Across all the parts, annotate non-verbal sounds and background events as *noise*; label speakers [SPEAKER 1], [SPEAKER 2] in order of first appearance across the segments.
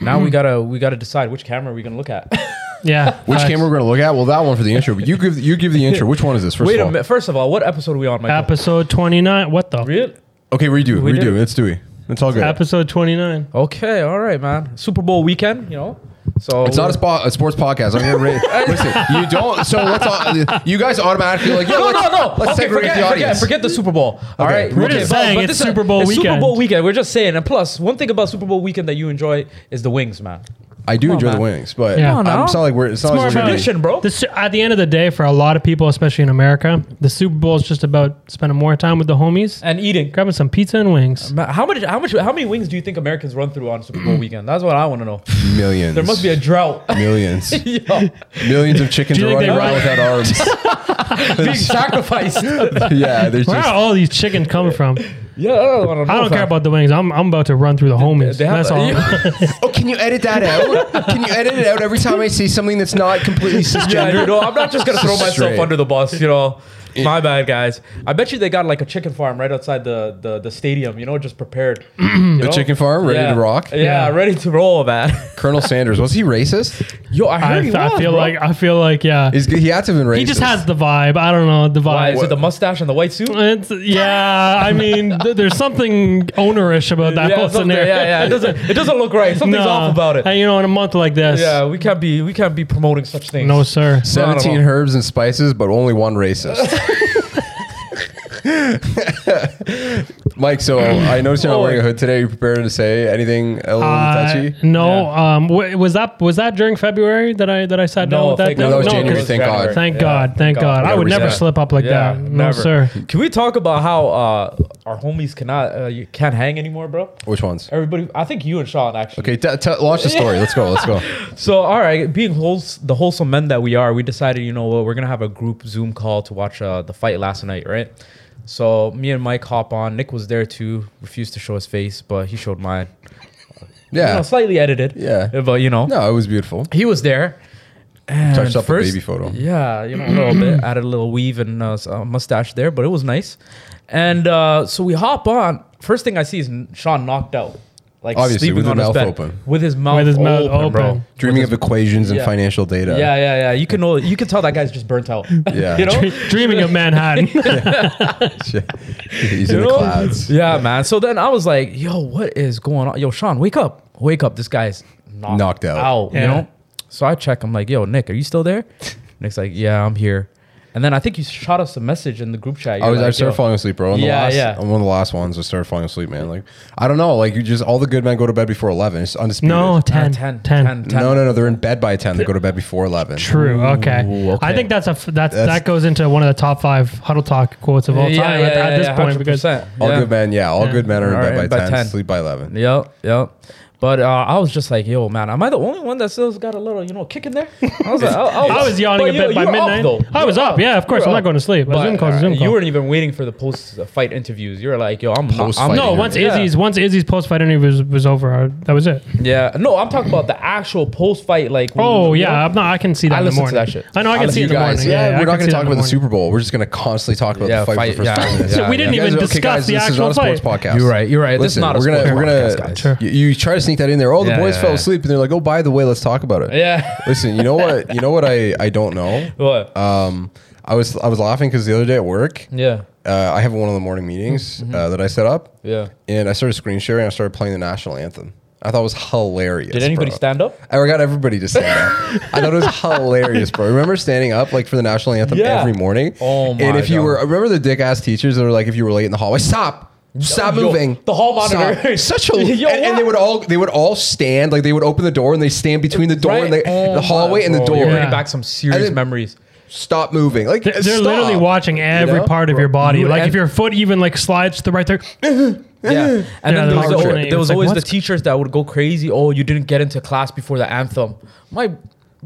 [SPEAKER 1] Now we gotta we gotta decide which camera we're gonna look at.
[SPEAKER 2] Yeah.
[SPEAKER 3] Which
[SPEAKER 2] facts.
[SPEAKER 3] camera we're gonna look at? Well, that one for the intro. But you give you
[SPEAKER 1] *laughs*
[SPEAKER 3] give the intro. Which one is this? First
[SPEAKER 1] Wait
[SPEAKER 3] of
[SPEAKER 1] a
[SPEAKER 3] all,
[SPEAKER 1] minute. First of all, what episode are we on, Michael?
[SPEAKER 2] Episode 29. What the?
[SPEAKER 1] Really?
[SPEAKER 3] okay, redo,
[SPEAKER 1] We
[SPEAKER 3] redo.
[SPEAKER 1] did.
[SPEAKER 3] It's Dewey. It's all good.
[SPEAKER 2] Episode 29.
[SPEAKER 1] Okay, all right, man. Super Bowl weekend, you know. So
[SPEAKER 3] It's not a, spo- a sports podcast. I'm gonna rate.
[SPEAKER 1] *laughs*
[SPEAKER 3] listen. You don't. So let's. All, you guys automatically like.
[SPEAKER 1] No, no, no.
[SPEAKER 3] Let's
[SPEAKER 1] okay,
[SPEAKER 3] segregate
[SPEAKER 1] forget,
[SPEAKER 3] the
[SPEAKER 1] forget,
[SPEAKER 3] audience.
[SPEAKER 1] forget the Super Bowl. All
[SPEAKER 3] Okay,
[SPEAKER 1] right,
[SPEAKER 3] we're just
[SPEAKER 2] saying
[SPEAKER 1] but
[SPEAKER 2] it's
[SPEAKER 1] this is-
[SPEAKER 2] Super Bowl
[SPEAKER 1] it's Super
[SPEAKER 2] weekend.
[SPEAKER 1] Bowl weekend. We're just saying. And plus, one thing about Super Bowl weekend that you enjoy is the wings, man.
[SPEAKER 3] I do
[SPEAKER 1] Come on,
[SPEAKER 3] enjoy the
[SPEAKER 1] man.
[SPEAKER 3] wings, but
[SPEAKER 2] Yeah.
[SPEAKER 3] yeah.
[SPEAKER 2] No,
[SPEAKER 1] no.
[SPEAKER 3] it's not like we're. It's, not
[SPEAKER 1] More
[SPEAKER 3] like we're
[SPEAKER 2] about-
[SPEAKER 3] tradition.
[SPEAKER 1] tradition, bro.
[SPEAKER 2] This, at the end of the day, for a lot of people, especially in America, the Super Bowl is just about spending more time with the homies,
[SPEAKER 1] and eating.
[SPEAKER 2] grabbing some pizza and wings.
[SPEAKER 1] Man, How much? How much? How many wings do you think Americans run through on Super Bowl weekend? That's what I want to know.
[SPEAKER 3] Millions.
[SPEAKER 1] There must be a *laughs* drought.
[SPEAKER 3] *laughs* millions.
[SPEAKER 1] Yo,
[SPEAKER 3] millions of chickens
[SPEAKER 2] Do
[SPEAKER 3] are
[SPEAKER 2] you
[SPEAKER 3] running
[SPEAKER 2] think
[SPEAKER 3] around without
[SPEAKER 1] *laughs*
[SPEAKER 3] arms. *laughs*
[SPEAKER 1] being sacrificed. Yeah,
[SPEAKER 3] yeah, there's
[SPEAKER 2] Where
[SPEAKER 3] just.
[SPEAKER 2] are all these chickens coming from?
[SPEAKER 1] I don't, know,
[SPEAKER 2] I
[SPEAKER 1] fam.
[SPEAKER 2] don't care about the wings. I'm, I'm about to run through the homies.
[SPEAKER 1] They have- *laughs*
[SPEAKER 2] That's all.
[SPEAKER 3] Oh, can you edit that out? Can you edit it out every time I say something that's not
[SPEAKER 1] *laughs*
[SPEAKER 3] completely
[SPEAKER 1] Yeah,
[SPEAKER 3] cisgender?
[SPEAKER 1] you know, I'm not just gonna throw myself
[SPEAKER 3] Straight.
[SPEAKER 1] under the bus, you know. My bad, guys. I bet you they got like a chicken farm right outside the the, the stadium, you know, just
[SPEAKER 3] *clears throat*
[SPEAKER 1] prepared. the
[SPEAKER 3] chicken farm, ready to rock?
[SPEAKER 1] Yeah,
[SPEAKER 2] Yeah.
[SPEAKER 1] ready to roll, man.
[SPEAKER 3] *laughs* Colonel Sanders was he racist?
[SPEAKER 1] Yo, I heard
[SPEAKER 2] I,
[SPEAKER 1] he
[SPEAKER 2] I
[SPEAKER 1] was,
[SPEAKER 2] feel
[SPEAKER 1] bro.
[SPEAKER 2] like uh, I feel like yeah.
[SPEAKER 3] He's, he had to have been racist.
[SPEAKER 2] he just has the vibe. I don't know the
[SPEAKER 1] Why,
[SPEAKER 2] vibe.
[SPEAKER 1] is it the mustache and the white suit?
[SPEAKER 2] It's, yeah, I mean, th- there's something ownerish about *laughs* that
[SPEAKER 1] yeah,
[SPEAKER 2] whole
[SPEAKER 1] something-
[SPEAKER 2] scenario.
[SPEAKER 1] yeah, yeah. It doesn't it doesn't look right. Something's
[SPEAKER 2] No.
[SPEAKER 1] off about it.
[SPEAKER 2] And you know, in a month like this,
[SPEAKER 1] yeah, we can't be we can't be promoting such things.
[SPEAKER 2] no sir.
[SPEAKER 3] Seventeen
[SPEAKER 1] I don't
[SPEAKER 3] herbs and spices, but only
[SPEAKER 1] *laughs*
[SPEAKER 3] one racist. Mike, so I noticed you're not wearing a hood today. Are you prepared to say anything a little
[SPEAKER 2] Uh,
[SPEAKER 3] touchy?
[SPEAKER 2] no, um, w- was that was that during February that I that I sat down
[SPEAKER 1] No,
[SPEAKER 2] with that?
[SPEAKER 1] thank
[SPEAKER 2] thing?
[SPEAKER 1] God.
[SPEAKER 3] that was
[SPEAKER 1] No, it
[SPEAKER 3] January,
[SPEAKER 1] was
[SPEAKER 3] thank God.
[SPEAKER 1] January.
[SPEAKER 2] Thank
[SPEAKER 1] Yeah,
[SPEAKER 2] God, thank God. I would never
[SPEAKER 3] reset.
[SPEAKER 2] slip up like that. No
[SPEAKER 1] *laughs*
[SPEAKER 2] sir. *laughs*
[SPEAKER 1] Can we talk about how uh, our homies cannot uh, you can't hang anymore, bro?
[SPEAKER 3] Which ones?
[SPEAKER 1] Everybody, I think you and Sean actually.
[SPEAKER 3] Okay, t- t- launch the story. Let's go.
[SPEAKER 1] *laughs*
[SPEAKER 3] Let's go.
[SPEAKER 1] So, all right, being wholes- the wholesome men that we are, we decided, you know what, we're gonna have a group Zoom call to watch uh, the fight last night, right? So, me and Mike hop on. Nick was there too, refused to show his face, but he showed mine. You know,
[SPEAKER 3] Yeah.
[SPEAKER 1] slightly edited.
[SPEAKER 3] Yeah.
[SPEAKER 1] But you know,
[SPEAKER 3] No, it was beautiful.
[SPEAKER 1] he was there. And
[SPEAKER 3] Touched up the baby photo.
[SPEAKER 1] Yeah, you know, a little bit. Added a little weave and uh, s- a mustache there, but it was nice. And uh, so we hop on. First thing I see is n- Sean knocked out. Like
[SPEAKER 3] Obviously,
[SPEAKER 1] sleeping
[SPEAKER 3] with his
[SPEAKER 1] on his
[SPEAKER 3] mouth
[SPEAKER 1] bed.
[SPEAKER 3] open.
[SPEAKER 1] With his mouth
[SPEAKER 2] With his
[SPEAKER 1] open,
[SPEAKER 2] mouth
[SPEAKER 1] bro.
[SPEAKER 2] open.
[SPEAKER 3] Dreaming of equations and
[SPEAKER 1] Yeah.
[SPEAKER 3] financial data.
[SPEAKER 1] Yeah, yeah, yeah. You can know, you can tell that guy's just burnt out. *laughs*
[SPEAKER 3] Yeah.
[SPEAKER 1] you know,
[SPEAKER 2] Dreaming of
[SPEAKER 1] *laughs*
[SPEAKER 2] Manhattan.
[SPEAKER 3] *laughs*
[SPEAKER 2] *laughs*
[SPEAKER 3] He's in
[SPEAKER 1] You
[SPEAKER 3] the
[SPEAKER 1] know?
[SPEAKER 3] clouds.
[SPEAKER 1] Yeah, man. So then I was like, "Yo, what is going on? Yo, Sean, wake up, wake up! This guy's knocked,
[SPEAKER 3] Knocked out.
[SPEAKER 1] You
[SPEAKER 2] Yeah.
[SPEAKER 1] know." So I check. I'm like, "Yo, Nick, are you still there?" Nick's like, "Yeah, I'm here." And then I think you shot us a message in the group chat.
[SPEAKER 3] I
[SPEAKER 1] You're
[SPEAKER 3] was I
[SPEAKER 1] like,
[SPEAKER 3] started
[SPEAKER 1] "Yo."
[SPEAKER 3] falling asleep, bro. And
[SPEAKER 1] Yeah,
[SPEAKER 3] the last,
[SPEAKER 1] yeah.
[SPEAKER 3] I'm one of the last ones. I started falling asleep, man. Like I don't know. Like you just all the good men go to bed before eleven. It's undisputed.
[SPEAKER 2] no, 10,
[SPEAKER 1] 10,
[SPEAKER 2] 10,
[SPEAKER 1] 10.
[SPEAKER 3] no, no, no. They're in bed by ten. They go to bed before eleven.
[SPEAKER 2] True. Okay.
[SPEAKER 1] Ooh, okay.
[SPEAKER 2] I think that's a f- that's,
[SPEAKER 3] That's-
[SPEAKER 2] that goes into one of the top five huddle talk quotes of all
[SPEAKER 1] Yeah,
[SPEAKER 2] time
[SPEAKER 1] yeah,
[SPEAKER 2] at, at
[SPEAKER 1] yeah,
[SPEAKER 2] this
[SPEAKER 1] yeah,
[SPEAKER 2] point because
[SPEAKER 1] 100%.
[SPEAKER 3] All
[SPEAKER 1] Yeah.
[SPEAKER 3] good men, yeah. All good men are in
[SPEAKER 1] All
[SPEAKER 3] bed
[SPEAKER 1] right,
[SPEAKER 3] by,
[SPEAKER 1] by
[SPEAKER 3] 10,
[SPEAKER 1] 10.
[SPEAKER 3] Sleep by eleven.
[SPEAKER 1] Yep, yep. But uh, I was just like, "Yo, man, am I the only one that still's got a little, you know, kick in there?" I was like, "I,
[SPEAKER 2] *laughs* I was yawning a
[SPEAKER 1] but you-
[SPEAKER 2] bit by
[SPEAKER 1] you were up,
[SPEAKER 2] midnight.
[SPEAKER 1] though.
[SPEAKER 2] I was up. Yeah, of course.
[SPEAKER 1] You're up.
[SPEAKER 2] I'm not going to sleep.
[SPEAKER 1] But,
[SPEAKER 2] A Zoom call is a
[SPEAKER 1] uh,
[SPEAKER 2] Zoom call.
[SPEAKER 1] You weren't even waiting for the post-fight interviews. You were like, "Yo, I'm not."
[SPEAKER 3] Post-fight
[SPEAKER 1] I'm,
[SPEAKER 2] no,
[SPEAKER 3] Yeah.
[SPEAKER 2] once
[SPEAKER 1] Yeah.
[SPEAKER 2] Izzy's once Izzy's post fight interview was, was over, I, that was it.
[SPEAKER 1] Yeah, no, I'm talking about the actual post fight. Like,
[SPEAKER 2] Oh
[SPEAKER 1] you
[SPEAKER 2] yeah,
[SPEAKER 1] know?
[SPEAKER 2] I'm not. I can see
[SPEAKER 1] I
[SPEAKER 2] that in the
[SPEAKER 1] listen to
[SPEAKER 2] morning.
[SPEAKER 1] that shit.
[SPEAKER 2] I know. I
[SPEAKER 1] I
[SPEAKER 2] can
[SPEAKER 1] listen
[SPEAKER 2] see it in
[SPEAKER 3] You
[SPEAKER 2] the
[SPEAKER 3] guys,
[SPEAKER 2] morning.
[SPEAKER 3] yeah, we're not
[SPEAKER 2] going
[SPEAKER 3] gonna talk about the Super Bowl. We're just gonna constantly talk about
[SPEAKER 1] Yeah,
[SPEAKER 3] the fight,
[SPEAKER 1] fight,
[SPEAKER 3] for the
[SPEAKER 1] yeah,
[SPEAKER 3] first five minutes.
[SPEAKER 1] yeah, So *laughs* we
[SPEAKER 2] didn't
[SPEAKER 3] You guys-
[SPEAKER 2] even
[SPEAKER 3] okay,
[SPEAKER 2] discuss
[SPEAKER 3] guys,
[SPEAKER 2] the
[SPEAKER 3] this
[SPEAKER 2] actual
[SPEAKER 3] is not a sports
[SPEAKER 2] fight.
[SPEAKER 3] podcast.
[SPEAKER 1] You're right, you're right. This
[SPEAKER 3] Listen,
[SPEAKER 1] is not a
[SPEAKER 3] we're gonna
[SPEAKER 1] sports
[SPEAKER 3] we're
[SPEAKER 1] podcast,
[SPEAKER 3] gonna
[SPEAKER 1] guys.
[SPEAKER 2] Sure.
[SPEAKER 3] you, you try to sneak that in there. Oh, the
[SPEAKER 1] Yeah,
[SPEAKER 3] boys
[SPEAKER 1] yeah,
[SPEAKER 3] fell
[SPEAKER 1] yeah.
[SPEAKER 3] asleep, and they're like, oh, by the way, let's talk about
[SPEAKER 1] *laughs*
[SPEAKER 3] it.
[SPEAKER 1] Yeah.
[SPEAKER 3] Listen, you know what? You know what? I I don't know.
[SPEAKER 1] What?
[SPEAKER 3] Um, I was I was laughing because the other day at work,
[SPEAKER 1] yeah,
[SPEAKER 3] uh, I have one of the morning meetings
[SPEAKER 1] Mm-hmm.
[SPEAKER 3] uh, that I set up.
[SPEAKER 1] yeah.
[SPEAKER 3] and I started screen sharing. I started playing the national anthem. I thought it was hilarious.
[SPEAKER 1] Did anybody
[SPEAKER 3] bro.
[SPEAKER 1] stand up?
[SPEAKER 3] I got everybody to stand up. I thought it
[SPEAKER 1] *laughs*
[SPEAKER 3] was hilarious, bro. Remember standing up like for the national anthem
[SPEAKER 1] Yeah.
[SPEAKER 3] every morning?
[SPEAKER 1] Oh my
[SPEAKER 3] And if you
[SPEAKER 1] God.
[SPEAKER 3] were, remember the dick ass teachers that were like, if you were late in the hallway, stop. Stop
[SPEAKER 1] Yo,
[SPEAKER 3] moving.
[SPEAKER 1] the hall
[SPEAKER 3] Stop. *laughs*
[SPEAKER 1] monitor.
[SPEAKER 3] Such
[SPEAKER 1] *laughs*
[SPEAKER 3] a
[SPEAKER 1] Yo,
[SPEAKER 3] and, and they
[SPEAKER 1] what?
[SPEAKER 3] would all they would all stand like they would open the door and they stand between the door and the,
[SPEAKER 1] Right? Oh
[SPEAKER 3] the hallway
[SPEAKER 1] my-
[SPEAKER 3] and the
[SPEAKER 1] bro,
[SPEAKER 3] door.
[SPEAKER 1] You're
[SPEAKER 2] Yeah.
[SPEAKER 1] bringing back some serious
[SPEAKER 3] then-
[SPEAKER 1] memories.
[SPEAKER 3] Stop moving. Like
[SPEAKER 2] They're
[SPEAKER 3] stop,
[SPEAKER 2] literally watching
[SPEAKER 3] you
[SPEAKER 2] every
[SPEAKER 3] know?
[SPEAKER 2] part of your body.
[SPEAKER 1] you
[SPEAKER 2] like
[SPEAKER 1] and-
[SPEAKER 2] if your foot even like slides to the right there,
[SPEAKER 1] Yeah, and then there
[SPEAKER 2] they're
[SPEAKER 1] was,
[SPEAKER 2] like,
[SPEAKER 1] the-
[SPEAKER 2] "What's
[SPEAKER 1] there was
[SPEAKER 2] like,
[SPEAKER 1] always the
[SPEAKER 2] what's-
[SPEAKER 1] teachers that would go crazy. Oh, you didn't get into class before the anthem. My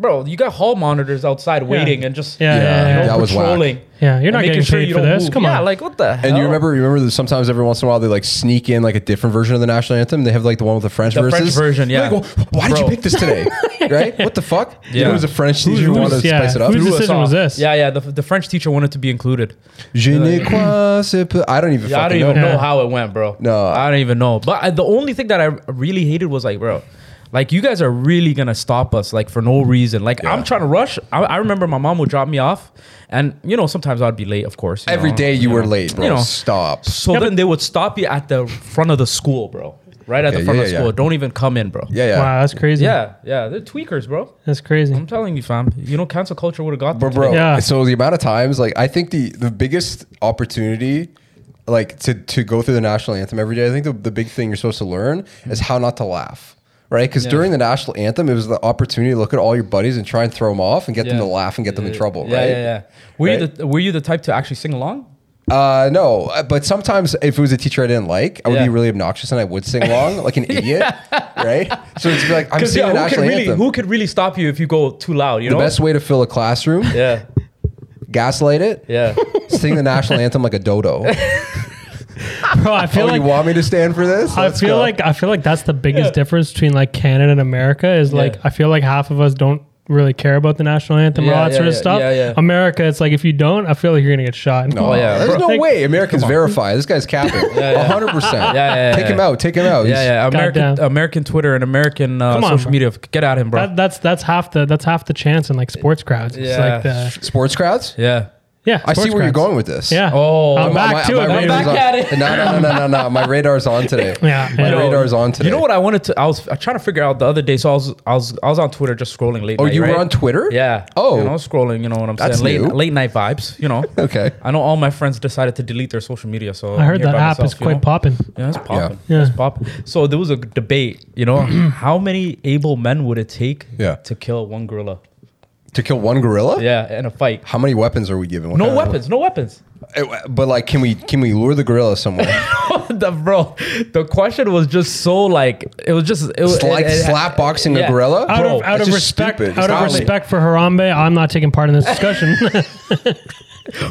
[SPEAKER 1] bro, you got hall monitors outside waiting and just
[SPEAKER 2] Yeah,
[SPEAKER 3] Yeah,
[SPEAKER 2] yeah, yeah.
[SPEAKER 1] you know,
[SPEAKER 3] that was whack.
[SPEAKER 1] patrolling.
[SPEAKER 2] Yeah, you're not
[SPEAKER 1] and making
[SPEAKER 2] getting paid for
[SPEAKER 1] don't
[SPEAKER 2] this. Come
[SPEAKER 1] Yeah,
[SPEAKER 2] on.
[SPEAKER 1] like what the hell?
[SPEAKER 3] And you remember, you remember that sometimes every once in a while they like sneak in like a different version of the national anthem. They have like the one with the French
[SPEAKER 1] The
[SPEAKER 3] verses.
[SPEAKER 1] French version,
[SPEAKER 3] You're
[SPEAKER 1] yeah.
[SPEAKER 3] like, "Well, why did you
[SPEAKER 1] Bro.
[SPEAKER 3] pick this today? *laughs* right? What the fuck?
[SPEAKER 1] Yeah.
[SPEAKER 3] You know, it was a French teacher who
[SPEAKER 2] who's-
[SPEAKER 3] wanted to
[SPEAKER 2] yeah,
[SPEAKER 3] spice it up.
[SPEAKER 2] whose
[SPEAKER 1] Threw us
[SPEAKER 2] decision was
[SPEAKER 1] off.
[SPEAKER 2] this?
[SPEAKER 1] Yeah, yeah. The, the French teacher wanted to be included.
[SPEAKER 3] Je ne crois ce peu- I don't even.
[SPEAKER 1] Yeah, I don't
[SPEAKER 3] fucking
[SPEAKER 1] even know
[SPEAKER 2] Yeah.
[SPEAKER 1] how it went, bro.
[SPEAKER 3] No.
[SPEAKER 1] I don't even know. But I, the only thing that I really hated was like, bro, Like you guys are really gonna stop us, like for no reason. Like I'm trying to rush. I, I remember my mom would drop me off, and you know sometimes I'd be late, of course.
[SPEAKER 3] Every day you were late, bro.
[SPEAKER 1] You know.
[SPEAKER 3] Stop.
[SPEAKER 1] So
[SPEAKER 2] Yeah,
[SPEAKER 1] then they would stop you at the front of the school, bro. Right at
[SPEAKER 3] Okay,
[SPEAKER 1] the front
[SPEAKER 3] yeah,
[SPEAKER 1] of the
[SPEAKER 3] yeah.
[SPEAKER 1] school. Don't even come in, bro.
[SPEAKER 3] Yeah, yeah.
[SPEAKER 2] Wow, that's crazy.
[SPEAKER 1] yeah, yeah. They're tweakers, bro.
[SPEAKER 2] that's crazy.
[SPEAKER 1] I'm telling you, fam. You know, cancel culture would have got
[SPEAKER 3] But
[SPEAKER 1] them.
[SPEAKER 3] bro,
[SPEAKER 2] Yeah.
[SPEAKER 3] so the amount of times, like I think the the biggest opportunity, like to to go through the national anthem every day, I think the, the big thing you're supposed to learn is how not to laugh. Right, because during the national anthem, it was the opportunity to look at all your buddies and try and throw them off and get them
[SPEAKER 1] Yeah.
[SPEAKER 3] to laugh and get them in trouble.
[SPEAKER 1] Yeah,
[SPEAKER 3] right?
[SPEAKER 1] yeah, yeah. Were you
[SPEAKER 3] Right.
[SPEAKER 1] the Were you the type to actually sing along?
[SPEAKER 3] Uh, no, uh, but sometimes if it was a teacher I didn't like, I would
[SPEAKER 1] Yeah.
[SPEAKER 3] be really obnoxious and I would sing along
[SPEAKER 1] *laughs*
[SPEAKER 3] like an idiot, right? So it's like I'm
[SPEAKER 1] Because
[SPEAKER 3] singing
[SPEAKER 1] yeah,
[SPEAKER 3] the
[SPEAKER 1] who could
[SPEAKER 3] national
[SPEAKER 1] really
[SPEAKER 3] anthem.
[SPEAKER 1] Who could really stop you if you go too loud? You
[SPEAKER 3] the
[SPEAKER 1] know.
[SPEAKER 3] best way to fill a classroom,
[SPEAKER 1] yeah,
[SPEAKER 3] gaslight it, *laughs*
[SPEAKER 1] yeah.
[SPEAKER 3] sing the
[SPEAKER 1] *laughs*
[SPEAKER 3] national anthem like a dodo.
[SPEAKER 2] Bro, I feel
[SPEAKER 3] oh,
[SPEAKER 2] like
[SPEAKER 3] you want me to stand for this?
[SPEAKER 2] I
[SPEAKER 3] Let's
[SPEAKER 2] feel
[SPEAKER 3] go.
[SPEAKER 2] like I feel like that's the biggest
[SPEAKER 1] Yeah.
[SPEAKER 2] difference between like Canada and America is like
[SPEAKER 1] Yeah.
[SPEAKER 2] I feel like half of us don't really care about the national anthem or
[SPEAKER 1] Yeah,
[SPEAKER 2] all that
[SPEAKER 1] yeah,
[SPEAKER 2] sort of
[SPEAKER 1] yeah,
[SPEAKER 2] stuff.
[SPEAKER 1] yeah, yeah.
[SPEAKER 2] America, it's like if you don't, I feel like you're gonna get shot.
[SPEAKER 3] No,
[SPEAKER 1] Oh, yeah.
[SPEAKER 3] there's
[SPEAKER 1] Bro,
[SPEAKER 3] no
[SPEAKER 2] like-
[SPEAKER 3] way Americans verify. This guy's capping.
[SPEAKER 1] *laughs* yeah.
[SPEAKER 3] 100%.
[SPEAKER 1] Yeah, yeah,
[SPEAKER 3] Take
[SPEAKER 1] yeah.
[SPEAKER 3] him out. Take him out.
[SPEAKER 1] Yeah,
[SPEAKER 3] He's-
[SPEAKER 1] yeah. American,
[SPEAKER 2] Goddamn.
[SPEAKER 1] American Twitter and American uh,
[SPEAKER 2] Come on,
[SPEAKER 1] social
[SPEAKER 2] bro.
[SPEAKER 1] media. Get at him, bro.
[SPEAKER 2] That, that's that's half the that's half the chance in like sports crowds. It's
[SPEAKER 1] Yeah.
[SPEAKER 2] like the
[SPEAKER 3] Sports crowds?
[SPEAKER 1] yeah.
[SPEAKER 2] yeah.
[SPEAKER 3] I see
[SPEAKER 2] sports
[SPEAKER 3] where you're
[SPEAKER 2] crowds.
[SPEAKER 3] going with this.
[SPEAKER 2] Yeah.
[SPEAKER 1] Oh.
[SPEAKER 2] I'm
[SPEAKER 1] My-
[SPEAKER 2] back
[SPEAKER 3] my,
[SPEAKER 2] to it.
[SPEAKER 3] my
[SPEAKER 1] I'm
[SPEAKER 2] baby.
[SPEAKER 3] radar's
[SPEAKER 1] back
[SPEAKER 3] on-
[SPEAKER 1] at it.
[SPEAKER 3] No, no, no, no, no, no. My radar's on
[SPEAKER 1] *laughs*
[SPEAKER 3] today.
[SPEAKER 2] Yeah,
[SPEAKER 3] My
[SPEAKER 2] yeah.
[SPEAKER 3] radar's on today.
[SPEAKER 1] You know what I wanted to? I was I trying to figure out the other day. So I was I was I was on Twitter just scrolling late.
[SPEAKER 3] Oh,
[SPEAKER 1] night,
[SPEAKER 3] you
[SPEAKER 1] right?
[SPEAKER 3] were on Twitter?
[SPEAKER 1] Yeah.
[SPEAKER 3] Oh.
[SPEAKER 1] You know, scrolling. You know what I'm
[SPEAKER 3] That's
[SPEAKER 1] saying? Late
[SPEAKER 3] new.
[SPEAKER 1] late night vibes. You know.
[SPEAKER 3] *laughs* Okay.
[SPEAKER 1] I know all my friends decided to delete their social media. So
[SPEAKER 2] I
[SPEAKER 1] I'm
[SPEAKER 2] heard
[SPEAKER 1] here
[SPEAKER 2] that
[SPEAKER 1] by
[SPEAKER 2] app
[SPEAKER 1] myself,
[SPEAKER 2] is
[SPEAKER 1] you
[SPEAKER 2] quite
[SPEAKER 1] know?
[SPEAKER 2] popping.
[SPEAKER 1] Yeah, that's popping.
[SPEAKER 2] Yeah.
[SPEAKER 1] That's popping. So there was a debate. You
[SPEAKER 3] *clears throat*
[SPEAKER 1] know, how many able men would it take?
[SPEAKER 3] Yeah.
[SPEAKER 1] To kill one gorilla.
[SPEAKER 3] To kill one gorilla?
[SPEAKER 1] Yeah, in a fight.
[SPEAKER 3] How many weapons are we giving? What
[SPEAKER 1] No
[SPEAKER 3] kind of-
[SPEAKER 1] weapons. No weapons. *laughs*
[SPEAKER 3] Eh, But like, can we can we lure the gorilla somewhere?
[SPEAKER 1] the, bro, the question was just so like it was just it was
[SPEAKER 3] It's like
[SPEAKER 1] it- it-
[SPEAKER 3] slap boxing
[SPEAKER 1] yeah.
[SPEAKER 3] a gorilla?
[SPEAKER 2] Out
[SPEAKER 1] Bro,
[SPEAKER 2] of out of
[SPEAKER 3] it's just
[SPEAKER 2] respect,
[SPEAKER 3] stupid. It's
[SPEAKER 2] out of
[SPEAKER 3] not-
[SPEAKER 2] respect for Harambe, I'm not taking part in this discussion. *laughs*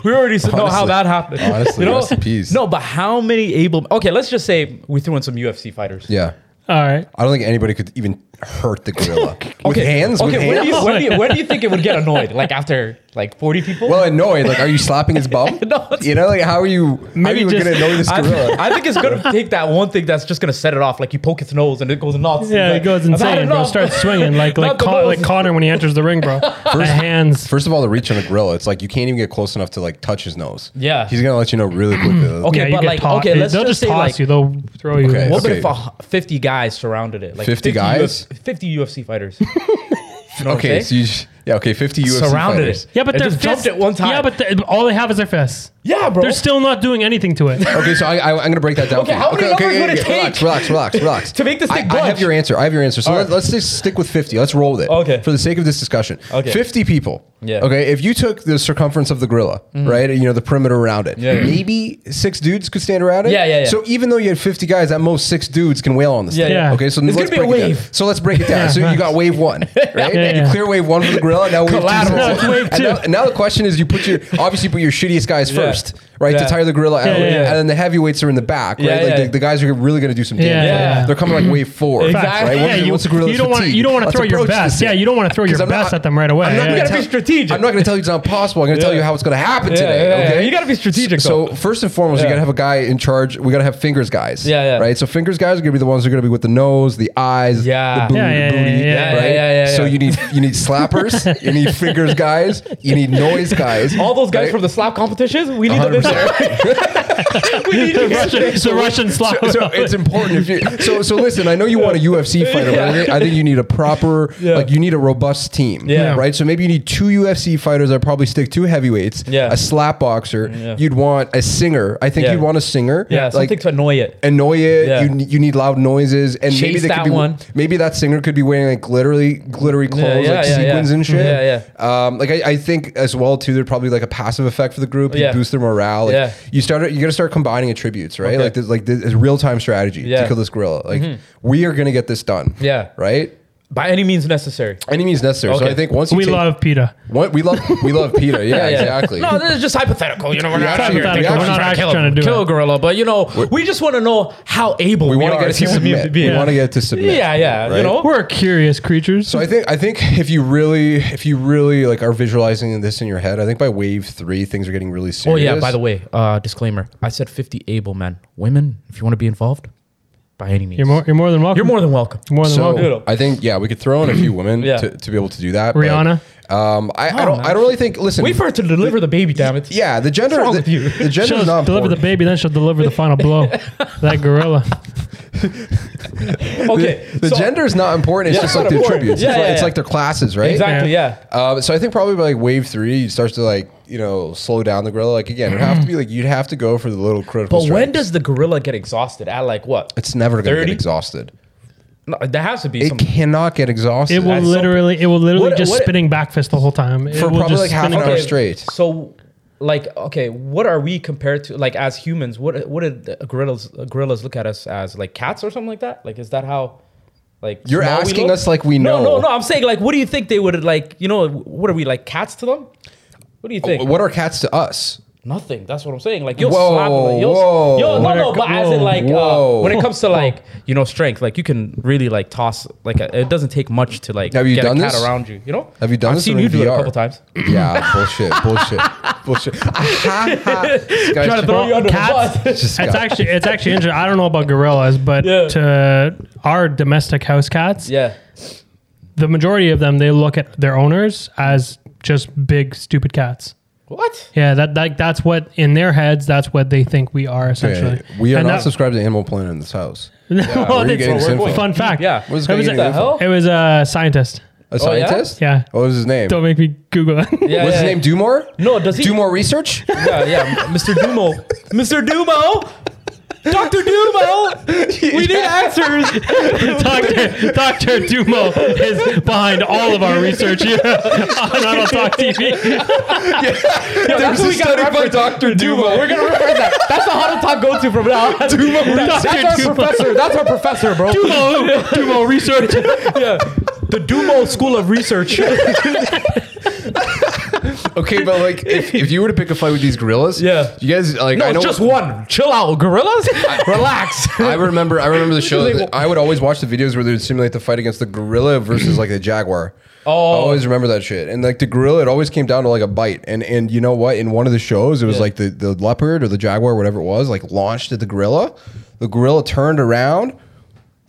[SPEAKER 1] We already said, know how
[SPEAKER 3] Honestly.
[SPEAKER 1] that happened.
[SPEAKER 3] Honestly, rest in peace.
[SPEAKER 1] No, but how many able? Okay, let's just say we threw in some UFC fighters.
[SPEAKER 3] Yeah.
[SPEAKER 2] all right.
[SPEAKER 3] I don't think anybody could even hurt the gorilla
[SPEAKER 1] *laughs*
[SPEAKER 3] with
[SPEAKER 1] Okay.
[SPEAKER 3] hands.
[SPEAKER 1] Okay,
[SPEAKER 3] with
[SPEAKER 1] where,
[SPEAKER 3] hands?
[SPEAKER 1] Do you, where, do you, where do you think it would get annoyed? Like after like forty people?
[SPEAKER 3] well annoyed. Like, are you slapping his bum?
[SPEAKER 1] *laughs* No, it's-
[SPEAKER 3] you know, like how are you? how are
[SPEAKER 2] Maybe
[SPEAKER 3] you
[SPEAKER 2] just-
[SPEAKER 3] gonna annoy this
[SPEAKER 1] I,
[SPEAKER 3] gorilla?
[SPEAKER 1] *laughs* I think it's gonna take that one thing that's just gonna set it off. Like you poke its nose and it goes nuts.
[SPEAKER 2] Yeah, it goes insane, bro. Starts swinging like like
[SPEAKER 1] Not the
[SPEAKER 2] Con-
[SPEAKER 1] most-
[SPEAKER 2] like Connor when he enters the ring, bro. the
[SPEAKER 3] *laughs*
[SPEAKER 2] hands.
[SPEAKER 3] First of all, the reach on a gorilla, it's like you can't even get close enough to like touch his nose.
[SPEAKER 1] *laughs* Yeah.
[SPEAKER 3] he's gonna let you know really quickly.
[SPEAKER 1] *clears throat* Okay,
[SPEAKER 2] yeah, you
[SPEAKER 1] but
[SPEAKER 2] get
[SPEAKER 1] like,
[SPEAKER 2] taught.
[SPEAKER 1] okay,
[SPEAKER 2] They-
[SPEAKER 1] let's
[SPEAKER 2] they'll
[SPEAKER 1] just
[SPEAKER 2] just,
[SPEAKER 1] say,
[SPEAKER 2] toss
[SPEAKER 1] like-
[SPEAKER 2] you. They'll throw you.
[SPEAKER 3] Okay.
[SPEAKER 1] What
[SPEAKER 3] Okay.
[SPEAKER 1] if a hu- fifty guys surrounded it? Like
[SPEAKER 3] 50 guys?
[SPEAKER 1] UFC, fifty UFC
[SPEAKER 2] *laughs*
[SPEAKER 1] fighters. You know what I'm
[SPEAKER 3] okay,
[SPEAKER 1] saying?
[SPEAKER 3] so you just, yeah, okay, fifty UFC
[SPEAKER 1] surrounded
[SPEAKER 3] fighters.
[SPEAKER 1] it.
[SPEAKER 2] Yeah, but
[SPEAKER 1] it
[SPEAKER 2] they're
[SPEAKER 1] just jumped
[SPEAKER 2] fists-
[SPEAKER 1] at one time.
[SPEAKER 2] Yeah, but they- all they have is their fists.
[SPEAKER 1] yeah, bro.
[SPEAKER 2] They're still not doing anything to it.
[SPEAKER 3] Okay, so I, I, I'm gonna break that down.
[SPEAKER 1] Okay,
[SPEAKER 3] for you.
[SPEAKER 1] how many numbers would it take
[SPEAKER 3] Relax,
[SPEAKER 1] *laughs*
[SPEAKER 3] relax, relax, relax.
[SPEAKER 1] to make this
[SPEAKER 3] I,
[SPEAKER 1] thing
[SPEAKER 3] I have
[SPEAKER 1] budge?
[SPEAKER 3] your answer. I have your answer. So
[SPEAKER 1] All
[SPEAKER 3] let,
[SPEAKER 1] right.
[SPEAKER 3] us just stick with 50. Let's roll with it.
[SPEAKER 1] Okay.
[SPEAKER 3] For the sake of this discussion.
[SPEAKER 1] Okay.
[SPEAKER 3] 50 people.
[SPEAKER 1] Yeah. Mm-hmm.
[SPEAKER 3] Okay. If you took the circumference of the gorilla, right, and, you know, the perimeter around it,
[SPEAKER 1] Yeah, yeah.
[SPEAKER 3] maybe six dudes could stand around it.
[SPEAKER 1] Yeah, yeah, yeah.
[SPEAKER 3] So even though you had 50 guys, at most six dudes can wail on this
[SPEAKER 1] Yeah,
[SPEAKER 3] thing.
[SPEAKER 2] yeah.
[SPEAKER 3] Okay. So
[SPEAKER 1] It's gonna
[SPEAKER 3] let's
[SPEAKER 1] be a
[SPEAKER 3] break it down.
[SPEAKER 1] wave.
[SPEAKER 3] So let's break it down.
[SPEAKER 2] Yeah,
[SPEAKER 3] so you
[SPEAKER 2] right.
[SPEAKER 3] got wave
[SPEAKER 1] *laughs*
[SPEAKER 3] one, right?
[SPEAKER 2] yeah,
[SPEAKER 3] You
[SPEAKER 2] yeah.
[SPEAKER 3] clear wave one for the gorilla. Now wave
[SPEAKER 1] Collateral.
[SPEAKER 3] two.
[SPEAKER 1] No, it's
[SPEAKER 2] wave
[SPEAKER 3] *laughs* And now,
[SPEAKER 2] two.
[SPEAKER 3] and now the question is you put your, obviously, you put your shittiest guys
[SPEAKER 1] Yeah.
[SPEAKER 3] first, right, to
[SPEAKER 1] Yeah.
[SPEAKER 3] tire the gorilla out.
[SPEAKER 2] Yeah, yeah, yeah.
[SPEAKER 3] And then the heavyweights are in the back, right?
[SPEAKER 1] Yeah,
[SPEAKER 3] like
[SPEAKER 1] yeah.
[SPEAKER 3] The, the guys who are really going to do some damage.
[SPEAKER 2] Yeah.
[SPEAKER 3] Like, They're coming like wave four.
[SPEAKER 1] Exactly.
[SPEAKER 3] Right?
[SPEAKER 2] Yeah,
[SPEAKER 3] Once,
[SPEAKER 2] you,
[SPEAKER 3] once the gorilla's
[SPEAKER 2] you don't want
[SPEAKER 3] fatigued,
[SPEAKER 2] you don't want to
[SPEAKER 3] let's
[SPEAKER 2] throw your
[SPEAKER 3] approach this
[SPEAKER 2] best.
[SPEAKER 3] thing.
[SPEAKER 2] Yeah, you don't want to throw your
[SPEAKER 3] I'm not-
[SPEAKER 2] best at them right away.
[SPEAKER 3] I'm not
[SPEAKER 2] Yeah,
[SPEAKER 3] gonna
[SPEAKER 2] yeah.
[SPEAKER 1] gotta
[SPEAKER 2] *laughs*
[SPEAKER 1] be
[SPEAKER 3] tell-
[SPEAKER 1] strategic.
[SPEAKER 3] I'm not going to tell you it's not possible. I'm going to tell
[SPEAKER 1] Yeah.
[SPEAKER 3] you how it's going to happen
[SPEAKER 1] Yeah,
[SPEAKER 3] today.
[SPEAKER 1] yeah, yeah.
[SPEAKER 3] okay?
[SPEAKER 1] You gotta be strategic,
[SPEAKER 3] So
[SPEAKER 1] though.
[SPEAKER 3] first and foremost, you
[SPEAKER 1] Yeah.
[SPEAKER 3] got to have a guy in charge. We got to have fingers guys.
[SPEAKER 1] Yeah, yeah.
[SPEAKER 3] Right. So fingers guys are going to be the ones who are going to be with the nose, the eyes,
[SPEAKER 1] Yeah.
[SPEAKER 3] the booty,
[SPEAKER 2] Yeah, yeah,
[SPEAKER 3] the booty,
[SPEAKER 2] yeah, yeah,
[SPEAKER 1] yeah,
[SPEAKER 3] right.
[SPEAKER 1] yeah, yeah,
[SPEAKER 3] So
[SPEAKER 1] yeah.
[SPEAKER 3] you need you need slappers, you need fingers guys, you need noise guys.
[SPEAKER 1] all those guys
[SPEAKER 3] right?
[SPEAKER 1] from the slap competitions, we need them. In
[SPEAKER 3] 100%.
[SPEAKER 1] there. *laughs* we
[SPEAKER 2] *laughs*
[SPEAKER 1] need
[SPEAKER 2] The
[SPEAKER 1] you guys.
[SPEAKER 2] Russian, the Russian slop.
[SPEAKER 3] so, so it's important if you so so listen i know you want a ufc fighter but I think, I think you need a proper
[SPEAKER 1] Yeah.
[SPEAKER 3] like you need a robust team
[SPEAKER 1] Yeah.
[SPEAKER 3] right so maybe you need two ufc fighters i probably stick two heavyweights
[SPEAKER 1] Yeah.
[SPEAKER 3] a slap boxer
[SPEAKER 1] Yeah.
[SPEAKER 3] you'd want a singer i think
[SPEAKER 1] Yeah.
[SPEAKER 3] you'd want a singer
[SPEAKER 1] Yeah, something
[SPEAKER 3] like
[SPEAKER 1] to annoy it.
[SPEAKER 3] annoy it
[SPEAKER 1] Yeah.
[SPEAKER 3] you, ne- you need loud noises and maybe
[SPEAKER 1] Chase
[SPEAKER 3] they
[SPEAKER 1] that
[SPEAKER 3] could be
[SPEAKER 1] one.
[SPEAKER 3] maybe that singer could be wearing like glittery glittery clothes
[SPEAKER 1] yeah,
[SPEAKER 3] like
[SPEAKER 1] yeah,
[SPEAKER 3] sequins
[SPEAKER 1] yeah.
[SPEAKER 3] and shit
[SPEAKER 1] Yeah,
[SPEAKER 3] yeah um like I, I think as well too there'd probably like a passive effect for the group you
[SPEAKER 1] Yeah.
[SPEAKER 3] boost their morale like,
[SPEAKER 1] Yeah.
[SPEAKER 3] you start you gotta start combining attributes right
[SPEAKER 1] Okay.
[SPEAKER 3] like this like this is real-time strategy to
[SPEAKER 1] Yeah. Mm-hmm.
[SPEAKER 3] kill this gorilla like we are gonna get this done
[SPEAKER 1] Yeah.
[SPEAKER 3] right
[SPEAKER 1] By any means necessary.
[SPEAKER 3] any means necessary so
[SPEAKER 1] Okay.
[SPEAKER 3] i think once you
[SPEAKER 2] we
[SPEAKER 3] take-
[SPEAKER 2] love PETA.
[SPEAKER 3] one, we love we love
[SPEAKER 1] *laughs*
[SPEAKER 3] peter yeah, exactly
[SPEAKER 1] No, this is just hypothetical. You know, we're
[SPEAKER 3] We
[SPEAKER 1] not out
[SPEAKER 3] actually-
[SPEAKER 1] here thinking
[SPEAKER 3] we
[SPEAKER 1] we're
[SPEAKER 3] actually-
[SPEAKER 1] not trying, to kill,
[SPEAKER 2] do
[SPEAKER 1] kill
[SPEAKER 2] it.
[SPEAKER 1] a gorilla, but you know, we just want to know how able
[SPEAKER 3] we want to
[SPEAKER 1] are
[SPEAKER 3] get it
[SPEAKER 1] *laughs* as
[SPEAKER 3] to
[SPEAKER 1] human
[SPEAKER 3] submit we
[SPEAKER 1] beings.
[SPEAKER 3] want to get it to submit
[SPEAKER 1] Yeah, yeah.
[SPEAKER 3] right?
[SPEAKER 1] You know,
[SPEAKER 2] We're curious creatures.
[SPEAKER 3] So I think I think if you really if you really like are visualizing this in your head, I think by wave three things are getting really
[SPEAKER 1] Oh
[SPEAKER 3] serious.
[SPEAKER 1] yeah. By the way, uh, disclaimer: I said fifty able men, women. If you want to be involved, by any means.
[SPEAKER 2] You're more, you're more than welcome.
[SPEAKER 1] You're more than welcome.
[SPEAKER 2] You're more than
[SPEAKER 3] so
[SPEAKER 2] welcome.
[SPEAKER 1] Dude.
[SPEAKER 3] I think yeah, we could throw in a few women
[SPEAKER 1] Yeah.
[SPEAKER 3] to, to be able to do that. but,
[SPEAKER 2] Rihanna?
[SPEAKER 3] um, I, I
[SPEAKER 1] Oh,
[SPEAKER 3] don't.
[SPEAKER 1] man.
[SPEAKER 3] I don't really think. Listen,
[SPEAKER 1] Wait for her to deliver the baby, damn it.
[SPEAKER 3] yeah, the gender.
[SPEAKER 1] wrong
[SPEAKER 3] the,
[SPEAKER 1] with you?
[SPEAKER 3] the gender
[SPEAKER 2] She'll
[SPEAKER 3] is not
[SPEAKER 2] deliver the
[SPEAKER 3] important.
[SPEAKER 2] baby, then she'll deliver the final blow.
[SPEAKER 1] *laughs*
[SPEAKER 2] that gorilla.
[SPEAKER 1] Okay.
[SPEAKER 3] The
[SPEAKER 1] so-
[SPEAKER 3] gender is not important. It's
[SPEAKER 1] Yeah, it's
[SPEAKER 3] just like
[SPEAKER 1] not
[SPEAKER 3] their
[SPEAKER 1] important.
[SPEAKER 3] tributes.
[SPEAKER 1] Yeah,
[SPEAKER 3] it's, like,
[SPEAKER 1] yeah,
[SPEAKER 3] it's
[SPEAKER 1] yeah.
[SPEAKER 3] like their classes, right?
[SPEAKER 1] Exactly, yeah.
[SPEAKER 3] Uh, so I think probably by like wave three, you start to like you know slow down the gorilla. Like again, it would have to be like you'd have to go for the little critical.
[SPEAKER 1] But when
[SPEAKER 3] strikes.
[SPEAKER 1] does the gorilla get exhausted? At like what?
[SPEAKER 3] it's never going to
[SPEAKER 1] 30?
[SPEAKER 3] get exhausted?
[SPEAKER 1] No, there has to be
[SPEAKER 3] It
[SPEAKER 1] some.
[SPEAKER 3] cannot get exhausted.
[SPEAKER 2] It will
[SPEAKER 1] something.
[SPEAKER 2] literally, it will literally
[SPEAKER 1] What-
[SPEAKER 2] just
[SPEAKER 1] what-
[SPEAKER 2] spitting back fist the whole time. It
[SPEAKER 3] For
[SPEAKER 2] will
[SPEAKER 3] probably
[SPEAKER 2] just
[SPEAKER 3] like half
[SPEAKER 2] spinning
[SPEAKER 3] an
[SPEAKER 2] back-
[SPEAKER 3] hour straight.
[SPEAKER 1] So, like, okay, what are we compared to? Like, as humans, what what did the gorillas gorillas look at us as? Like cats or something like that? Like, is that how? Like
[SPEAKER 3] You're
[SPEAKER 1] small we
[SPEAKER 3] asking
[SPEAKER 1] look?
[SPEAKER 3] us like we
[SPEAKER 1] No,
[SPEAKER 3] know.
[SPEAKER 1] no, no. I'm saying like, what do you think they would like? You know, what are we like cats to them? What do you think?
[SPEAKER 3] Uh, What are cats to us?
[SPEAKER 1] Nothing. That's what I'm saying. Like you'll
[SPEAKER 3] Whoa,
[SPEAKER 1] slap. Like, you'll,
[SPEAKER 3] whoa.
[SPEAKER 1] you'll, no,
[SPEAKER 2] What
[SPEAKER 1] no.
[SPEAKER 2] a-
[SPEAKER 1] But as in
[SPEAKER 2] whoa,
[SPEAKER 1] like uh,
[SPEAKER 3] whoa.
[SPEAKER 1] when it comes to like you know strength, like you can really like toss. Like uh, it doesn't take much to like
[SPEAKER 3] Have you
[SPEAKER 1] get
[SPEAKER 3] done
[SPEAKER 1] a cat
[SPEAKER 3] this?
[SPEAKER 1] around you. You know.
[SPEAKER 3] Have you done
[SPEAKER 1] I've
[SPEAKER 3] this
[SPEAKER 1] seen
[SPEAKER 3] in
[SPEAKER 1] you do it a
[SPEAKER 3] VR?
[SPEAKER 1] couple
[SPEAKER 3] *laughs*
[SPEAKER 1] times.
[SPEAKER 3] Yeah, bullshit, bullshit, *laughs* bullshit. Ah, Trying
[SPEAKER 1] Trying to throw you *laughs* under
[SPEAKER 2] cats-
[SPEAKER 1] the bus.
[SPEAKER 3] Just
[SPEAKER 2] It's
[SPEAKER 3] got-
[SPEAKER 2] actually, it's actually interesting. I don't know about gorillas, but
[SPEAKER 1] Yeah.
[SPEAKER 2] to our domestic house cats,
[SPEAKER 1] yeah.
[SPEAKER 2] the majority of them, they look at their owners as just big, stupid cats.
[SPEAKER 1] What?
[SPEAKER 2] Yeah, that like that's what in their heads. That's what they think we are essentially.
[SPEAKER 3] Okay, we are
[SPEAKER 2] And
[SPEAKER 3] not
[SPEAKER 2] that-
[SPEAKER 3] subscribed to Animal Planet in this house.
[SPEAKER 2] *laughs* Well,
[SPEAKER 3] where are you
[SPEAKER 2] that's-
[SPEAKER 3] getting this info?
[SPEAKER 2] Fun fact.
[SPEAKER 1] Yeah.
[SPEAKER 3] What is
[SPEAKER 2] It
[SPEAKER 3] going
[SPEAKER 2] was,
[SPEAKER 3] to
[SPEAKER 2] a,
[SPEAKER 1] the hell?
[SPEAKER 2] it was a scientist.
[SPEAKER 3] A
[SPEAKER 1] Oh, yeah?
[SPEAKER 3] scientist?
[SPEAKER 2] Yeah.
[SPEAKER 3] What was his name?
[SPEAKER 2] Don't make me Google it.
[SPEAKER 1] Yeah,
[SPEAKER 3] What's
[SPEAKER 1] yeah,
[SPEAKER 3] his
[SPEAKER 1] yeah.
[SPEAKER 3] name? Do more?
[SPEAKER 1] No, does he-
[SPEAKER 3] do
[SPEAKER 1] *laughs*
[SPEAKER 3] more research?
[SPEAKER 1] Yeah, yeah.
[SPEAKER 3] *laughs*
[SPEAKER 1] Mr. Dumo. Mr. Dumo. Dr.
[SPEAKER 3] *laughs*
[SPEAKER 1] Dumo. We need answers.
[SPEAKER 2] *laughs* Doctor Doctor Dumo is behind all of our research here *laughs* on Adult Talk TV.
[SPEAKER 1] Yo, that's what we got reference.
[SPEAKER 3] Doctor
[SPEAKER 1] Dumo. We're going to reference that. That's the Huddle Talk go to from now on. That's
[SPEAKER 2] Dr.
[SPEAKER 1] our
[SPEAKER 2] Dumo.
[SPEAKER 1] professor. That's our professor, bro.
[SPEAKER 2] Dumo Dumo research.
[SPEAKER 1] *laughs* Yeah. The Dumo School of Research.
[SPEAKER 3] *laughs* Okay, but like, if, if you were to pick a fight with these gorillas,
[SPEAKER 1] Yeah.
[SPEAKER 3] you guys like I
[SPEAKER 1] No,
[SPEAKER 3] know
[SPEAKER 1] Oh, just one. Chill out, *laughs* gorillas. Relax.
[SPEAKER 3] I remember, I remember
[SPEAKER 1] *laughs*
[SPEAKER 3] the show. That I would always watch the videos where they would simulate the fight against the gorilla versus like the jaguar.
[SPEAKER 1] Oh.
[SPEAKER 3] I always remember that shit. And like the gorilla, it always came down to like a bite. And and you know what? In one of the shows, it was
[SPEAKER 1] Yeah.
[SPEAKER 3] like the the leopard or the jaguar, whatever it was, like launched at the gorilla. The gorilla turned around.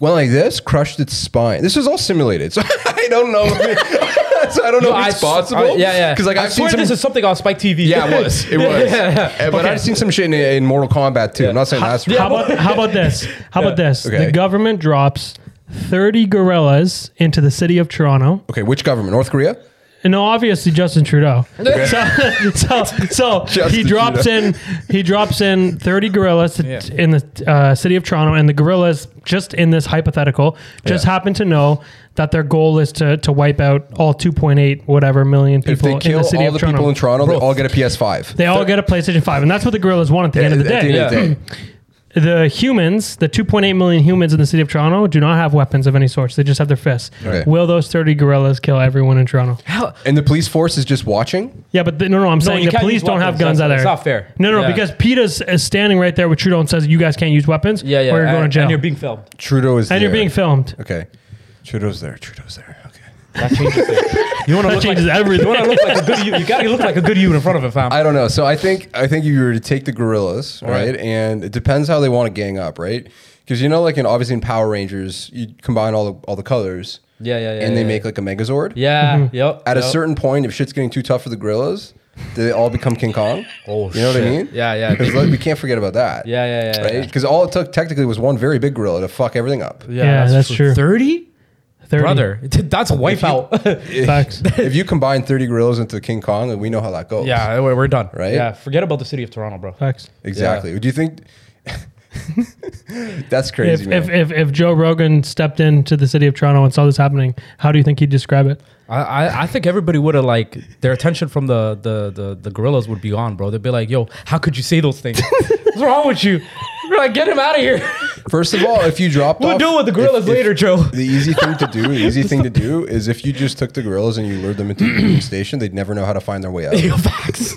[SPEAKER 3] Went like this, crushed its spine. This was all simulated, *laughs* so I don't know. If, *laughs* so I don't know if it's possible.
[SPEAKER 1] I- yeah, yeah.
[SPEAKER 3] Because like
[SPEAKER 1] I
[SPEAKER 3] I've seen
[SPEAKER 1] swear
[SPEAKER 3] some
[SPEAKER 1] this is something on Spike TV.
[SPEAKER 3] *laughs* yeah, it was.
[SPEAKER 1] *laughs*
[SPEAKER 3] It was. Uh, But I've seen some shit in, in Mortal Kombat too. I'm not saying that's
[SPEAKER 2] How
[SPEAKER 3] right.
[SPEAKER 2] about how about this? How about this?
[SPEAKER 3] Okay.
[SPEAKER 2] The government drops thirty gorillas into the city of Toronto.
[SPEAKER 3] Okay, which government? North Korea?
[SPEAKER 2] And no, obviously Justin Trudeau. So, *laughs* so, so he
[SPEAKER 3] *laughs* Justin
[SPEAKER 2] drops
[SPEAKER 3] Trudeau.
[SPEAKER 2] in, he drops in thirty gorillas to,
[SPEAKER 1] Yeah.
[SPEAKER 2] in the uh, city of Toronto, and the gorillas just in this hypothetical just
[SPEAKER 3] Yeah.
[SPEAKER 2] happen to know that their goal is to to wipe out all two point eight whatever million
[SPEAKER 3] If
[SPEAKER 2] people
[SPEAKER 3] they kill
[SPEAKER 2] in the city
[SPEAKER 3] all
[SPEAKER 2] of
[SPEAKER 3] the
[SPEAKER 2] Toronto.
[SPEAKER 3] people in Toronto, they all get a PS5.
[SPEAKER 2] they all get a PlayStation Five, and that's what the gorillas want at the end of the
[SPEAKER 3] At
[SPEAKER 2] day.
[SPEAKER 1] end
[SPEAKER 3] of the
[SPEAKER 1] Yeah.
[SPEAKER 3] day.
[SPEAKER 2] The humans, the 2.8 million humans in the city of Toronto, do not have weapons of any sorts. They just have their fists.
[SPEAKER 3] Okay.
[SPEAKER 2] Will those 30 gorillas kill everyone in Toronto?
[SPEAKER 3] And the police force is just watching.
[SPEAKER 2] Yeah, but the, no, no, I'm saying
[SPEAKER 1] you
[SPEAKER 2] the
[SPEAKER 1] can't
[SPEAKER 2] police
[SPEAKER 1] use
[SPEAKER 2] don't have
[SPEAKER 1] weapons.
[SPEAKER 2] guns
[SPEAKER 1] That's-
[SPEAKER 2] either.
[SPEAKER 1] it's not fair.
[SPEAKER 2] No, no,
[SPEAKER 1] Yeah.
[SPEAKER 2] because PETA's is standing right there with Trudeau and says, you guys can't use weapons.
[SPEAKER 1] Yeah, yeah.
[SPEAKER 2] Or you're going to
[SPEAKER 1] and-
[SPEAKER 2] jail.
[SPEAKER 1] And you're being filmed.
[SPEAKER 3] Trudeau is there.
[SPEAKER 2] being filmed.
[SPEAKER 3] Okay. Trudeau's there. Trudeau's there. Okay.
[SPEAKER 1] That changes things. *laughs* You want to
[SPEAKER 2] That
[SPEAKER 1] look like
[SPEAKER 2] changes everything.
[SPEAKER 1] you want to look like a good you. You gotta look like a good you in front of a fam.
[SPEAKER 3] I don't know. So I think I think if you were to take the gorillas, right? And it depends how they want to gang up, right? Because you know, like in obviously in Power Rangers, you combine all the all the colors.
[SPEAKER 1] Yeah, yeah, yeah,
[SPEAKER 3] And they
[SPEAKER 1] yeah,
[SPEAKER 3] make like a Megazord.
[SPEAKER 1] yeah. Yep.
[SPEAKER 3] Mm-hmm. At a
[SPEAKER 1] yep.
[SPEAKER 3] certain point, if shit's getting too tough for the gorillas, they all become King Kong.
[SPEAKER 1] Oh,
[SPEAKER 3] you know what I
[SPEAKER 1] shit.
[SPEAKER 3] mean?
[SPEAKER 1] Yeah,
[SPEAKER 3] *laughs*
[SPEAKER 1] yeah.
[SPEAKER 3] Because like, we can't forget about that.
[SPEAKER 1] Yeah, yeah, yeah,
[SPEAKER 3] Right?
[SPEAKER 1] yeah.
[SPEAKER 3] Because all it took technically was one very big gorilla to fuck everything up.
[SPEAKER 2] Yeah, that's true.
[SPEAKER 1] Thirty,
[SPEAKER 2] 30.
[SPEAKER 1] brother. *laughs* That's a wipeout. *laughs*
[SPEAKER 2] *laughs* Facts.
[SPEAKER 3] *laughs* If you combine thirty gorillas into King Kong, like, we know how that goes.
[SPEAKER 1] yeah, we're, we're done.
[SPEAKER 3] Right?
[SPEAKER 1] Yeah. Forget about the city of Toronto, bro.
[SPEAKER 2] Facts.
[SPEAKER 3] exactly. Do
[SPEAKER 1] *laughs*
[SPEAKER 3] you think that's crazy,
[SPEAKER 2] If,
[SPEAKER 3] man?
[SPEAKER 2] if, if, if Joe Rogan stepped into the city of Toronto and saw this happening, how do you think he'd
[SPEAKER 1] *laughs*
[SPEAKER 2] describe it?
[SPEAKER 1] I, I, I think everybody would have like their attention from the the the, the gorillas would be on, bro. They'd be like, "Yo, how could you say those
[SPEAKER 2] *laughs*
[SPEAKER 1] things? What's wrong with you?" We're like, "Get him out of here."
[SPEAKER 3] First of all, if you
[SPEAKER 1] *laughs*
[SPEAKER 3] dropped,
[SPEAKER 1] We'll
[SPEAKER 3] off-
[SPEAKER 1] deal with the gorillas
[SPEAKER 3] if- if-
[SPEAKER 1] later,
[SPEAKER 2] *laughs*
[SPEAKER 1] Joe.
[SPEAKER 3] The easy thing to do, the easy thing
[SPEAKER 1] *laughs*
[SPEAKER 3] to do, is if you just took the gorillas and you
[SPEAKER 1] *clears throat* *laughs*
[SPEAKER 3] lured them into the station, they'd never know how to find their way out.
[SPEAKER 1] Yo, facts.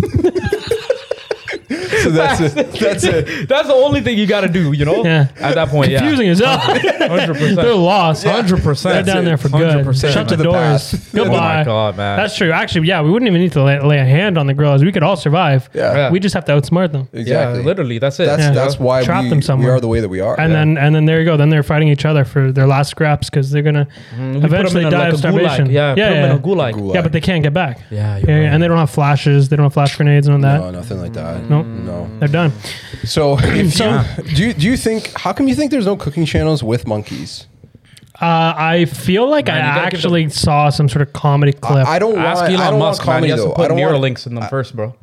[SPEAKER 3] so that's it. *laughs* That's
[SPEAKER 1] *laughs*
[SPEAKER 3] it.
[SPEAKER 1] That's the only thing you got to do, you know?
[SPEAKER 2] Yeah.
[SPEAKER 1] At that point, *laughs*
[SPEAKER 2] Confusing as hell.
[SPEAKER 1] yeah. 100%.
[SPEAKER 2] *laughs* They're lost.
[SPEAKER 1] 100%.
[SPEAKER 2] They're down there for good.
[SPEAKER 1] 100%.
[SPEAKER 2] Shut the
[SPEAKER 3] To the
[SPEAKER 2] doors.
[SPEAKER 3] past.
[SPEAKER 2] *laughs*
[SPEAKER 1] Oh
[SPEAKER 2] Goodbye.
[SPEAKER 1] my God, man.
[SPEAKER 2] That's true. Actually, yeah, we wouldn't even need to lay, lay a hand on the gorillas. We could all survive.
[SPEAKER 3] Yeah.
[SPEAKER 2] We just have to outsmart them.
[SPEAKER 3] Exactly.
[SPEAKER 1] Yeah, literally. That's it.
[SPEAKER 3] That's
[SPEAKER 2] Yeah.
[SPEAKER 3] that's why
[SPEAKER 2] Trap
[SPEAKER 3] we,
[SPEAKER 2] them
[SPEAKER 3] we
[SPEAKER 2] somewhere.
[SPEAKER 3] are the way that we are.
[SPEAKER 2] And
[SPEAKER 3] yeah.
[SPEAKER 2] then and then there you go. Then they're fighting each other for their last scraps because they're gonna
[SPEAKER 1] We Mm-hmm. put 'em
[SPEAKER 2] eventually
[SPEAKER 1] in a-
[SPEAKER 2] die
[SPEAKER 1] like
[SPEAKER 2] of
[SPEAKER 1] a gulag.
[SPEAKER 2] starvation.
[SPEAKER 1] Yeah,
[SPEAKER 2] yeah,
[SPEAKER 1] put 'em
[SPEAKER 2] yeah.
[SPEAKER 1] in a gulag.
[SPEAKER 3] Gulag.
[SPEAKER 2] Yeah, but they can't get back.
[SPEAKER 1] Yeah,
[SPEAKER 2] Yeah, yeah, and they don't have flashes. They don't have flash grenades and all that.
[SPEAKER 3] no, nothing like that.
[SPEAKER 2] Nope.
[SPEAKER 3] No.
[SPEAKER 2] They're done.
[SPEAKER 3] So, *clears throat* if
[SPEAKER 2] So-
[SPEAKER 3] you, do you, do you think? How come you think there's no cooking channels with monkeys?
[SPEAKER 2] Uh, I feel like
[SPEAKER 1] Man, you
[SPEAKER 2] I
[SPEAKER 1] gotta give
[SPEAKER 2] actually saw some sort of comedy clip.
[SPEAKER 3] I don't want.
[SPEAKER 1] Ask
[SPEAKER 3] I
[SPEAKER 1] Elon
[SPEAKER 3] don't
[SPEAKER 1] Musk,
[SPEAKER 3] want
[SPEAKER 1] man. He
[SPEAKER 3] comedy
[SPEAKER 1] has to
[SPEAKER 3] though. I
[SPEAKER 1] put
[SPEAKER 3] don't
[SPEAKER 1] mirror
[SPEAKER 3] want,
[SPEAKER 1] links in them first, bro.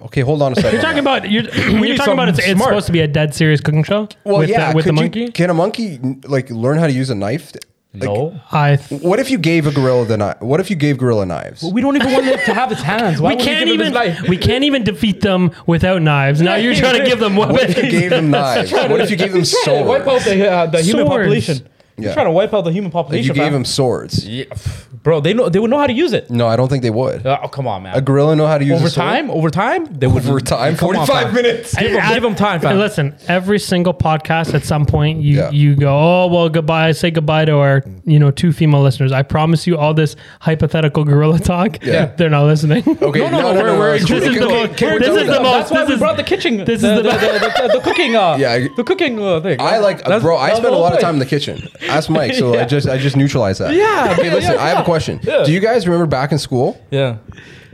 [SPEAKER 3] Okay, hold on a second.
[SPEAKER 2] You're talking about you're, *clears throat* you're
[SPEAKER 1] need
[SPEAKER 2] talking about it's,
[SPEAKER 1] something
[SPEAKER 2] it's
[SPEAKER 1] smart.
[SPEAKER 2] supposed to be a dead serious cooking show.
[SPEAKER 3] well,
[SPEAKER 2] with
[SPEAKER 3] yeah.
[SPEAKER 2] the, with the
[SPEAKER 3] could you-
[SPEAKER 2] monkey.
[SPEAKER 3] can a monkey like learn how to use a knife? Like,
[SPEAKER 1] no.
[SPEAKER 2] I th-
[SPEAKER 3] What if you gave a gorilla the knife? What if you gave gorilla knives?
[SPEAKER 1] We don't even want it to have its hands. Why
[SPEAKER 2] we
[SPEAKER 1] would
[SPEAKER 2] can't
[SPEAKER 1] give
[SPEAKER 2] even
[SPEAKER 1] It his life?
[SPEAKER 2] we can't even defeat them without knives. Now you're trying to
[SPEAKER 1] *laughs*
[SPEAKER 2] give them
[SPEAKER 3] what if you
[SPEAKER 2] weapons.
[SPEAKER 3] gave them knives? What if you gave them
[SPEAKER 1] Trying to wipe out
[SPEAKER 3] swords?
[SPEAKER 1] the, uh, the human
[SPEAKER 2] Swords.
[SPEAKER 1] population. You're
[SPEAKER 3] Yeah.
[SPEAKER 1] trying to wipe out the human population.
[SPEAKER 3] If you gave
[SPEAKER 1] fam.
[SPEAKER 3] them swords?
[SPEAKER 1] Yeah, pff, bro, they know they would know how to use it.
[SPEAKER 3] No, I don't think they would.
[SPEAKER 1] Uh, oh come on, man.
[SPEAKER 3] A gorilla know how to use
[SPEAKER 1] over
[SPEAKER 3] a sword?
[SPEAKER 1] time, over time, they would
[SPEAKER 3] Over time,
[SPEAKER 1] Come on,
[SPEAKER 3] forty-five
[SPEAKER 1] fam.
[SPEAKER 3] minutes.
[SPEAKER 1] Give them, give them time,
[SPEAKER 2] And
[SPEAKER 1] fam.
[SPEAKER 2] listen, every single podcast at some point you
[SPEAKER 3] Yeah.
[SPEAKER 2] you go, oh well, goodbye, say goodbye to our you know two female listeners. I promise you, all this hypothetical gorilla talk,
[SPEAKER 3] Yeah.
[SPEAKER 2] *laughs* they're not listening.
[SPEAKER 3] *laughs* Okay,
[SPEAKER 1] No, no, no, we're- we're-
[SPEAKER 3] it's
[SPEAKER 2] this
[SPEAKER 3] cool.
[SPEAKER 2] is
[SPEAKER 3] Okay,
[SPEAKER 2] the
[SPEAKER 3] okay,
[SPEAKER 2] most-
[SPEAKER 3] okay, we're
[SPEAKER 2] this
[SPEAKER 3] done
[SPEAKER 2] is
[SPEAKER 3] with
[SPEAKER 2] the
[SPEAKER 3] that.
[SPEAKER 2] most-
[SPEAKER 1] That's why
[SPEAKER 2] this
[SPEAKER 1] we
[SPEAKER 2] is-
[SPEAKER 1] brought the kitchen.
[SPEAKER 2] this is
[SPEAKER 1] the,
[SPEAKER 2] the-
[SPEAKER 1] the, the- the- the cooking. Uh,
[SPEAKER 3] Yeah, I-
[SPEAKER 1] the cooking uh, thing.
[SPEAKER 3] I like,
[SPEAKER 1] That's-
[SPEAKER 3] bro. I
[SPEAKER 1] that's
[SPEAKER 3] spend a
[SPEAKER 1] the
[SPEAKER 3] lot of
[SPEAKER 1] whole
[SPEAKER 3] time in the
[SPEAKER 1] point.
[SPEAKER 3] kitchen.
[SPEAKER 1] *laughs*
[SPEAKER 3] That's Mike. So I just, I just neutralize that.
[SPEAKER 1] Yeah,
[SPEAKER 3] Okay,
[SPEAKER 1] yeah,
[SPEAKER 3] listen.
[SPEAKER 1] yeah,
[SPEAKER 3] I have
[SPEAKER 1] yeah.
[SPEAKER 3] a question.
[SPEAKER 1] Yeah.
[SPEAKER 3] Do you guys remember back in school? *laughs*
[SPEAKER 1] Yeah.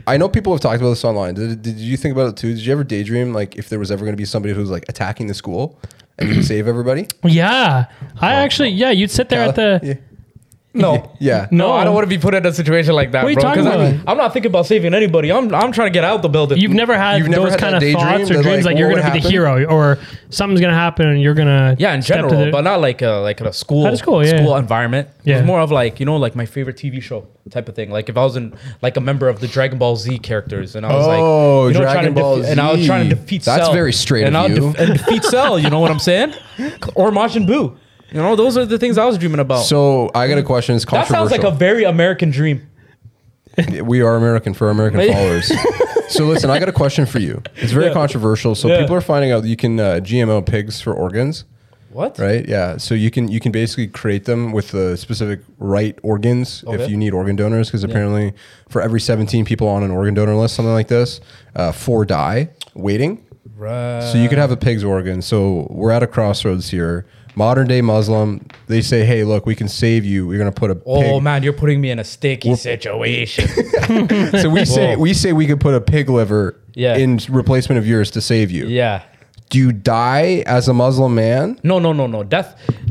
[SPEAKER 3] I know people have talked about this online. Did, did you think about it too? Did you ever daydream like if there was ever going to be somebody who was like attacking the school and you could save everybody?
[SPEAKER 2] yeah, I actually, yeah, you'd sit there at the.
[SPEAKER 3] yeah.
[SPEAKER 1] No.
[SPEAKER 3] yeah.
[SPEAKER 1] No,
[SPEAKER 2] No.
[SPEAKER 1] I don't want to be put in a situation like that,
[SPEAKER 2] What are you
[SPEAKER 1] bro.
[SPEAKER 2] talking
[SPEAKER 1] Because I
[SPEAKER 2] about?
[SPEAKER 1] am not thinking about saving anybody. I'm I'm trying to get out the building.
[SPEAKER 2] You've never had
[SPEAKER 3] You've never
[SPEAKER 2] those
[SPEAKER 3] had
[SPEAKER 2] kind
[SPEAKER 3] that
[SPEAKER 2] of
[SPEAKER 3] daydream
[SPEAKER 2] thoughts or
[SPEAKER 3] that,
[SPEAKER 2] dreams
[SPEAKER 3] like,
[SPEAKER 2] like, you're
[SPEAKER 3] what
[SPEAKER 2] going to be
[SPEAKER 3] would
[SPEAKER 2] the hero or something's going to happen and you're going to
[SPEAKER 1] yeah, in general, but not like a, like in a school
[SPEAKER 2] At a school, yeah, yeah.
[SPEAKER 1] environment. It
[SPEAKER 2] Yeah.
[SPEAKER 1] was more of like you know like my favorite TV show type of thing. Like if I was in like a member of the Dragon Ball Z characters, and I was
[SPEAKER 3] Oh,
[SPEAKER 1] like, you know,
[SPEAKER 3] Dragon
[SPEAKER 1] trying to
[SPEAKER 3] Ball
[SPEAKER 1] defe- and I was
[SPEAKER 3] Z.
[SPEAKER 1] trying to defeat.
[SPEAKER 3] That's
[SPEAKER 1] Cell.
[SPEAKER 3] very straight
[SPEAKER 1] and
[SPEAKER 3] of
[SPEAKER 1] I'll
[SPEAKER 3] you.
[SPEAKER 1] and defeat Cell. You know what I'm saying? *laughs* Or Majin Buu. You know, those are the things I was dreaming about.
[SPEAKER 3] So I got a question. It's
[SPEAKER 1] that sounds like a
[SPEAKER 3] controversial.
[SPEAKER 1] very American dream.
[SPEAKER 3] we are American for American
[SPEAKER 1] Yeah. *laughs*
[SPEAKER 3] followers. so listen, I got a question for you. It's very
[SPEAKER 1] Yeah.
[SPEAKER 3] controversial. So
[SPEAKER 1] Yeah.
[SPEAKER 3] people are finding out that you can uh, GMO pigs for organs.
[SPEAKER 1] What?
[SPEAKER 3] right yeah so you can you can basically create them with the specific right organs
[SPEAKER 1] Okay.
[SPEAKER 3] if you need organ donors because apparently for every 17 people on an organ donor list something like this uh, four die waiting
[SPEAKER 1] Right.
[SPEAKER 3] so you could have a pig's organ so we're at a crossroads here modern day muslim they say hey look we can save you we're going to put a
[SPEAKER 1] Oh
[SPEAKER 3] pig
[SPEAKER 1] man, you're putting me in a sticky situation. *laughs*
[SPEAKER 3] so we say
[SPEAKER 1] Whoa.
[SPEAKER 3] we say we could put a pig liver
[SPEAKER 1] Yeah.
[SPEAKER 3] in replacement of yours to save you
[SPEAKER 1] yeah.
[SPEAKER 3] do you die as a muslim man
[SPEAKER 1] No, no, no, no. Death,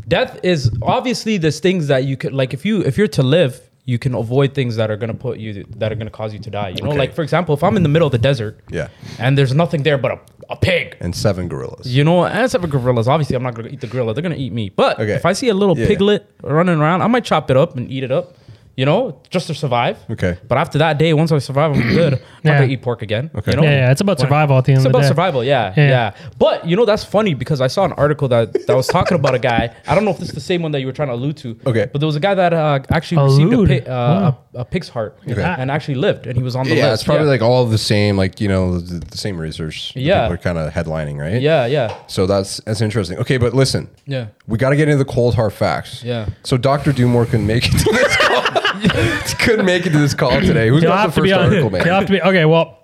[SPEAKER 1] death is obviously there's things that you could like if you if you're to live, you can avoid things that are gonna put you that are gonna cause you to die. You know,
[SPEAKER 3] Okay.
[SPEAKER 1] like for example, if I'm in the middle of the desert,
[SPEAKER 3] Yeah.
[SPEAKER 1] and there's nothing there but a, a pig.
[SPEAKER 3] and seven gorillas
[SPEAKER 1] You know, and except for gorillas, obviously I'm not gonna eat the gorilla. They're gonna eat me. But
[SPEAKER 3] Okay.
[SPEAKER 1] if I see a little
[SPEAKER 3] Yeah.
[SPEAKER 1] piglet running around, I might chop it up and eat it up. You know, just to survive.
[SPEAKER 3] Okay.
[SPEAKER 1] But after that day, once I survive, I'm
[SPEAKER 3] *coughs*
[SPEAKER 1] good. I'm
[SPEAKER 2] Yeah.
[SPEAKER 1] not gonna eat pork again. Okay. You know?
[SPEAKER 2] Yeah, yeah, it's about survival at the end
[SPEAKER 1] It's
[SPEAKER 2] of the
[SPEAKER 1] about
[SPEAKER 2] day.
[SPEAKER 1] survival, yeah,
[SPEAKER 2] Yeah.
[SPEAKER 1] yeah, But you know that's funny because I saw an article that that was talking about a guy. I don't know if this is the same one that you were trying to allude to.
[SPEAKER 3] Okay.
[SPEAKER 1] But there was a guy that uh, actually received a,
[SPEAKER 2] Allude.
[SPEAKER 1] pig, uh,
[SPEAKER 2] Wow.
[SPEAKER 1] a, a pig's heart
[SPEAKER 3] Okay.
[SPEAKER 1] and actually lived, and he was on the
[SPEAKER 3] yeah,
[SPEAKER 1] list.
[SPEAKER 3] it's probably like all the same, like you know, the, the same research. that
[SPEAKER 1] Yeah.
[SPEAKER 3] people are kind of headlining, right?
[SPEAKER 1] yeah, yeah,
[SPEAKER 3] So that's that's interesting. Okay, but listen,
[SPEAKER 1] yeah.
[SPEAKER 3] we got to get into the cold hard facts.
[SPEAKER 1] Yeah.
[SPEAKER 3] So Doctor Doomore couldn't make it to this call. *laughs* couldn't make it to this call today. Who's
[SPEAKER 2] You'll
[SPEAKER 3] got the
[SPEAKER 2] have to
[SPEAKER 3] first
[SPEAKER 2] be on. *laughs*
[SPEAKER 3] article, man?
[SPEAKER 2] You'll have to be. Okay, well,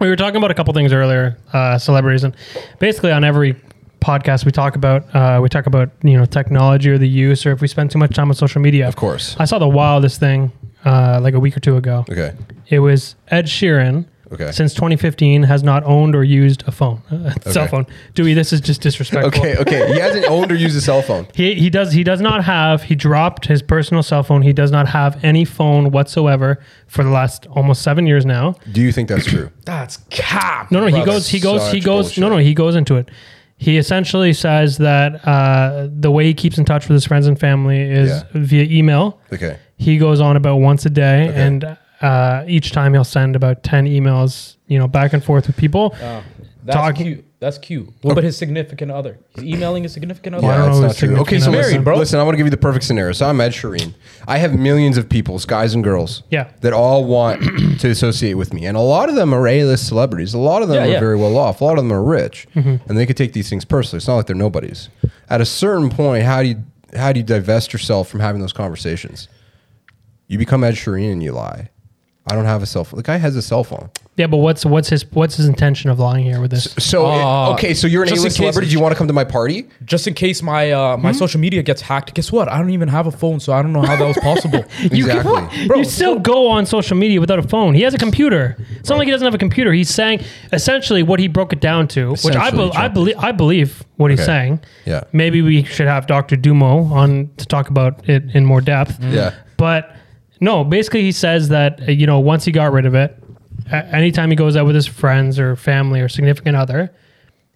[SPEAKER 2] we were talking about a couple things earlier, uh, celebrities, and basically on every podcast we talk about uh, we talk about you know technology or the use or if we spend too much time on social media.
[SPEAKER 3] Of course.
[SPEAKER 2] I saw the wildest thing uh, like a week or two ago.
[SPEAKER 3] Okay.
[SPEAKER 2] It was Ed Sheeran.
[SPEAKER 3] Okay.
[SPEAKER 2] Since 2015, has not owned or used a phone, *laughs* a cell
[SPEAKER 3] Okay.
[SPEAKER 2] phone. Dewey, this is just disrespectful.
[SPEAKER 3] Okay. Okay. He hasn't owned or used a cell phone.
[SPEAKER 2] He, he does he does not have he dropped his personal cell phone. He does not have any phone whatsoever for the last almost seven years now.
[SPEAKER 3] Do you think that's true?
[SPEAKER 1] That's cap.
[SPEAKER 2] No, no, he
[SPEAKER 3] Bro,
[SPEAKER 2] goes, he goes, he
[SPEAKER 3] such
[SPEAKER 2] goes. No, no,
[SPEAKER 3] bullshit.
[SPEAKER 2] he goes into it. He essentially says that uh, the way he keeps in touch with his friends and family is
[SPEAKER 3] Yeah.
[SPEAKER 2] via email.
[SPEAKER 3] Okay.
[SPEAKER 2] He goes on about once a day, and uh, each time he'll send about ten emails, you know, back and forth with people.
[SPEAKER 3] Oh.
[SPEAKER 1] That's
[SPEAKER 2] Talking-
[SPEAKER 1] cute. That's cute. What about his significant other? He's emailing his significant other.
[SPEAKER 2] I
[SPEAKER 3] Yeah,
[SPEAKER 2] don't
[SPEAKER 3] that's
[SPEAKER 2] know who's
[SPEAKER 3] not true. Okay,
[SPEAKER 1] significant
[SPEAKER 3] so listen,
[SPEAKER 1] other. Married,
[SPEAKER 3] listen, I want to give you the perfect scenario. So I'm Ed Shireen. I have millions of people, guys and girls,
[SPEAKER 2] Yeah.
[SPEAKER 3] that
[SPEAKER 1] *clears throat*
[SPEAKER 3] all want to associate with me. And a lot of them are A-list celebrities. A lot of them
[SPEAKER 1] Yeah, Mm-hmm.
[SPEAKER 3] are
[SPEAKER 1] yeah.
[SPEAKER 3] very well off. A lot of them are rich. And they could take these things personally. It's not like they're nobodies. At a certain point, how do you how do you divest yourself from having those conversations? You become Ed Shireen and you lie. I don't have a cell phone. The guy has a cell phone.
[SPEAKER 2] Yeah, but what's what's his what's his intention of lying here with this?
[SPEAKER 3] So
[SPEAKER 1] Ah.
[SPEAKER 3] okay, so you're an
[SPEAKER 1] Just in case-
[SPEAKER 3] A-list
[SPEAKER 1] Mm-hmm.
[SPEAKER 3] celebrity. Do you want to come to my party?
[SPEAKER 1] Just in case my uh, my social media gets hacked, guess what? I don't even have a phone, so I don't know how that was possible. *laughs*
[SPEAKER 2] You, can-
[SPEAKER 3] Exactly.
[SPEAKER 1] Bro,
[SPEAKER 2] you still go on social media without a phone. He has a computer. It's not like he doesn't have a computer. He's saying essentially what he broke it down to, which I,
[SPEAKER 3] Essentially,
[SPEAKER 2] bel I believe I believe what he's
[SPEAKER 3] Okay.
[SPEAKER 2] saying.
[SPEAKER 3] Yeah.
[SPEAKER 2] Maybe we should have Dr. Dumo on to talk about it in more depth.
[SPEAKER 3] Yeah.
[SPEAKER 2] But no, basically he says that uh, you know once he got rid of it, a- anytime he goes out with his friends or family or significant other,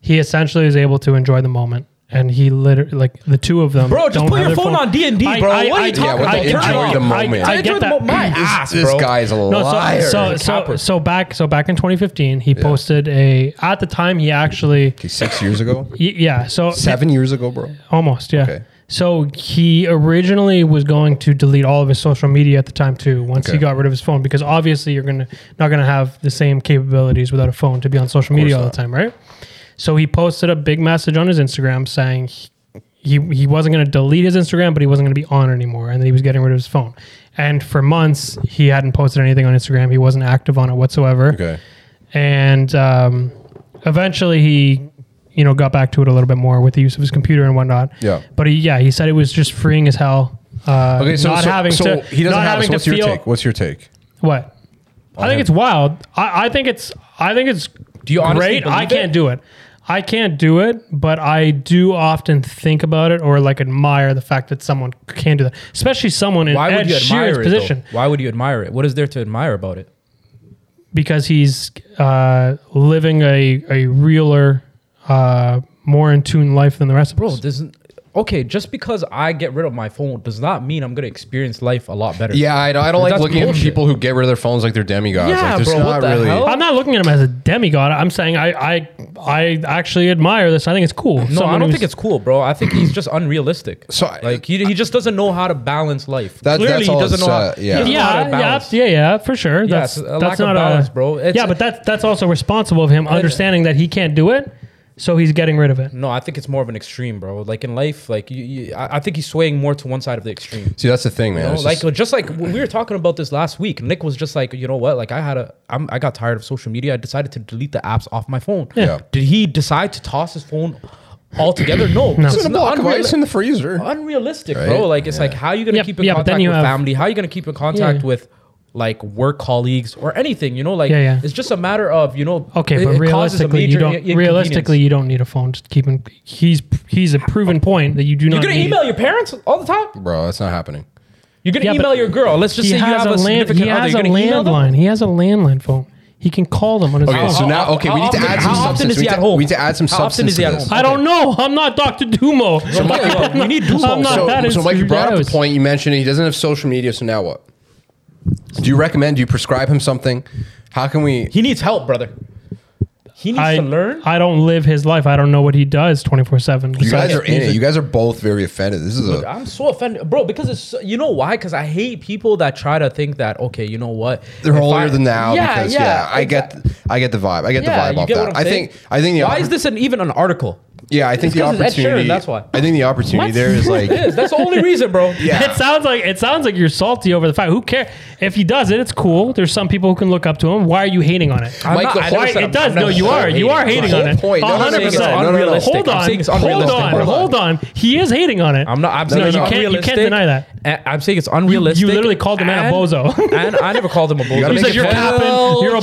[SPEAKER 2] he essentially is able to enjoy the moment. And he literally like the two of them.
[SPEAKER 1] Bro, just
[SPEAKER 2] don't
[SPEAKER 1] put
[SPEAKER 2] have
[SPEAKER 1] your
[SPEAKER 2] their
[SPEAKER 1] phone on D&D,
[SPEAKER 2] I-
[SPEAKER 1] bro.
[SPEAKER 2] I-
[SPEAKER 1] What are
[SPEAKER 2] I-
[SPEAKER 1] you talking
[SPEAKER 2] I-
[SPEAKER 1] about? Turn
[SPEAKER 2] I get
[SPEAKER 1] it
[SPEAKER 2] that.
[SPEAKER 1] off.
[SPEAKER 3] Enjoy the
[SPEAKER 2] I-
[SPEAKER 3] moment.
[SPEAKER 2] I
[SPEAKER 1] Enjoy
[SPEAKER 2] get
[SPEAKER 1] the
[SPEAKER 2] that.
[SPEAKER 1] mo- my ass,
[SPEAKER 3] This
[SPEAKER 1] bro.
[SPEAKER 3] guy's a
[SPEAKER 2] No,
[SPEAKER 3] liar.
[SPEAKER 2] so so
[SPEAKER 1] He's a
[SPEAKER 2] so,
[SPEAKER 1] capper.
[SPEAKER 2] so back so back in 2015, he posted a at the time he actually
[SPEAKER 3] Okay, six years ago.
[SPEAKER 2] y- yeah so
[SPEAKER 3] *laughs* Seven years ago, bro.
[SPEAKER 2] almost yeah.
[SPEAKER 3] Okay.
[SPEAKER 2] So he originally was going to delete all of his social media at the time too. Once he
[SPEAKER 3] Okay.
[SPEAKER 2] got rid of his phone, because obviously you're gonna not gonna have the same capabilities without a phone to be on social media all
[SPEAKER 3] not.
[SPEAKER 2] the time, right? So he posted a big message on his Instagram saying he he, he wasn't gonna delete his Instagram, but he wasn't gonna be on it anymore, and that he was getting rid of his phone. And for months he hadn't posted anything on Instagram. He wasn't active on it whatsoever
[SPEAKER 3] Okay.
[SPEAKER 2] and um, eventually he you know got back to it a little bit more with the use of his computer and whatnot
[SPEAKER 3] Yeah.
[SPEAKER 2] but he, yeah he said it was just freeing as hell uh,
[SPEAKER 3] Okay, so,
[SPEAKER 2] not
[SPEAKER 3] so,
[SPEAKER 2] having
[SPEAKER 3] so
[SPEAKER 2] to
[SPEAKER 3] he doesn't
[SPEAKER 2] not
[SPEAKER 3] have
[SPEAKER 2] having
[SPEAKER 3] this.
[SPEAKER 2] to
[SPEAKER 3] What's
[SPEAKER 2] feel
[SPEAKER 3] your take? What's your take?
[SPEAKER 2] what I think
[SPEAKER 3] him.
[SPEAKER 2] it's wild I, I think it's I think it's
[SPEAKER 1] Do you honestly
[SPEAKER 2] great I
[SPEAKER 1] believe
[SPEAKER 2] can't
[SPEAKER 1] it?
[SPEAKER 2] do it I can't do it but I do often think about it or like admire the fact that someone can do that especially someone in
[SPEAKER 1] Why would
[SPEAKER 2] Ed
[SPEAKER 1] you admire
[SPEAKER 2] Sheeran's
[SPEAKER 1] it?
[SPEAKER 2] position
[SPEAKER 1] Though? Why would you admire it? What is there to admire about it?
[SPEAKER 2] because he's uh, living a, a realer, uh, more in tune life than the rest of
[SPEAKER 1] Bro,
[SPEAKER 2] us.
[SPEAKER 1] doesn't okay, just because I get rid of my phone does not mean I'm gonna experience life a lot better.
[SPEAKER 3] Yeah, I don't, I don't like
[SPEAKER 1] That's
[SPEAKER 3] looking
[SPEAKER 1] bullshit.
[SPEAKER 3] at people who get rid of their phones like they're demigods.
[SPEAKER 1] Yeah,
[SPEAKER 3] like, there's
[SPEAKER 1] bro, what
[SPEAKER 3] not
[SPEAKER 1] the
[SPEAKER 3] really.
[SPEAKER 1] hell?
[SPEAKER 2] I'm not looking at him as a demigod. I'm saying I I, I actually admire this. I think it's cool.
[SPEAKER 1] No, I don't think it's cool, bro. I think he's just unrealistic.
[SPEAKER 3] So I-
[SPEAKER 1] like he, he just doesn't know how to balance life.
[SPEAKER 3] That-
[SPEAKER 1] Clearly,
[SPEAKER 3] that's
[SPEAKER 1] he
[SPEAKER 3] all
[SPEAKER 1] doesn't
[SPEAKER 3] it's,
[SPEAKER 1] know. How,
[SPEAKER 3] uh,
[SPEAKER 1] he
[SPEAKER 3] yeah.
[SPEAKER 1] doesn't know how to
[SPEAKER 2] Yeah, yeah,
[SPEAKER 1] balance.
[SPEAKER 2] yeah, yeah, for sure.
[SPEAKER 1] Yeah,
[SPEAKER 2] That's
[SPEAKER 1] it's a lack
[SPEAKER 2] that's
[SPEAKER 1] of
[SPEAKER 2] not
[SPEAKER 1] balance,
[SPEAKER 2] a,
[SPEAKER 1] bro. It's-
[SPEAKER 2] yeah, but that's that's also responsible of him understanding that he can't do it, so he's getting rid of it.
[SPEAKER 1] No, I think it's more of an extreme, bro. Like in life, like you, you, I I think he's swaying more to one side of the extreme.
[SPEAKER 3] See, that's the thing, man.
[SPEAKER 1] You know,
[SPEAKER 3] It's
[SPEAKER 1] Oh, like
[SPEAKER 3] just-
[SPEAKER 1] just, like we were talking about this last week. Nick was just like, you know what? Like I had a, I'm, I got tired of social media. I decided to delete the apps off my phone.
[SPEAKER 3] Yeah.
[SPEAKER 1] Did he decide to toss his phone altogether? No,
[SPEAKER 2] No.
[SPEAKER 1] It's
[SPEAKER 3] it's in a
[SPEAKER 1] not
[SPEAKER 3] block of
[SPEAKER 1] unreal-
[SPEAKER 3] ice in the freezer.
[SPEAKER 1] unrealistic,
[SPEAKER 3] Right?
[SPEAKER 1] bro. Like it's like how are you gonna
[SPEAKER 2] Yeah,
[SPEAKER 1] keep in
[SPEAKER 2] yeah, but then
[SPEAKER 1] contact
[SPEAKER 2] you
[SPEAKER 1] with
[SPEAKER 2] have-
[SPEAKER 1] family? How are you gonna keep in contact
[SPEAKER 2] Yeah.
[SPEAKER 1] with like work colleagues or anything? You know, like
[SPEAKER 2] Yeah, yeah.
[SPEAKER 1] it's just a matter of you know.
[SPEAKER 2] Okay,
[SPEAKER 1] it-
[SPEAKER 2] but
[SPEAKER 1] it causes a
[SPEAKER 2] realistically, you
[SPEAKER 1] major
[SPEAKER 2] don't.
[SPEAKER 1] i- inconvenience.
[SPEAKER 2] Realistically, you don't need a phone. Just keep him. He's he's a proven point that you do
[SPEAKER 1] You're
[SPEAKER 2] not.
[SPEAKER 1] gonna
[SPEAKER 2] need,
[SPEAKER 1] email your parents all the time.
[SPEAKER 3] Bro, that's not happening.
[SPEAKER 1] You're gonna
[SPEAKER 2] Yeah, but
[SPEAKER 1] email your girl. Let's just
[SPEAKER 2] he
[SPEAKER 1] say you
[SPEAKER 2] has
[SPEAKER 1] have a,
[SPEAKER 2] a land.
[SPEAKER 1] significant
[SPEAKER 2] He
[SPEAKER 1] other.
[SPEAKER 2] has a
[SPEAKER 1] You're gonna email them.
[SPEAKER 2] landline. He has a landline phone. He can call them on his
[SPEAKER 3] Okay,
[SPEAKER 2] phone.
[SPEAKER 3] so now, okay, we
[SPEAKER 1] how
[SPEAKER 3] need to
[SPEAKER 1] often-
[SPEAKER 3] add some
[SPEAKER 1] how often
[SPEAKER 3] substance.
[SPEAKER 1] is
[SPEAKER 3] We
[SPEAKER 1] he
[SPEAKER 3] need
[SPEAKER 1] at
[SPEAKER 3] to-
[SPEAKER 1] home?
[SPEAKER 3] We need to add some
[SPEAKER 1] How often
[SPEAKER 3] substance
[SPEAKER 1] is he
[SPEAKER 3] to
[SPEAKER 1] at
[SPEAKER 3] this.
[SPEAKER 1] home?
[SPEAKER 2] I don't know. I'm not Doctor Dumo.
[SPEAKER 1] So Mike,
[SPEAKER 2] *laughs* I'm
[SPEAKER 1] we need Dumo.
[SPEAKER 2] I'm not
[SPEAKER 1] So-
[SPEAKER 2] that
[SPEAKER 3] so Mike, you brought up
[SPEAKER 2] enthusiastic.
[SPEAKER 3] the point. You mentioned he doesn't have social media, so now what? Do you recommend? Do you prescribe him something? How can we?
[SPEAKER 1] He needs help, brother. He needs
[SPEAKER 2] I,
[SPEAKER 1] to learn.
[SPEAKER 2] I don't live his life. I don't know what he does 24 seven.
[SPEAKER 3] You guys are in it. You guys are both very offended. This is a
[SPEAKER 1] I'm so offended, bro. Because it's so- you know why? Because I hate people that try to think that okay, you know what?
[SPEAKER 3] they're
[SPEAKER 1] If
[SPEAKER 3] holier
[SPEAKER 1] I-
[SPEAKER 3] than thou. because, yeah, I
[SPEAKER 1] exa-
[SPEAKER 3] get, I get the vibe. I get
[SPEAKER 1] Yeah, you
[SPEAKER 3] the vibe off
[SPEAKER 1] get
[SPEAKER 3] that.
[SPEAKER 1] what I'm
[SPEAKER 3] I
[SPEAKER 1] saying?
[SPEAKER 3] think, I think. The
[SPEAKER 1] Why
[SPEAKER 3] oppor-
[SPEAKER 1] is this an, even an article?
[SPEAKER 3] Yeah, I think
[SPEAKER 1] It's
[SPEAKER 3] the
[SPEAKER 1] 'cause it's Ed Sheeran,
[SPEAKER 3] opportunity.
[SPEAKER 1] that's why.
[SPEAKER 3] I think the opportunity there is like.
[SPEAKER 1] *laughs* It is. That's the only reason, bro.
[SPEAKER 3] *laughs* Yeah.
[SPEAKER 2] It sounds like it sounds like you're salty over the fact. Who cares if he does it? It's cool. There's some people who can look up to him. Why are you hating on it?
[SPEAKER 1] I'm
[SPEAKER 3] Mike, the
[SPEAKER 1] I
[SPEAKER 3] whole-
[SPEAKER 1] never said
[SPEAKER 2] It
[SPEAKER 1] I'm-
[SPEAKER 2] does.
[SPEAKER 1] I'm not
[SPEAKER 2] No, you are. You are
[SPEAKER 1] hating.
[SPEAKER 2] hating
[SPEAKER 3] The
[SPEAKER 2] on
[SPEAKER 3] whole
[SPEAKER 2] it.
[SPEAKER 3] point. No, no, no,
[SPEAKER 1] I'm saying it's
[SPEAKER 2] 100%.
[SPEAKER 1] unrealistic.
[SPEAKER 2] Hold
[SPEAKER 1] I'm
[SPEAKER 2] on.
[SPEAKER 1] saying it's
[SPEAKER 2] Hold
[SPEAKER 1] unrealistic.
[SPEAKER 2] on.
[SPEAKER 1] Hold on.
[SPEAKER 2] Hold on. He is hating on it.
[SPEAKER 1] I'm not. I'm
[SPEAKER 2] No,
[SPEAKER 1] saying
[SPEAKER 2] you
[SPEAKER 1] it's
[SPEAKER 2] can't- you can't
[SPEAKER 1] unrealistic.
[SPEAKER 2] deny that.
[SPEAKER 1] A- I'm saying it's unrealistic.
[SPEAKER 2] literally called the man
[SPEAKER 1] and-
[SPEAKER 2] a
[SPEAKER 1] *laughs*
[SPEAKER 2] bozo.
[SPEAKER 1] and I never called him a bozo.
[SPEAKER 3] gotta make
[SPEAKER 1] said
[SPEAKER 3] it funny.
[SPEAKER 2] Chill,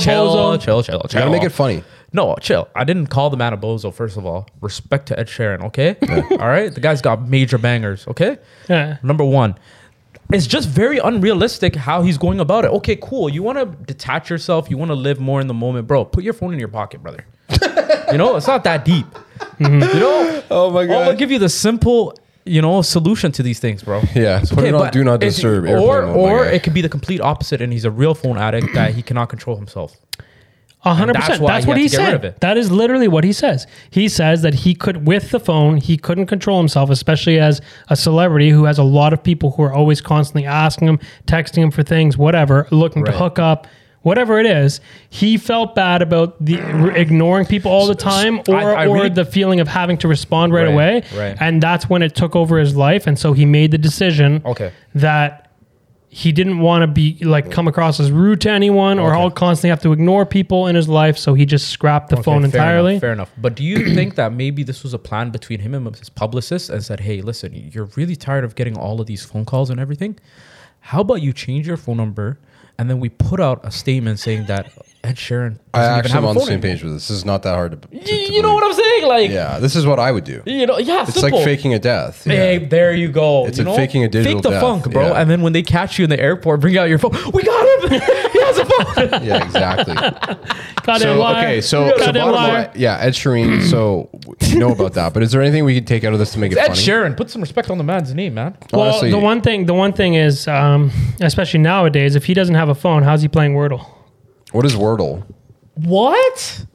[SPEAKER 1] Chill,
[SPEAKER 2] chill,
[SPEAKER 1] chill, chill.
[SPEAKER 3] You gotta make it funny.
[SPEAKER 1] No, chill. I didn't call the man a bozo. First of all, respect to Ed Sheeran. Okay, all right. The guy's got major bangers. Okay,
[SPEAKER 2] Yeah.
[SPEAKER 1] number one. It's just very unrealistic how he's going about it. Okay, cool. You want to detach yourself. You want to live more in the moment, bro. Put your phone in your pocket, brother. *laughs* you know, it's not that deep.
[SPEAKER 2] Mm-hmm.
[SPEAKER 1] You know.
[SPEAKER 3] Oh my
[SPEAKER 1] I'm gonna
[SPEAKER 3] god.
[SPEAKER 1] give you the simple, you know, solution to these things, bro.
[SPEAKER 3] Yeah, put it on
[SPEAKER 1] but
[SPEAKER 3] Do Not
[SPEAKER 1] it's-
[SPEAKER 3] Disturb, airplane
[SPEAKER 1] Or,
[SPEAKER 3] mode, my
[SPEAKER 1] or
[SPEAKER 3] guy.
[SPEAKER 1] *clears throat* it could be the complete opposite, and he's a real phone addict that he cannot control himself.
[SPEAKER 2] A hundred
[SPEAKER 1] that's
[SPEAKER 2] percent.
[SPEAKER 1] why
[SPEAKER 2] That's
[SPEAKER 1] you
[SPEAKER 2] what
[SPEAKER 1] have
[SPEAKER 2] he
[SPEAKER 1] to get rid of
[SPEAKER 2] said.
[SPEAKER 1] it.
[SPEAKER 2] That is literally what he says. He says that he could, with the phone, he couldn't control himself, especially as a celebrity who has a lot of people who are always constantly asking him, texting him for things, whatever, looking to
[SPEAKER 1] Right.
[SPEAKER 2] hook up, whatever it is. He felt bad about the ignoring people all the time, or
[SPEAKER 1] I- I
[SPEAKER 2] or
[SPEAKER 1] really-
[SPEAKER 2] the feeling of having to respond right,
[SPEAKER 1] Right,
[SPEAKER 2] away.
[SPEAKER 1] right.
[SPEAKER 2] And that's when it took over his life, and so he made the decision
[SPEAKER 1] Okay.
[SPEAKER 2] that he didn't want to be like come across as rude to anyone or
[SPEAKER 1] Okay.
[SPEAKER 2] all constantly have to ignore people in his life so he just scrapped the
[SPEAKER 1] Okay,
[SPEAKER 2] phone
[SPEAKER 1] fair enough,
[SPEAKER 2] entirely
[SPEAKER 1] fair enough. But do you *clears throat* think that maybe this was a plan between him and his publicist and said, hey, listen, you're really tired of getting all of these phone calls and everything? How about you change your phone number and then we put out a statement saying that Ed Sheeran doesn't
[SPEAKER 3] I
[SPEAKER 1] even
[SPEAKER 3] actually
[SPEAKER 1] have
[SPEAKER 3] am
[SPEAKER 1] a phone
[SPEAKER 3] on the same
[SPEAKER 1] anymore."
[SPEAKER 3] page with this. This is not that hard to. to,
[SPEAKER 1] Y-
[SPEAKER 3] to
[SPEAKER 1] you know
[SPEAKER 3] believe.
[SPEAKER 1] what I'm saying? Like,
[SPEAKER 3] Yeah, this is what I would do.
[SPEAKER 1] you know, yeah,
[SPEAKER 3] It's
[SPEAKER 1] simple.
[SPEAKER 3] like faking a death. Yeah.
[SPEAKER 1] Hey, there you go.
[SPEAKER 3] It's
[SPEAKER 1] you
[SPEAKER 3] a faking a digital
[SPEAKER 1] Fake the
[SPEAKER 3] death,
[SPEAKER 1] funk, bro.
[SPEAKER 3] yeah.
[SPEAKER 1] And then when they catch you in the airport, bring out your phone. We got him. *laughs* he has a
[SPEAKER 3] *laughs*
[SPEAKER 1] phone. *laughs*
[SPEAKER 3] yeah, exactly.
[SPEAKER 2] Goddamn
[SPEAKER 3] so
[SPEAKER 2] liar.
[SPEAKER 3] okay, so, so
[SPEAKER 2] Goddamn
[SPEAKER 3] bottom
[SPEAKER 2] liar.
[SPEAKER 3] line, yeah, Ed Sheeran.
[SPEAKER 1] *clears throat*
[SPEAKER 3] So we know about that, but is there anything we can take out of this to make it
[SPEAKER 1] Ed
[SPEAKER 3] funny?
[SPEAKER 1] Sheeran, put some respect on the man's name, man.
[SPEAKER 2] well
[SPEAKER 3] Honestly,
[SPEAKER 2] the one thing the one thing is um, especially nowadays if he doesn't have a phone how's he playing wordle *laughs*
[SPEAKER 3] what is Wordle?
[SPEAKER 1] What?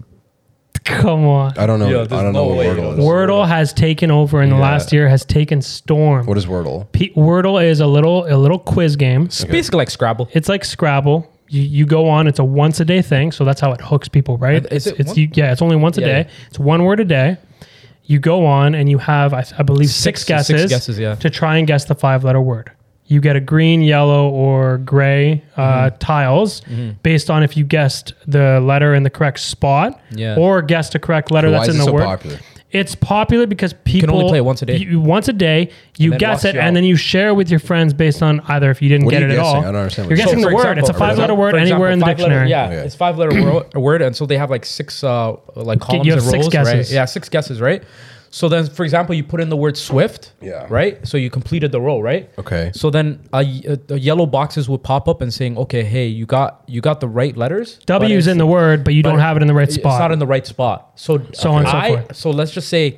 [SPEAKER 2] come on
[SPEAKER 3] I don't know.
[SPEAKER 1] Yeah,
[SPEAKER 3] I
[SPEAKER 1] there's
[SPEAKER 3] don't
[SPEAKER 1] no
[SPEAKER 3] know what
[SPEAKER 1] way you
[SPEAKER 3] Wordle
[SPEAKER 1] don't know.
[SPEAKER 3] is.
[SPEAKER 2] wordle has taken over in the
[SPEAKER 3] Yeah.
[SPEAKER 2] last year has taken storm
[SPEAKER 3] What is Wordle?
[SPEAKER 2] Pe- wordle is a little a little quiz game
[SPEAKER 1] It's basically like Scrabble.
[SPEAKER 2] it's like Scrabble. You, you go on. It's a once a day thing, so that's how it hooks people, right?
[SPEAKER 1] And is
[SPEAKER 2] It's,
[SPEAKER 1] it
[SPEAKER 2] it's
[SPEAKER 1] one-
[SPEAKER 2] you, yeah, it's only once
[SPEAKER 1] Yeah,
[SPEAKER 2] a day.
[SPEAKER 1] yeah.
[SPEAKER 2] It's one word a day. You go on and you have, I, I believe, six,
[SPEAKER 1] Six- six
[SPEAKER 2] guesses,
[SPEAKER 1] guesses, yeah.
[SPEAKER 2] to try and guess the five letter word. You get a green, yellow, or gray uh,
[SPEAKER 1] Mm-hmm.
[SPEAKER 2] tiles based on if you guessed the letter in the correct spot,
[SPEAKER 1] Yeah.
[SPEAKER 2] or guessed a correct letter
[SPEAKER 3] Why
[SPEAKER 2] that's
[SPEAKER 3] is
[SPEAKER 2] in
[SPEAKER 3] it
[SPEAKER 2] the
[SPEAKER 3] so
[SPEAKER 2] word.
[SPEAKER 3] popular?
[SPEAKER 2] It's popular because people
[SPEAKER 1] only play it once a day.
[SPEAKER 2] You, once a day, you
[SPEAKER 1] then it
[SPEAKER 2] guess
[SPEAKER 1] locks
[SPEAKER 2] it,
[SPEAKER 1] you out.
[SPEAKER 2] and then you share with your friends based on either if you didn't
[SPEAKER 3] What are
[SPEAKER 2] get
[SPEAKER 3] you
[SPEAKER 2] it at all.
[SPEAKER 3] guessing? I don't understand what
[SPEAKER 2] You're
[SPEAKER 3] you're
[SPEAKER 2] guessing
[SPEAKER 3] saying.
[SPEAKER 2] the
[SPEAKER 1] for
[SPEAKER 2] word. It's a
[SPEAKER 1] example-
[SPEAKER 2] five letter
[SPEAKER 1] for
[SPEAKER 2] word anywhere
[SPEAKER 1] example,
[SPEAKER 2] in the
[SPEAKER 1] five letter-
[SPEAKER 2] dictionary.
[SPEAKER 1] yeah,
[SPEAKER 3] Okay.
[SPEAKER 1] it's five
[SPEAKER 2] *clears throat*
[SPEAKER 1] letter word, a word, and so they have like six uh like columns
[SPEAKER 2] have
[SPEAKER 1] and rows,
[SPEAKER 2] six
[SPEAKER 1] right?
[SPEAKER 2] guesses.
[SPEAKER 1] Yeah, six guesses, right? So then, for example, you put in the word Swift,
[SPEAKER 3] Yeah.
[SPEAKER 1] right? So you completed the row, right?
[SPEAKER 3] Okay.
[SPEAKER 1] So then, uh, y- uh, the yellow boxes would pop up and saying, "Okay, hey, you got you got the right letters." but
[SPEAKER 2] W's
[SPEAKER 1] it's-
[SPEAKER 2] in the word, but you
[SPEAKER 1] but
[SPEAKER 2] don't have it in the right
[SPEAKER 1] It's not
[SPEAKER 2] spot.
[SPEAKER 1] in the right spot. So
[SPEAKER 2] So on and so
[SPEAKER 1] I,
[SPEAKER 2] forth.
[SPEAKER 1] So let's just say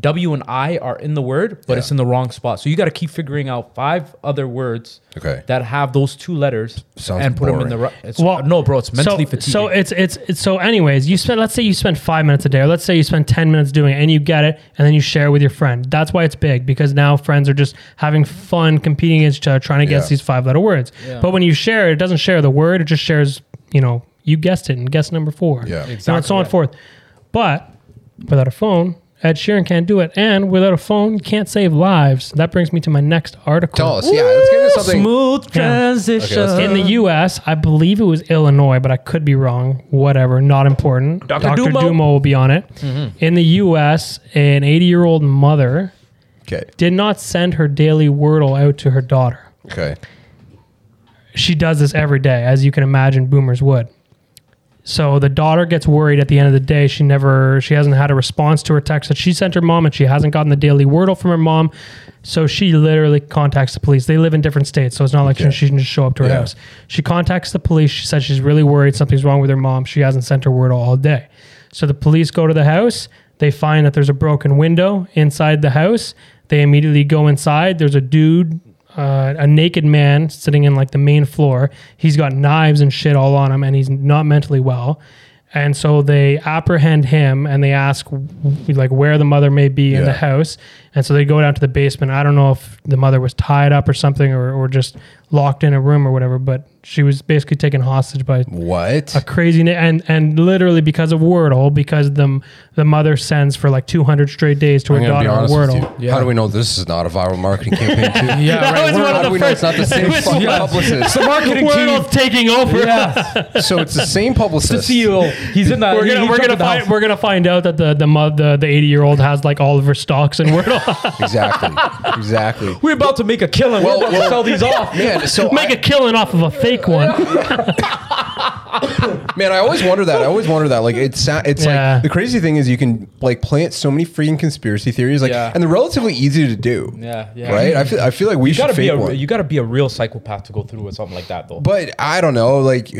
[SPEAKER 1] W and I are in the word, but it's
[SPEAKER 3] Yeah.
[SPEAKER 1] in the wrong spot. So you got to keep figuring out five other words
[SPEAKER 3] Okay.
[SPEAKER 1] that have those two letters
[SPEAKER 3] Sounds
[SPEAKER 1] and put them in the
[SPEAKER 3] boring.
[SPEAKER 1] right. It's, no, bro, it's mentally
[SPEAKER 2] so,
[SPEAKER 1] fatiguing.
[SPEAKER 2] So it's, it's it's so. Anyways, you spend. Let's say you spend five minutes a day, or let's say you spend ten minutes doing it, and you get it, and then you share with your friend. That's why it's big because now friends are just having fun competing against each other, trying to guess
[SPEAKER 3] Yeah.
[SPEAKER 2] these five letter words.
[SPEAKER 1] Yeah.
[SPEAKER 2] But when you share, it doesn't share the word; it just shares. You know, you guessed it and guess number four. So
[SPEAKER 3] Yeah.
[SPEAKER 2] on and so
[SPEAKER 1] Exactly,
[SPEAKER 2] on
[SPEAKER 1] yeah.
[SPEAKER 2] and forth. But without a phone. Ed Sheeran can't do it, and without a phone, you can't save lives. That brings me to my next article.
[SPEAKER 3] Tell us. Yeah, let's get into something.
[SPEAKER 1] smooth transition.
[SPEAKER 3] Okay, let's
[SPEAKER 2] In the U.S., I believe it was Illinois, but I could be wrong. Whatever, not important.
[SPEAKER 1] Dr.
[SPEAKER 2] Dr.
[SPEAKER 1] Dumo.
[SPEAKER 2] Dumo will be on it.
[SPEAKER 3] Mm-hmm.
[SPEAKER 2] In the U.S., an 80-year-old mother
[SPEAKER 3] Okay.
[SPEAKER 2] did not send her daily Wordle out to her daughter.
[SPEAKER 3] Okay.
[SPEAKER 2] She does this every day, as you can imagine, boomers would. So the daughter gets worried at the end of the day. She never, she hasn't had a response to her text that she sent her mom, and she hasn't gotten the daily wordle from her mom. So she literally contacts the police. They live in different states, so it's not like
[SPEAKER 3] Okay.
[SPEAKER 2] she can just show up to her
[SPEAKER 3] Yeah.
[SPEAKER 2] house. She contacts the police. She says she's really worried something's wrong with her mom. She hasn't sent her wordle all day. So the police go to the house. They find that there's a broken window inside the house. They immediately go inside. There's a dude, uh, a naked man sitting in like the main floor. He's got knives and shit all on him, and he's not mentally well. And so they apprehend him and they ask like where the mother may be in the
[SPEAKER 3] Yeah.
[SPEAKER 2] house. And so they go down to the basement. I don't know if the mother was tied up or something or, or just locked in a room or whatever, but she was basically taken hostage by
[SPEAKER 3] What?
[SPEAKER 2] a crazy na- and and literally because of Wordle, because the the mother sends for like 200 straight days to
[SPEAKER 3] I'm
[SPEAKER 2] her
[SPEAKER 3] gonna be
[SPEAKER 2] daughter on
[SPEAKER 3] honest
[SPEAKER 2] Wordle.
[SPEAKER 3] with you. How do we know this is not a viral marketing campaign?
[SPEAKER 1] *laughs*
[SPEAKER 3] Too?
[SPEAKER 1] Yeah,
[SPEAKER 2] *laughs* That
[SPEAKER 1] right.
[SPEAKER 2] was
[SPEAKER 1] We're-
[SPEAKER 2] one of
[SPEAKER 3] How do
[SPEAKER 2] the
[SPEAKER 3] we know it's
[SPEAKER 2] first.
[SPEAKER 3] not
[SPEAKER 2] *laughs*
[SPEAKER 3] the same
[SPEAKER 2] It's
[SPEAKER 3] fucking
[SPEAKER 2] one-
[SPEAKER 3] *laughs* publicist?
[SPEAKER 1] the marketing team.
[SPEAKER 2] Wordle's taking over. *laughs*
[SPEAKER 3] So it's the same
[SPEAKER 1] The
[SPEAKER 3] publicist.
[SPEAKER 1] CEO. He's in that.
[SPEAKER 2] We're gonna, we're, gonna find, we're gonna find out that the the mother, the 80 year old has like all of her stocks in Wordle. *laughs*
[SPEAKER 3] Exactly.
[SPEAKER 1] *laughs*
[SPEAKER 3] Exactly.
[SPEAKER 1] We're about to make a killing.
[SPEAKER 3] Well,
[SPEAKER 1] we're about to
[SPEAKER 3] well-
[SPEAKER 1] sell
[SPEAKER 2] *laughs*
[SPEAKER 1] these off.
[SPEAKER 3] Man, so
[SPEAKER 2] Make
[SPEAKER 3] I,
[SPEAKER 2] a killing off of a fake one.
[SPEAKER 3] man, I always wonder that. I always wonder that. Like it's sa- it's
[SPEAKER 2] Yeah.
[SPEAKER 3] like the crazy thing is you can like plant so many freaking conspiracy theories, like,
[SPEAKER 1] Yeah.
[SPEAKER 3] and they're relatively easy to do.
[SPEAKER 1] Yeah, yeah.
[SPEAKER 3] Right. I feel I feel like we
[SPEAKER 1] You
[SPEAKER 3] should
[SPEAKER 1] gotta be a
[SPEAKER 3] fake one.
[SPEAKER 1] you gotta be a real psychopath to go through with something like that though.
[SPEAKER 3] But I don't know, like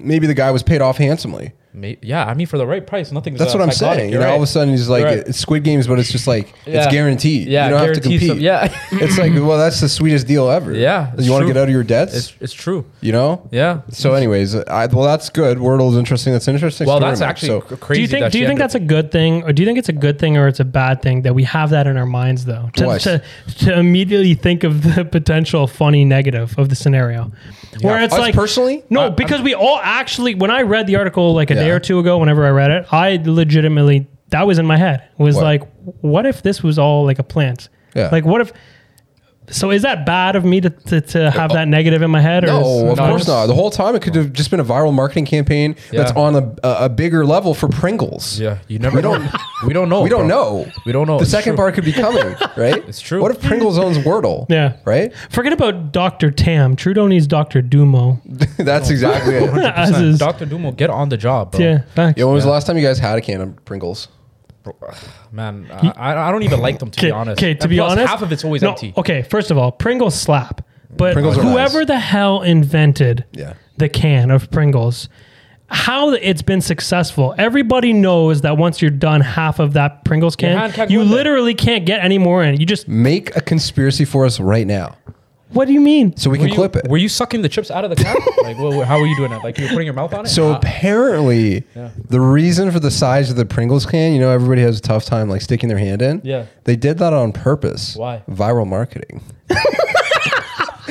[SPEAKER 3] maybe the guy was paid off handsomely.
[SPEAKER 1] May- yeah, I mean for the right price, nothing's
[SPEAKER 3] That's
[SPEAKER 1] uh,
[SPEAKER 3] what I'm
[SPEAKER 1] psychotic.
[SPEAKER 3] saying. You
[SPEAKER 1] You're
[SPEAKER 3] know, all of a
[SPEAKER 1] right.
[SPEAKER 3] sudden he's like,
[SPEAKER 1] You're right.
[SPEAKER 3] it's Squid Games, but it's just like it's
[SPEAKER 1] Yeah.
[SPEAKER 3] guaranteed.
[SPEAKER 1] Yeah,
[SPEAKER 3] you don't have to
[SPEAKER 1] guarantee
[SPEAKER 3] compete.
[SPEAKER 1] some-
[SPEAKER 3] *laughs*
[SPEAKER 1] yeah.
[SPEAKER 3] it's like, well, that's the sweetest deal ever.
[SPEAKER 1] Mm-hmm. Yeah, it's
[SPEAKER 3] you want to
[SPEAKER 1] true.
[SPEAKER 3] get out of your debts.
[SPEAKER 1] it's, it's true.
[SPEAKER 3] you know.
[SPEAKER 1] Yeah.
[SPEAKER 3] So, anyways, I, well, that's good. Wordle's interesting. That's an interesting.
[SPEAKER 1] Well,
[SPEAKER 3] story,
[SPEAKER 1] that's
[SPEAKER 3] Mike.
[SPEAKER 1] actually
[SPEAKER 3] So,
[SPEAKER 1] cr-
[SPEAKER 2] Do
[SPEAKER 1] crazy.
[SPEAKER 2] you think
[SPEAKER 1] that
[SPEAKER 2] do you
[SPEAKER 1] she
[SPEAKER 2] think
[SPEAKER 1] ended-
[SPEAKER 2] that's a good thing, or do you think it's a good thing, or it's a bad thing that we have that in our minds though? To,
[SPEAKER 3] What?
[SPEAKER 2] to, to immediately think of the *laughs* potential funny negative of the scenario, where it's
[SPEAKER 3] Us
[SPEAKER 2] like
[SPEAKER 3] personally?
[SPEAKER 2] No,
[SPEAKER 1] I- I'm-
[SPEAKER 2] because we all actually when I read the article like a day
[SPEAKER 3] Yeah.
[SPEAKER 2] or two ago, whenever I read it, I legitimately that was in my head was
[SPEAKER 3] What?
[SPEAKER 2] like, what if this was all like a plant?
[SPEAKER 3] Yeah.
[SPEAKER 2] Like what if? So is that bad of me to, to, to have that negative in my head? Or
[SPEAKER 3] Uh, No,
[SPEAKER 2] is-
[SPEAKER 3] of
[SPEAKER 1] No,
[SPEAKER 3] course
[SPEAKER 1] it's-
[SPEAKER 3] not. The whole time it could have just been a viral marketing campaign that's
[SPEAKER 1] Yeah.
[SPEAKER 3] on a, a, a bigger level for
[SPEAKER 1] *laughs*
[SPEAKER 3] Pringles.
[SPEAKER 1] Yeah, you never.
[SPEAKER 3] We
[SPEAKER 1] know. *laughs*
[SPEAKER 3] don't-
[SPEAKER 1] We don't know.
[SPEAKER 3] We
[SPEAKER 1] bro.
[SPEAKER 3] don't know.
[SPEAKER 1] We don't know.
[SPEAKER 3] The
[SPEAKER 1] It's
[SPEAKER 3] second
[SPEAKER 1] true.
[SPEAKER 3] bar could
[SPEAKER 1] *laughs*
[SPEAKER 3] be coming, right?
[SPEAKER 1] It's true.
[SPEAKER 3] What if Pringles
[SPEAKER 1] *laughs*
[SPEAKER 3] owns Wordle?
[SPEAKER 2] Yeah.
[SPEAKER 3] Right? *laughs*
[SPEAKER 2] Forget about Doctor Tam. Trudeau needs Doctor Dumo. *laughs*
[SPEAKER 3] That's
[SPEAKER 1] *laughs*
[SPEAKER 3] exactly it.
[SPEAKER 2] As is-
[SPEAKER 1] Dr. Dumo, get on the job, bro.
[SPEAKER 2] Yeah, facts.
[SPEAKER 3] Yo, when was the last time you guys had a can of Pringles?
[SPEAKER 1] Man, I, I I don't even like them to be honest.
[SPEAKER 2] Okay, to
[SPEAKER 1] And
[SPEAKER 2] be
[SPEAKER 1] plus,
[SPEAKER 2] honest,
[SPEAKER 1] half of it's always
[SPEAKER 2] no,
[SPEAKER 1] empty.
[SPEAKER 2] Okay, first of all, Pringles slap, but
[SPEAKER 3] Pringles are
[SPEAKER 2] whoever
[SPEAKER 3] nice.
[SPEAKER 2] the hell invented
[SPEAKER 3] Yeah.
[SPEAKER 2] the can of Pringles, how it's been successful. Everybody knows that once you're done half of that Pringles can,
[SPEAKER 1] hand can't
[SPEAKER 2] you
[SPEAKER 1] go in there. Mm.
[SPEAKER 2] literally can't get any more in. You just
[SPEAKER 3] Make a conspiracy for us right now
[SPEAKER 2] what do you mean?
[SPEAKER 3] so we
[SPEAKER 1] Were
[SPEAKER 3] can
[SPEAKER 1] you,
[SPEAKER 3] clip it.
[SPEAKER 1] Were you sucking the chips out of the
[SPEAKER 3] *laughs*
[SPEAKER 1] can? like, wha- wha- how were you doing it? Like, you were putting your mouth on it?
[SPEAKER 3] So
[SPEAKER 1] Ah,
[SPEAKER 3] apparently, the reason for the size of the Pringles can, you know, everybody has a tough time like sticking their hand in.
[SPEAKER 1] Yeah.
[SPEAKER 3] They did that on purpose.
[SPEAKER 1] Why?
[SPEAKER 3] Viral marketing.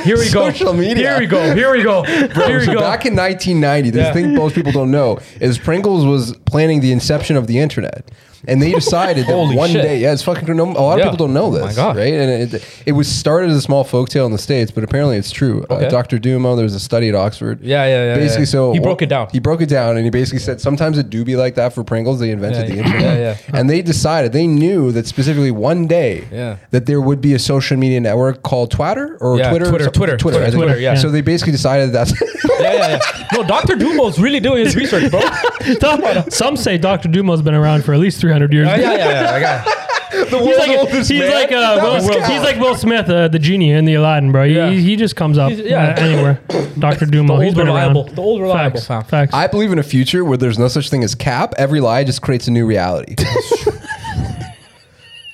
[SPEAKER 1] here we go.
[SPEAKER 3] social media.
[SPEAKER 1] Here we go. Here we
[SPEAKER 3] *laughs*
[SPEAKER 1] go. here we
[SPEAKER 3] so
[SPEAKER 1] go.
[SPEAKER 3] back in 1990, the
[SPEAKER 1] Yeah.
[SPEAKER 3] thing most people don't know is Pringles was planning the inception of the internet. And they decided that
[SPEAKER 1] Holy
[SPEAKER 3] one
[SPEAKER 1] shit.
[SPEAKER 3] day, yeah, it's fucking. no- A lot
[SPEAKER 1] Yeah.
[SPEAKER 3] of people don't know
[SPEAKER 1] Oh
[SPEAKER 3] this,
[SPEAKER 1] my God.
[SPEAKER 3] right? And it, it was started as a small folktale in the states, but apparently it's true. Uh,
[SPEAKER 1] Okay.
[SPEAKER 3] Dr. Dumo, there was a study at Oxford.
[SPEAKER 1] Yeah, yeah, yeah,
[SPEAKER 3] Basically,
[SPEAKER 1] yeah.
[SPEAKER 3] so
[SPEAKER 1] He broke it down.
[SPEAKER 3] He broke it down, and he basically said sometimes it do be like that for Pringles. They invented
[SPEAKER 1] Yeah,
[SPEAKER 3] the
[SPEAKER 1] yeah.
[SPEAKER 3] internet,
[SPEAKER 1] Yeah, yeah.
[SPEAKER 3] and they decided they knew that specifically one day
[SPEAKER 1] Yeah.
[SPEAKER 3] that there would be a social media network called Twitter or
[SPEAKER 1] Yeah,
[SPEAKER 3] Twitter, or
[SPEAKER 1] Twitter,
[SPEAKER 3] something-
[SPEAKER 1] Twitter,
[SPEAKER 3] Twitter,
[SPEAKER 1] Twitter,
[SPEAKER 3] I think.
[SPEAKER 1] Twitter, yeah.
[SPEAKER 3] So they basically decided that's.
[SPEAKER 1] yeah, yeah, yeah. No, Dr. Dumo's really doing his research,
[SPEAKER 3] *laughs*
[SPEAKER 1] bro. yeah,
[SPEAKER 2] *laughs* Some say Dr. Dumo's been around for at least 300 years.
[SPEAKER 1] yeah, yeah. yeah. I got it.
[SPEAKER 3] *laughs* the
[SPEAKER 2] He's
[SPEAKER 3] world's
[SPEAKER 2] like,
[SPEAKER 3] oldest
[SPEAKER 2] he's
[SPEAKER 3] man.
[SPEAKER 2] like, uh,
[SPEAKER 3] That
[SPEAKER 2] Will,
[SPEAKER 3] was
[SPEAKER 2] Will-
[SPEAKER 3] Cal.
[SPEAKER 2] he's like Will Smith, uh, the genie in the Aladdin, bro. He,
[SPEAKER 1] Yeah.
[SPEAKER 2] he just comes up
[SPEAKER 1] He's- yeah. *coughs*
[SPEAKER 2] uh, anywhere. Dr. Dumo,
[SPEAKER 1] old
[SPEAKER 2] he's been
[SPEAKER 1] reliable-
[SPEAKER 2] around.
[SPEAKER 1] the old reliable
[SPEAKER 2] Facts.
[SPEAKER 1] fam.
[SPEAKER 2] Facts.
[SPEAKER 3] I believe in a future where there's no such thing as cap. Every lie just creates a
[SPEAKER 1] *laughs*
[SPEAKER 3] new reality,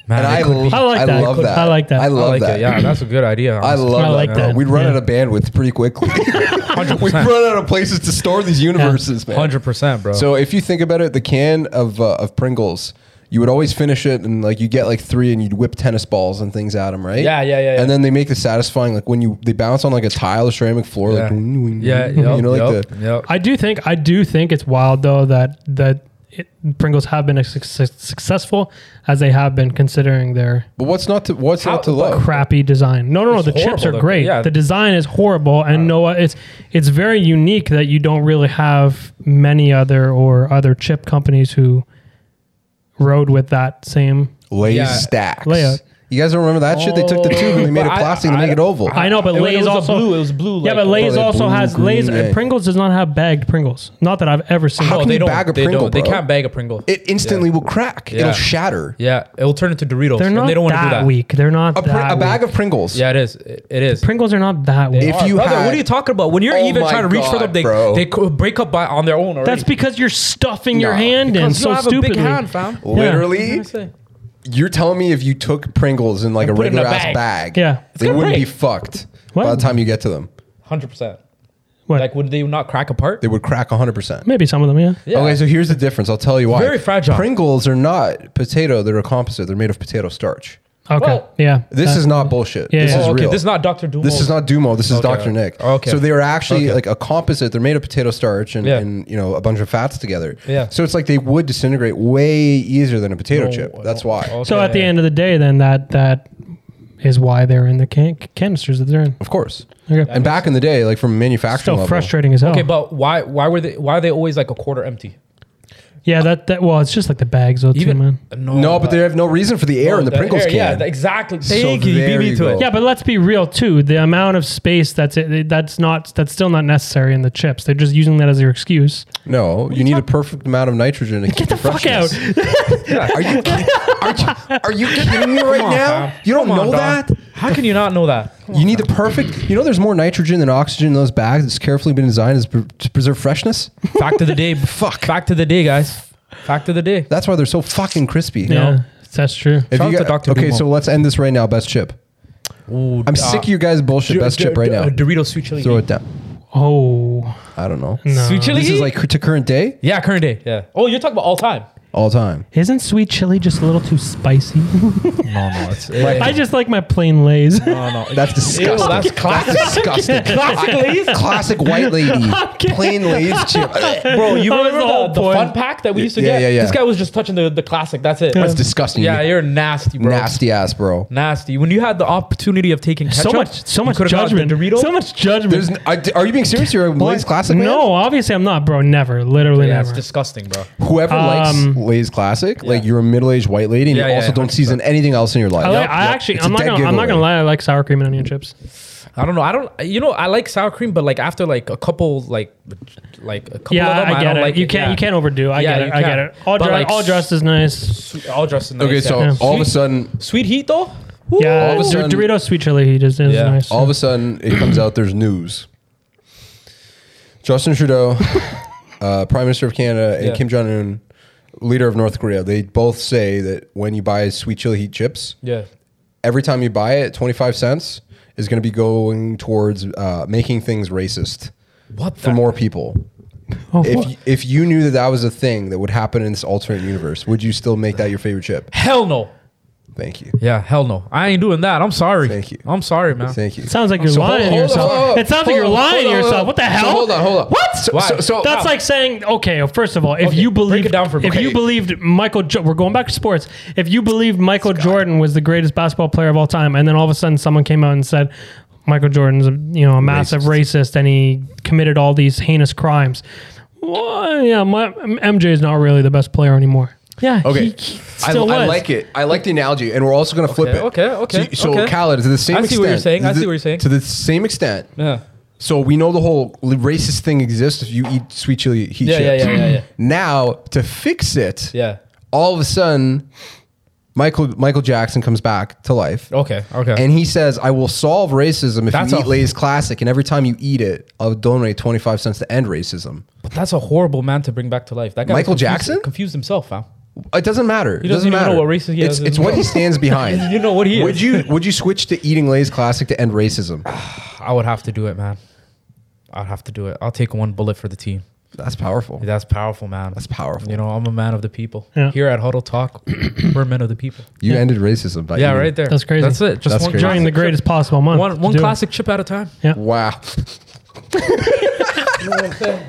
[SPEAKER 1] Man,
[SPEAKER 3] and I,
[SPEAKER 1] it could be-
[SPEAKER 2] I like that.
[SPEAKER 3] love
[SPEAKER 2] I
[SPEAKER 3] that.
[SPEAKER 2] like that.
[SPEAKER 3] I
[SPEAKER 1] I
[SPEAKER 3] love
[SPEAKER 1] like
[SPEAKER 3] that.
[SPEAKER 1] it. Yeah, that's a good idea.
[SPEAKER 3] I
[SPEAKER 1] honestly.
[SPEAKER 3] love
[SPEAKER 2] I like
[SPEAKER 3] that. bro.
[SPEAKER 2] that.
[SPEAKER 3] We'd run
[SPEAKER 2] Yeah.
[SPEAKER 3] out of bandwidth
[SPEAKER 1] *laughs*
[SPEAKER 3] pretty quickly. *laughs* We'd
[SPEAKER 1] 100%.
[SPEAKER 3] run out of places to store these universes, man.
[SPEAKER 1] 100%, bro.
[SPEAKER 3] So if you think about it, the can of uh, of Pringles, you would always finish it, and like you get like three, and you'd whip tennis balls and things at them, right?
[SPEAKER 1] Yeah, yeah, yeah, yeah.
[SPEAKER 3] And then they make the satisfying like when you they bounce on like a tile or ceramic floor,
[SPEAKER 1] yeah.
[SPEAKER 3] like "Wing, wing,
[SPEAKER 1] yeah,
[SPEAKER 3] wing,"
[SPEAKER 1] yep,
[SPEAKER 3] you know, like
[SPEAKER 1] yep,
[SPEAKER 3] the
[SPEAKER 1] yep.
[SPEAKER 2] I do think I do think it's wild though that that it, Pringles have been as suc- successful as they have been considering their
[SPEAKER 3] But what's not to what's
[SPEAKER 1] How-
[SPEAKER 3] not to
[SPEAKER 1] but
[SPEAKER 3] love?
[SPEAKER 2] crappy design. No, no,
[SPEAKER 1] Oh.
[SPEAKER 2] no.
[SPEAKER 1] It's
[SPEAKER 2] The chips
[SPEAKER 1] horrible,
[SPEAKER 2] are
[SPEAKER 1] though.
[SPEAKER 2] great.
[SPEAKER 1] Yeah. Uh.
[SPEAKER 2] The design is horrible, and no, it's it's very unique that you don't really have many other or other chip companies who rode with that same.
[SPEAKER 3] Lay's
[SPEAKER 1] Yeah.
[SPEAKER 3] stacks.
[SPEAKER 2] Layout.
[SPEAKER 3] You guys don't remember that shit? They took the
[SPEAKER 1] Oh.
[SPEAKER 3] tube and they made it
[SPEAKER 1] But I-
[SPEAKER 3] plastic to
[SPEAKER 1] I-
[SPEAKER 3] make it oval.
[SPEAKER 2] I know, but
[SPEAKER 1] It was- it
[SPEAKER 2] Lay's
[SPEAKER 1] was a
[SPEAKER 2] also
[SPEAKER 1] blue- it was blue,
[SPEAKER 2] Yeah,
[SPEAKER 1] like,
[SPEAKER 2] but
[SPEAKER 1] oh,
[SPEAKER 2] Lay's
[SPEAKER 3] they're
[SPEAKER 2] also
[SPEAKER 3] blue,
[SPEAKER 2] has
[SPEAKER 3] green,
[SPEAKER 2] Lay's
[SPEAKER 3] yeah.
[SPEAKER 2] Pringles does not have bagged Pringles. Not that I've ever seen.
[SPEAKER 3] How
[SPEAKER 1] No,
[SPEAKER 3] can
[SPEAKER 1] Oh, they
[SPEAKER 3] you
[SPEAKER 1] don't.
[SPEAKER 3] bag a
[SPEAKER 1] they
[SPEAKER 3] Pringle,
[SPEAKER 1] don't. They
[SPEAKER 3] bro?
[SPEAKER 1] can't bag a Pringle.
[SPEAKER 3] it instantly will crack.
[SPEAKER 1] Yeah.
[SPEAKER 3] It'll shatter.
[SPEAKER 1] yeah, it'll turn into Doritos.
[SPEAKER 2] They're
[SPEAKER 1] and
[SPEAKER 2] not
[SPEAKER 1] they don't want to do
[SPEAKER 2] that
[SPEAKER 1] that.
[SPEAKER 2] weak. They're not
[SPEAKER 3] A, pr-
[SPEAKER 2] that
[SPEAKER 3] a bag
[SPEAKER 2] weak.
[SPEAKER 3] of Pringles.
[SPEAKER 1] Yeah, it is. It, it is.
[SPEAKER 2] Pringles are not that weak.
[SPEAKER 3] If you
[SPEAKER 1] brother,
[SPEAKER 3] had-
[SPEAKER 1] what are you talking about? When you're
[SPEAKER 3] Oh
[SPEAKER 1] even
[SPEAKER 3] my
[SPEAKER 1] trying to reach for
[SPEAKER 3] God,
[SPEAKER 1] them, they
[SPEAKER 3] bro.
[SPEAKER 1] they co- break up by on their own already.
[SPEAKER 2] That's because you're stuffing your
[SPEAKER 3] No,
[SPEAKER 2] hand in
[SPEAKER 1] Because you
[SPEAKER 2] so
[SPEAKER 1] don't have a
[SPEAKER 2] stupidly.
[SPEAKER 1] big hand, fam.
[SPEAKER 3] Literally,
[SPEAKER 1] What can I say?
[SPEAKER 3] you're telling me if you took Pringles in like a
[SPEAKER 1] put it in a
[SPEAKER 3] regular ass bag,
[SPEAKER 1] bag.
[SPEAKER 2] Yeah. It's
[SPEAKER 3] they
[SPEAKER 1] gonna
[SPEAKER 3] wouldn't be
[SPEAKER 1] break.
[SPEAKER 3] fucked by
[SPEAKER 2] What?
[SPEAKER 3] the time you get to them.
[SPEAKER 1] Hundred percent.
[SPEAKER 2] What?
[SPEAKER 1] Like, would they not crack apart?
[SPEAKER 3] They would crack 100%.
[SPEAKER 2] Maybe some of them, yeah.
[SPEAKER 1] Yeah.
[SPEAKER 3] Okay, so here's the difference. I'll tell you why.
[SPEAKER 1] Very fragile.
[SPEAKER 3] Pringles are not potato, they're a composite. They're made of potato starch.
[SPEAKER 2] Okay.
[SPEAKER 1] Well,
[SPEAKER 2] yeah.
[SPEAKER 3] This
[SPEAKER 2] Uh,
[SPEAKER 3] is not bullshit.
[SPEAKER 2] Yeah,
[SPEAKER 3] This
[SPEAKER 2] yeah.
[SPEAKER 3] is
[SPEAKER 1] oh, okay.
[SPEAKER 3] real.
[SPEAKER 1] This is not Doctor Doom.
[SPEAKER 3] This is not Dumo. This is
[SPEAKER 1] Okay.
[SPEAKER 3] Dr. Nick.
[SPEAKER 1] Okay.
[SPEAKER 3] So they are actually
[SPEAKER 1] Okay.
[SPEAKER 3] like a composite. They're made of potato starch and,
[SPEAKER 1] Yeah.
[SPEAKER 3] and you know a bunch of fats together.
[SPEAKER 1] Yeah.
[SPEAKER 3] So it's like they would disintegrate way easier than a potato
[SPEAKER 1] No,
[SPEAKER 3] chip.
[SPEAKER 1] no.
[SPEAKER 3] That's why.
[SPEAKER 1] Oh, Okay.
[SPEAKER 2] So at the end of the day, then that that is why they're in the can- canisters that they're in.
[SPEAKER 3] Of course.
[SPEAKER 2] Okay.
[SPEAKER 3] And back in the day, like from a manufacturing
[SPEAKER 2] Still
[SPEAKER 3] level,
[SPEAKER 2] frustrating as hell.
[SPEAKER 1] Okay, but why why were they why are they always like a quarter empty?
[SPEAKER 2] yeah, that that well, it's just like the bags though, too, man.
[SPEAKER 3] No,
[SPEAKER 1] Oh,
[SPEAKER 3] but they have no reason for the air in the, Pringles
[SPEAKER 1] air,
[SPEAKER 3] can.
[SPEAKER 1] Yeah, exactly. Thank you. You
[SPEAKER 3] there
[SPEAKER 1] beat me
[SPEAKER 3] you
[SPEAKER 1] to
[SPEAKER 3] go.
[SPEAKER 1] it.
[SPEAKER 2] Yeah, but let's be real too. The amount of space that's it, that's not that's still not necessary in the chips. They're just using that as their excuse.
[SPEAKER 3] No, you need a perfect amount of nitrogen to get keep the,
[SPEAKER 2] fuck
[SPEAKER 3] freshness. *laughs* Are you, ki- are you are you kidding me right
[SPEAKER 1] on,
[SPEAKER 3] now?
[SPEAKER 1] fam.
[SPEAKER 3] You don't
[SPEAKER 1] Come on,
[SPEAKER 3] know
[SPEAKER 1] dog.
[SPEAKER 3] that?
[SPEAKER 1] How can you not know that?
[SPEAKER 3] You need the perfect. You know, there's more nitrogen than oxygen in those bags. It's carefully been designed as pre- to preserve freshness.
[SPEAKER 1] Fact of the day.
[SPEAKER 3] *laughs* Fuck.
[SPEAKER 1] Fact of the day, guys. Fact of the day.
[SPEAKER 3] That's why they're so fucking crispy.
[SPEAKER 2] Yeah, that's true.
[SPEAKER 3] If
[SPEAKER 1] Shout
[SPEAKER 3] you
[SPEAKER 1] out to
[SPEAKER 3] got-
[SPEAKER 1] Dr.
[SPEAKER 3] Okay,
[SPEAKER 1] Dumo.
[SPEAKER 3] so let's end this right now. Best chip.
[SPEAKER 1] Ooh,
[SPEAKER 3] I'm
[SPEAKER 1] uh,
[SPEAKER 3] sick of you guys bullshit.
[SPEAKER 1] Dor-
[SPEAKER 3] best
[SPEAKER 1] Dor-
[SPEAKER 3] chip right
[SPEAKER 1] Dor-
[SPEAKER 3] now.
[SPEAKER 1] Doritos sweet chili.
[SPEAKER 3] Throw
[SPEAKER 1] heat.
[SPEAKER 3] it down.
[SPEAKER 2] Oh,
[SPEAKER 3] I don't know.
[SPEAKER 2] no.
[SPEAKER 1] Sweet chili.
[SPEAKER 3] This is
[SPEAKER 1] heat?
[SPEAKER 3] like to current day
[SPEAKER 1] yeah, current day. Yeah. Oh, you're talking about all time.
[SPEAKER 3] all time.
[SPEAKER 2] Isn't sweet chili just a little too spicy?
[SPEAKER 1] No, no, *laughs* it's
[SPEAKER 2] *laughs* I just like my plain lays.
[SPEAKER 1] no, no.
[SPEAKER 3] That's disgusting.
[SPEAKER 1] that's classic.
[SPEAKER 3] That's disgusting.
[SPEAKER 1] *laughs* Classic Lay's?
[SPEAKER 2] *laughs*
[SPEAKER 3] Classic white lady.
[SPEAKER 2] kidding. *laughs*
[SPEAKER 3] Plain Lay's chip.
[SPEAKER 1] Bro, you
[SPEAKER 2] That was
[SPEAKER 1] remember
[SPEAKER 2] the
[SPEAKER 1] the,
[SPEAKER 2] whole
[SPEAKER 1] the
[SPEAKER 2] point.
[SPEAKER 1] fun pack that we used to
[SPEAKER 3] Yeah,
[SPEAKER 1] get?
[SPEAKER 3] yeah, yeah.
[SPEAKER 1] This guy was just touching the, the classic. That's it.
[SPEAKER 3] That's disgusting.
[SPEAKER 1] yeah,
[SPEAKER 3] you
[SPEAKER 1] you're nasty, bro.
[SPEAKER 3] nasty ass, bro.
[SPEAKER 1] Nasty. When you had the opportunity of taking ketchup,
[SPEAKER 2] *laughs* so much, so
[SPEAKER 1] you
[SPEAKER 2] much
[SPEAKER 1] could've gotten
[SPEAKER 2] judgment.
[SPEAKER 1] the Dorito.
[SPEAKER 2] So much
[SPEAKER 3] There's.
[SPEAKER 2] judgment.
[SPEAKER 3] n- I- d- Are you being serious? You're a Lay's classic. man?
[SPEAKER 2] No, obviously I'm not, bro. Never, literally
[SPEAKER 1] Yeah, it's
[SPEAKER 2] never.
[SPEAKER 1] disgusting, bro.
[SPEAKER 3] Whoever
[SPEAKER 2] Um,
[SPEAKER 3] likes Lay's classic, like you're a middle aged white lady, and
[SPEAKER 1] Yeah,
[SPEAKER 3] you
[SPEAKER 1] yeah,
[SPEAKER 3] also
[SPEAKER 1] yeah,
[SPEAKER 3] don't season anything else in your life.
[SPEAKER 2] I, like, I actually,
[SPEAKER 3] It's a
[SPEAKER 2] I'm not,
[SPEAKER 3] dead
[SPEAKER 2] gonna, I'm not gonna
[SPEAKER 3] giveaway.
[SPEAKER 2] lie. I like sour cream and onion chips.
[SPEAKER 1] I don't know. I don't. You know, I like sour cream, but like after like a couple, like like a couple
[SPEAKER 2] Yeah,
[SPEAKER 1] of them, I,
[SPEAKER 2] I get
[SPEAKER 1] don't
[SPEAKER 2] it.
[SPEAKER 1] like
[SPEAKER 2] you
[SPEAKER 1] it.
[SPEAKER 2] can't,
[SPEAKER 1] Yeah.
[SPEAKER 2] you can't overdo. I
[SPEAKER 1] Yeah,
[SPEAKER 2] get
[SPEAKER 1] you
[SPEAKER 2] it. I get
[SPEAKER 1] can't.
[SPEAKER 2] it. All,
[SPEAKER 1] But
[SPEAKER 2] dre-
[SPEAKER 1] like
[SPEAKER 2] all
[SPEAKER 1] s-
[SPEAKER 2] dressed is nice.
[SPEAKER 1] Sweet- All dressed in.
[SPEAKER 3] Okay,
[SPEAKER 1] nice,
[SPEAKER 3] so
[SPEAKER 1] yeah.
[SPEAKER 3] all of a
[SPEAKER 1] Sweet-
[SPEAKER 3] sudden,
[SPEAKER 1] sweet heat though. Woo.
[SPEAKER 2] Yeah,
[SPEAKER 3] All of a
[SPEAKER 2] Dor-
[SPEAKER 3] sudden-
[SPEAKER 2] Doritos sweet chili heat is, is
[SPEAKER 1] Yeah.
[SPEAKER 2] nice.
[SPEAKER 3] all of a sudden, it comes out there's news. Justin Trudeau, *laughs* uh, Prime Minister of Canada, and
[SPEAKER 1] Yeah.
[SPEAKER 3] Kim Jong Un, leader of North Korea, they both say that when you buy sweet chili heat chips,
[SPEAKER 1] Yeah.
[SPEAKER 3] every time you buy it, 25 cents is going to be going towards uh, making things racist
[SPEAKER 1] What
[SPEAKER 3] for
[SPEAKER 1] the-
[SPEAKER 3] more people.
[SPEAKER 2] Oh,
[SPEAKER 3] If, y- if you knew that that was a thing that would happen in this alternate universe, would you still make that your favorite chip?
[SPEAKER 1] Hell no.
[SPEAKER 3] Thank you.
[SPEAKER 1] Yeah, hell no. I ain't doing that. I'm sorry.
[SPEAKER 3] Thank you.
[SPEAKER 1] I'm sorry, man.
[SPEAKER 3] Thank you.
[SPEAKER 2] it sounds like you're
[SPEAKER 3] So
[SPEAKER 2] lying to
[SPEAKER 3] hold- hold
[SPEAKER 2] yourself.
[SPEAKER 3] on, hold on,
[SPEAKER 2] it sounds like
[SPEAKER 3] hold
[SPEAKER 2] you're
[SPEAKER 3] on,
[SPEAKER 2] lying to
[SPEAKER 3] hold on,
[SPEAKER 2] yourself.
[SPEAKER 3] hold on.
[SPEAKER 2] What the
[SPEAKER 3] So
[SPEAKER 2] hell?
[SPEAKER 3] hold on, hold on.
[SPEAKER 2] What?
[SPEAKER 3] So,
[SPEAKER 1] Why?
[SPEAKER 3] so, so-
[SPEAKER 2] That's like saying, okay, first of all, if
[SPEAKER 1] Okay,
[SPEAKER 2] you
[SPEAKER 1] break
[SPEAKER 2] believed,
[SPEAKER 1] it down for me.
[SPEAKER 2] if you
[SPEAKER 3] Okay.
[SPEAKER 2] believed Michael, jo- we're going back to sports. If you believed Michael Jordan was the greatest basketball player of all time, and then all of a sudden someone came out and said Michael Jordan's a you know a massive racist, and he committed all these heinous crimes. Well, yeah, my, MJ is not really the best player anymore. Yeah, he-
[SPEAKER 3] Okay.
[SPEAKER 2] he
[SPEAKER 3] I,
[SPEAKER 2] still
[SPEAKER 3] I
[SPEAKER 2] was.
[SPEAKER 3] like it. I like the analogy, and we're also going to flip
[SPEAKER 1] Okay,
[SPEAKER 3] it.
[SPEAKER 1] okay, okay,
[SPEAKER 3] So, so
[SPEAKER 1] okay.
[SPEAKER 3] Khaled, to the same
[SPEAKER 1] I
[SPEAKER 3] extent.
[SPEAKER 1] see what you're saying. I
[SPEAKER 3] to the-
[SPEAKER 1] see what you're saying.
[SPEAKER 3] To the same extent.
[SPEAKER 1] Yeah.
[SPEAKER 3] So we know the whole racist thing exists if you eat sweet chili heat
[SPEAKER 1] Yeah, yeah,
[SPEAKER 3] chips.
[SPEAKER 1] yeah, yeah, yeah.
[SPEAKER 3] *clears throat* Now to fix it,
[SPEAKER 1] Yeah.
[SPEAKER 3] all of a sudden, Michael Michael Jackson comes back to life.
[SPEAKER 1] Okay. Okay.
[SPEAKER 3] And he says, I will solve racism if
[SPEAKER 1] Oh, That's
[SPEAKER 3] you
[SPEAKER 1] a-
[SPEAKER 3] eat Lay's Classic, and every time you eat it, I'll donate 25 cents to end racism.
[SPEAKER 1] but that's a horrible man to bring back to life. That guy was
[SPEAKER 3] Michael
[SPEAKER 1] confused-
[SPEAKER 3] Jackson?
[SPEAKER 1] confused himself, fam.
[SPEAKER 3] It doesn't matter. It
[SPEAKER 1] doesn't
[SPEAKER 3] doesn't,
[SPEAKER 1] even
[SPEAKER 3] matter.
[SPEAKER 1] know what racism he
[SPEAKER 3] it's,
[SPEAKER 1] is.
[SPEAKER 3] it's what
[SPEAKER 1] *laughs*
[SPEAKER 3] he stands behind.
[SPEAKER 1] You know what he
[SPEAKER 3] Would
[SPEAKER 1] is.
[SPEAKER 3] you would you switch to eating Lay's Classic to end
[SPEAKER 1] *laughs*
[SPEAKER 3] racism?
[SPEAKER 1] I would have to do it, man. I'd have to do it. I'll take one bullet for the team.
[SPEAKER 3] That's powerful.
[SPEAKER 1] That's powerful, man.
[SPEAKER 3] That's powerful.
[SPEAKER 1] You know, I'm a man of the people.
[SPEAKER 2] Yeah.
[SPEAKER 1] Here at Huddle
[SPEAKER 3] *coughs*
[SPEAKER 1] Talk, we're men of the people.
[SPEAKER 3] You ended racism by
[SPEAKER 1] Yeah,
[SPEAKER 3] eating-
[SPEAKER 1] right there.
[SPEAKER 2] That's crazy.
[SPEAKER 1] That's it. Just
[SPEAKER 3] That's
[SPEAKER 1] one
[SPEAKER 3] crazy.
[SPEAKER 2] during the
[SPEAKER 1] classic
[SPEAKER 2] greatest
[SPEAKER 1] chip.
[SPEAKER 2] possible month.
[SPEAKER 1] One,
[SPEAKER 2] to
[SPEAKER 1] one
[SPEAKER 2] do it.
[SPEAKER 1] classic chip at a time.
[SPEAKER 3] *laughs* Wow.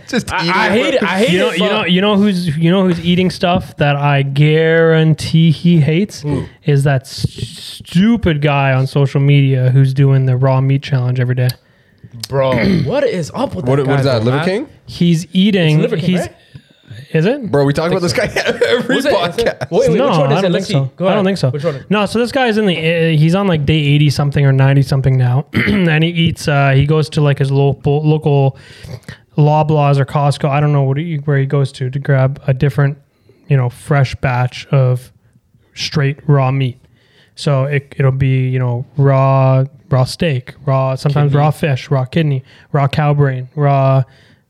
[SPEAKER 3] Just eating
[SPEAKER 1] I, I hate it. I hate
[SPEAKER 2] you know,
[SPEAKER 1] it.
[SPEAKER 2] you
[SPEAKER 1] but-
[SPEAKER 2] know, you know who's you know who's eating stuff that I guarantee he hates is that s- stupid guy on social media who's doing the raw meat challenge every day.
[SPEAKER 1] bro. what is up with
[SPEAKER 3] What,
[SPEAKER 1] that?
[SPEAKER 3] what is
[SPEAKER 1] guy, though,
[SPEAKER 3] that? Liver
[SPEAKER 1] man?
[SPEAKER 3] King?
[SPEAKER 2] He's eating.
[SPEAKER 1] Liver King,
[SPEAKER 2] he's
[SPEAKER 1] right?
[SPEAKER 2] is it?
[SPEAKER 3] Bro, we talk about this guy *laughs* every
[SPEAKER 1] Was it- is it-
[SPEAKER 3] podcast.
[SPEAKER 1] Wait, wait,
[SPEAKER 2] no,
[SPEAKER 1] which one is
[SPEAKER 2] I
[SPEAKER 1] it?
[SPEAKER 2] don't
[SPEAKER 1] Let's
[SPEAKER 2] think so.
[SPEAKER 1] see. Go
[SPEAKER 2] I don't
[SPEAKER 1] ahead.
[SPEAKER 2] think so.
[SPEAKER 1] Which one?
[SPEAKER 2] No, so this guy is in the uh, he's on like day eighty something or ninety something now, *clears throat* and he eats. Uh, he goes to like his local local Loblaws or Costco. I don't know what he, where he goes to to grab a different, you know, fresh batch of straight raw meat. So it, it'll be you know raw raw steak, raw sometimes raw fish, raw kidney, raw cow brain, raw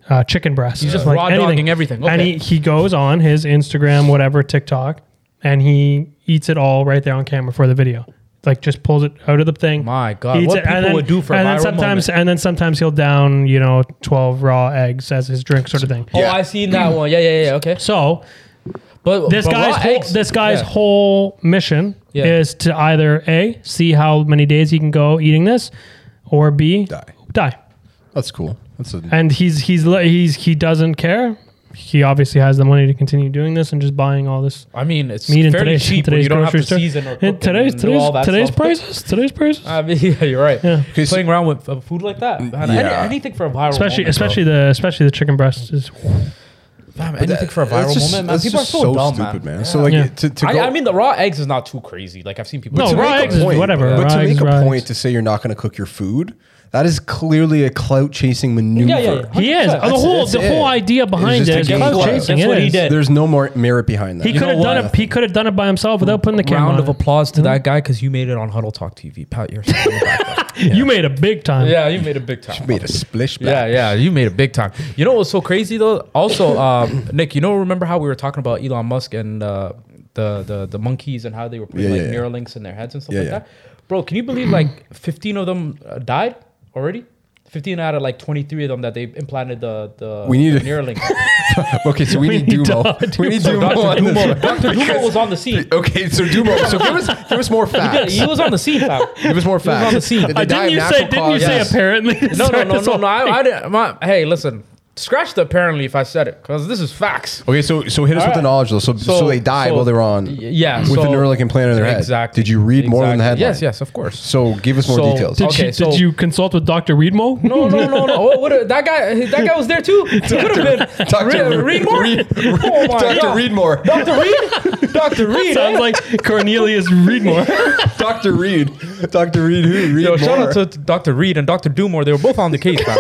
[SPEAKER 2] uh, chicken breast.
[SPEAKER 1] He's just
[SPEAKER 2] like
[SPEAKER 1] raw dogging everything.
[SPEAKER 2] And
[SPEAKER 1] Okay.
[SPEAKER 2] he, he goes on his Instagram, whatever TikTok, and he eats it all right there on camera for the video. Like just pulls it out of the thing.
[SPEAKER 1] My God,
[SPEAKER 2] eats
[SPEAKER 1] what
[SPEAKER 2] it, and
[SPEAKER 1] people
[SPEAKER 2] then-
[SPEAKER 1] would do for a
[SPEAKER 2] and then
[SPEAKER 1] viral
[SPEAKER 2] sometimes
[SPEAKER 1] moment.
[SPEAKER 2] and then sometimes he'll down you know twelve raw eggs as his drink sort of thing.
[SPEAKER 1] Oh,
[SPEAKER 3] Yeah.
[SPEAKER 1] I seen that one. Yeah, yeah, yeah. Okay.
[SPEAKER 2] So
[SPEAKER 1] But
[SPEAKER 2] this
[SPEAKER 1] but
[SPEAKER 2] guy's
[SPEAKER 1] raw
[SPEAKER 2] whole,
[SPEAKER 1] eggs-
[SPEAKER 2] this guy's
[SPEAKER 1] yeah.
[SPEAKER 2] whole mission
[SPEAKER 1] Yeah.
[SPEAKER 2] is to either a see how many days he can go eating this, or b
[SPEAKER 3] Die.
[SPEAKER 2] die.
[SPEAKER 3] That's cool. That's a,
[SPEAKER 2] And he's he's li- he's he doesn't care. He obviously has the money to continue doing this and just buying all this
[SPEAKER 1] I mean, it's
[SPEAKER 2] meat in
[SPEAKER 1] fairly
[SPEAKER 2] today's
[SPEAKER 1] cheap. when
[SPEAKER 2] today's
[SPEAKER 1] you don't have
[SPEAKER 2] grocery
[SPEAKER 1] to
[SPEAKER 2] store.
[SPEAKER 1] season or
[SPEAKER 2] And
[SPEAKER 1] cook and
[SPEAKER 2] today's
[SPEAKER 1] do all that
[SPEAKER 2] today's today's
[SPEAKER 1] stuff.
[SPEAKER 2] prices today's prices.
[SPEAKER 1] *laughs* I mean, Ah, yeah, you're right.
[SPEAKER 3] Okay, so-
[SPEAKER 1] Playing around with uh, food like that, man, any-
[SPEAKER 3] Yeah.
[SPEAKER 1] anything for a viral,
[SPEAKER 2] Especially,
[SPEAKER 1] moment,
[SPEAKER 2] especially the especially the chicken breast is
[SPEAKER 1] bro. Fam, anything for a viral
[SPEAKER 3] That's just-
[SPEAKER 1] moment, man.
[SPEAKER 3] that's
[SPEAKER 1] People are
[SPEAKER 3] just
[SPEAKER 1] so, dumb, man.
[SPEAKER 3] So like
[SPEAKER 2] Yeah.
[SPEAKER 3] to, to go,
[SPEAKER 1] I, I mean, the raw eggs is not too crazy. Like I've seen people.
[SPEAKER 2] No,
[SPEAKER 1] do
[SPEAKER 3] to
[SPEAKER 1] it.
[SPEAKER 2] raw
[SPEAKER 3] make a
[SPEAKER 2] eggs is whatever,
[SPEAKER 3] But
[SPEAKER 2] raw
[SPEAKER 3] to
[SPEAKER 2] eggs
[SPEAKER 3] make a
[SPEAKER 2] is raw
[SPEAKER 3] point
[SPEAKER 2] eggs.
[SPEAKER 3] to say you're not going to cook your food, That is clearly a clout chasing maneuver.
[SPEAKER 1] Yeah, yeah, yeah.
[SPEAKER 2] He is.
[SPEAKER 1] 100%.
[SPEAKER 2] the whole
[SPEAKER 3] That's
[SPEAKER 2] the
[SPEAKER 3] it.
[SPEAKER 2] whole idea behind
[SPEAKER 3] just
[SPEAKER 2] it
[SPEAKER 3] a
[SPEAKER 2] is
[SPEAKER 3] game
[SPEAKER 2] clout
[SPEAKER 3] plan.
[SPEAKER 2] chasing.
[SPEAKER 1] That's
[SPEAKER 2] it
[SPEAKER 1] what he
[SPEAKER 2] is.
[SPEAKER 1] did.
[SPEAKER 3] There's no more merit behind that.
[SPEAKER 2] He
[SPEAKER 1] You
[SPEAKER 2] could have
[SPEAKER 1] know
[SPEAKER 2] done
[SPEAKER 1] what?
[SPEAKER 2] it. He could have done it by himself without putting the camera
[SPEAKER 1] Round
[SPEAKER 2] on.
[SPEAKER 1] of applause to
[SPEAKER 3] Hmm?
[SPEAKER 1] that guy because you made it on Huddle Talk TV. Pat *laughs* yourself. on the
[SPEAKER 2] *laughs*
[SPEAKER 1] back there.
[SPEAKER 2] You made a big time.
[SPEAKER 1] yeah, you made a big time.
[SPEAKER 3] made a splish back.
[SPEAKER 1] Yeah, yeah, you made a big time. You know what's so crazy though?
[SPEAKER 3] *laughs*
[SPEAKER 1] Also, um, Nick, you know, remember how we were talking about Elon Musk and uh, the, the the monkeys and how they were putting
[SPEAKER 3] Yeah,
[SPEAKER 1] like
[SPEAKER 3] yeah, yeah.
[SPEAKER 1] neural links in their heads and stuff
[SPEAKER 3] Yeah,
[SPEAKER 1] like
[SPEAKER 3] yeah.
[SPEAKER 1] that? Bro, can you believe like 15 of them uh, died already? 15 out of like 23 of them that they implanted the the,
[SPEAKER 3] We need
[SPEAKER 1] the
[SPEAKER 3] to- *laughs*
[SPEAKER 1] Neuralink.
[SPEAKER 3] Okay,
[SPEAKER 1] *laughs*
[SPEAKER 3] so we,
[SPEAKER 2] We
[SPEAKER 3] need
[SPEAKER 2] need
[SPEAKER 3] Dumo.
[SPEAKER 2] to-
[SPEAKER 3] We need
[SPEAKER 1] So
[SPEAKER 3] Dumo.
[SPEAKER 1] Dr.
[SPEAKER 3] on this
[SPEAKER 1] Dumo,
[SPEAKER 3] one.
[SPEAKER 1] Dr.
[SPEAKER 3] *laughs*
[SPEAKER 1] Dumo was on the scene.
[SPEAKER 3] Okay, so Dumo. So give us give us more
[SPEAKER 1] Yeah,
[SPEAKER 3] facts.
[SPEAKER 1] *laughs* he was on the scene,
[SPEAKER 3] *laughs*
[SPEAKER 1] fam.
[SPEAKER 3] Give us more
[SPEAKER 1] on
[SPEAKER 3] facts.
[SPEAKER 1] the scene.
[SPEAKER 3] Did
[SPEAKER 1] Uh,
[SPEAKER 3] they
[SPEAKER 2] Uh,
[SPEAKER 3] die
[SPEAKER 2] didn't
[SPEAKER 3] of
[SPEAKER 2] you
[SPEAKER 3] natural
[SPEAKER 2] say? Didn't you
[SPEAKER 3] causes?
[SPEAKER 2] say
[SPEAKER 1] Yes.
[SPEAKER 2] apparently?
[SPEAKER 1] No, no,
[SPEAKER 3] *laughs*
[SPEAKER 2] Sorry,
[SPEAKER 1] no,
[SPEAKER 2] this
[SPEAKER 1] no,
[SPEAKER 2] whole
[SPEAKER 1] no.
[SPEAKER 2] thing.
[SPEAKER 1] I, I didn't. My, hey, listen, scratch the apparently if I said it because this is facts.
[SPEAKER 3] Okay, so so hit us with
[SPEAKER 1] Alright.
[SPEAKER 3] the knowledge though. So so, they died
[SPEAKER 1] so-
[SPEAKER 3] while they were on.
[SPEAKER 1] Y- Yeah,
[SPEAKER 3] with the Neuralink implant in their head.
[SPEAKER 1] Exactly.
[SPEAKER 3] Did you read more than the
[SPEAKER 1] Exactly.
[SPEAKER 3] headline?
[SPEAKER 1] Yes, yes, of course.
[SPEAKER 3] So give us more
[SPEAKER 1] So-
[SPEAKER 3] details.
[SPEAKER 2] Did,
[SPEAKER 1] Okay,
[SPEAKER 2] you,
[SPEAKER 1] so-
[SPEAKER 2] did you consult with Doctor Reedmo?
[SPEAKER 1] no, no, no, no. Oh, what a, that guy, that guy was there too. It could have
[SPEAKER 3] *laughs*
[SPEAKER 1] been
[SPEAKER 3] Dr.
[SPEAKER 1] Re-
[SPEAKER 3] Reed-
[SPEAKER 1] Reed Moore.
[SPEAKER 3] Reed-
[SPEAKER 1] *laughs*
[SPEAKER 3] *laughs*
[SPEAKER 1] oh my
[SPEAKER 3] Dr.
[SPEAKER 1] God.
[SPEAKER 3] Read more.
[SPEAKER 1] Dr. Reed. Dr. Reed. eh?
[SPEAKER 2] *laughs* Sounds like Cornelius *laughs* Reedmore.
[SPEAKER 3] Dr. Reed. Dr. Reed who? Read
[SPEAKER 1] Yo,
[SPEAKER 3] more.
[SPEAKER 1] shout out to Dr. Reed and Dr. Dumore. They were both on the case,
[SPEAKER 3] *laughs*
[SPEAKER 1] man.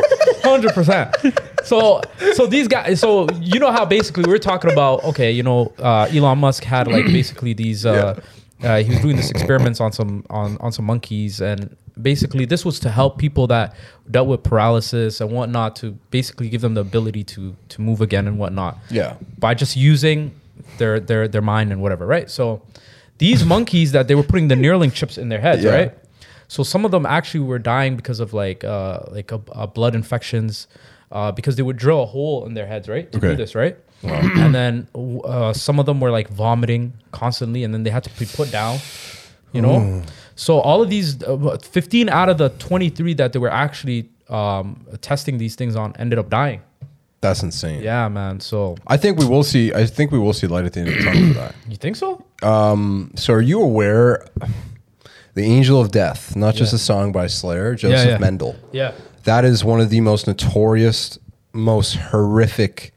[SPEAKER 1] 100%. So, so these guys, so you know how basically we're talking about, okay, you know, uh, Elon Musk had
[SPEAKER 3] *clears throat*
[SPEAKER 1] like basically these, uh, uh, he was doing these experiments on some, on, on some monkeys. And basically this was to help people that dealt with paralysis and whatnot to basically give them the ability to, to move again and whatnot
[SPEAKER 3] Yeah.
[SPEAKER 1] by just using their, their, their mind and whatever. Right. So these monkeys that they were putting the Neuralink chips in their heads,
[SPEAKER 3] Yeah.
[SPEAKER 1] right? So some of them actually were dying because of like uh, like a, uh blood infections, uh, because they would drill a hole in their heads, right? To
[SPEAKER 3] Okay.
[SPEAKER 1] do this, right? *clears throat* And then w- uh, some of them were like vomiting constantly, and then they had to be put down, you know. So all of these, uh, what, fifteen out of the twenty-three that they were actually um, testing these things on, ended up dying.
[SPEAKER 3] That's insane.
[SPEAKER 1] Yeah, man. So
[SPEAKER 3] I think we will see. I think we will see light at the end of the tunnel for that.
[SPEAKER 1] you think so?
[SPEAKER 3] Um, so are you aware the Angel of Death, not just a song by Slayer, Joseph
[SPEAKER 1] yeah.
[SPEAKER 3] Mendel.
[SPEAKER 1] Yeah.
[SPEAKER 3] That is one of the most notorious, most horrific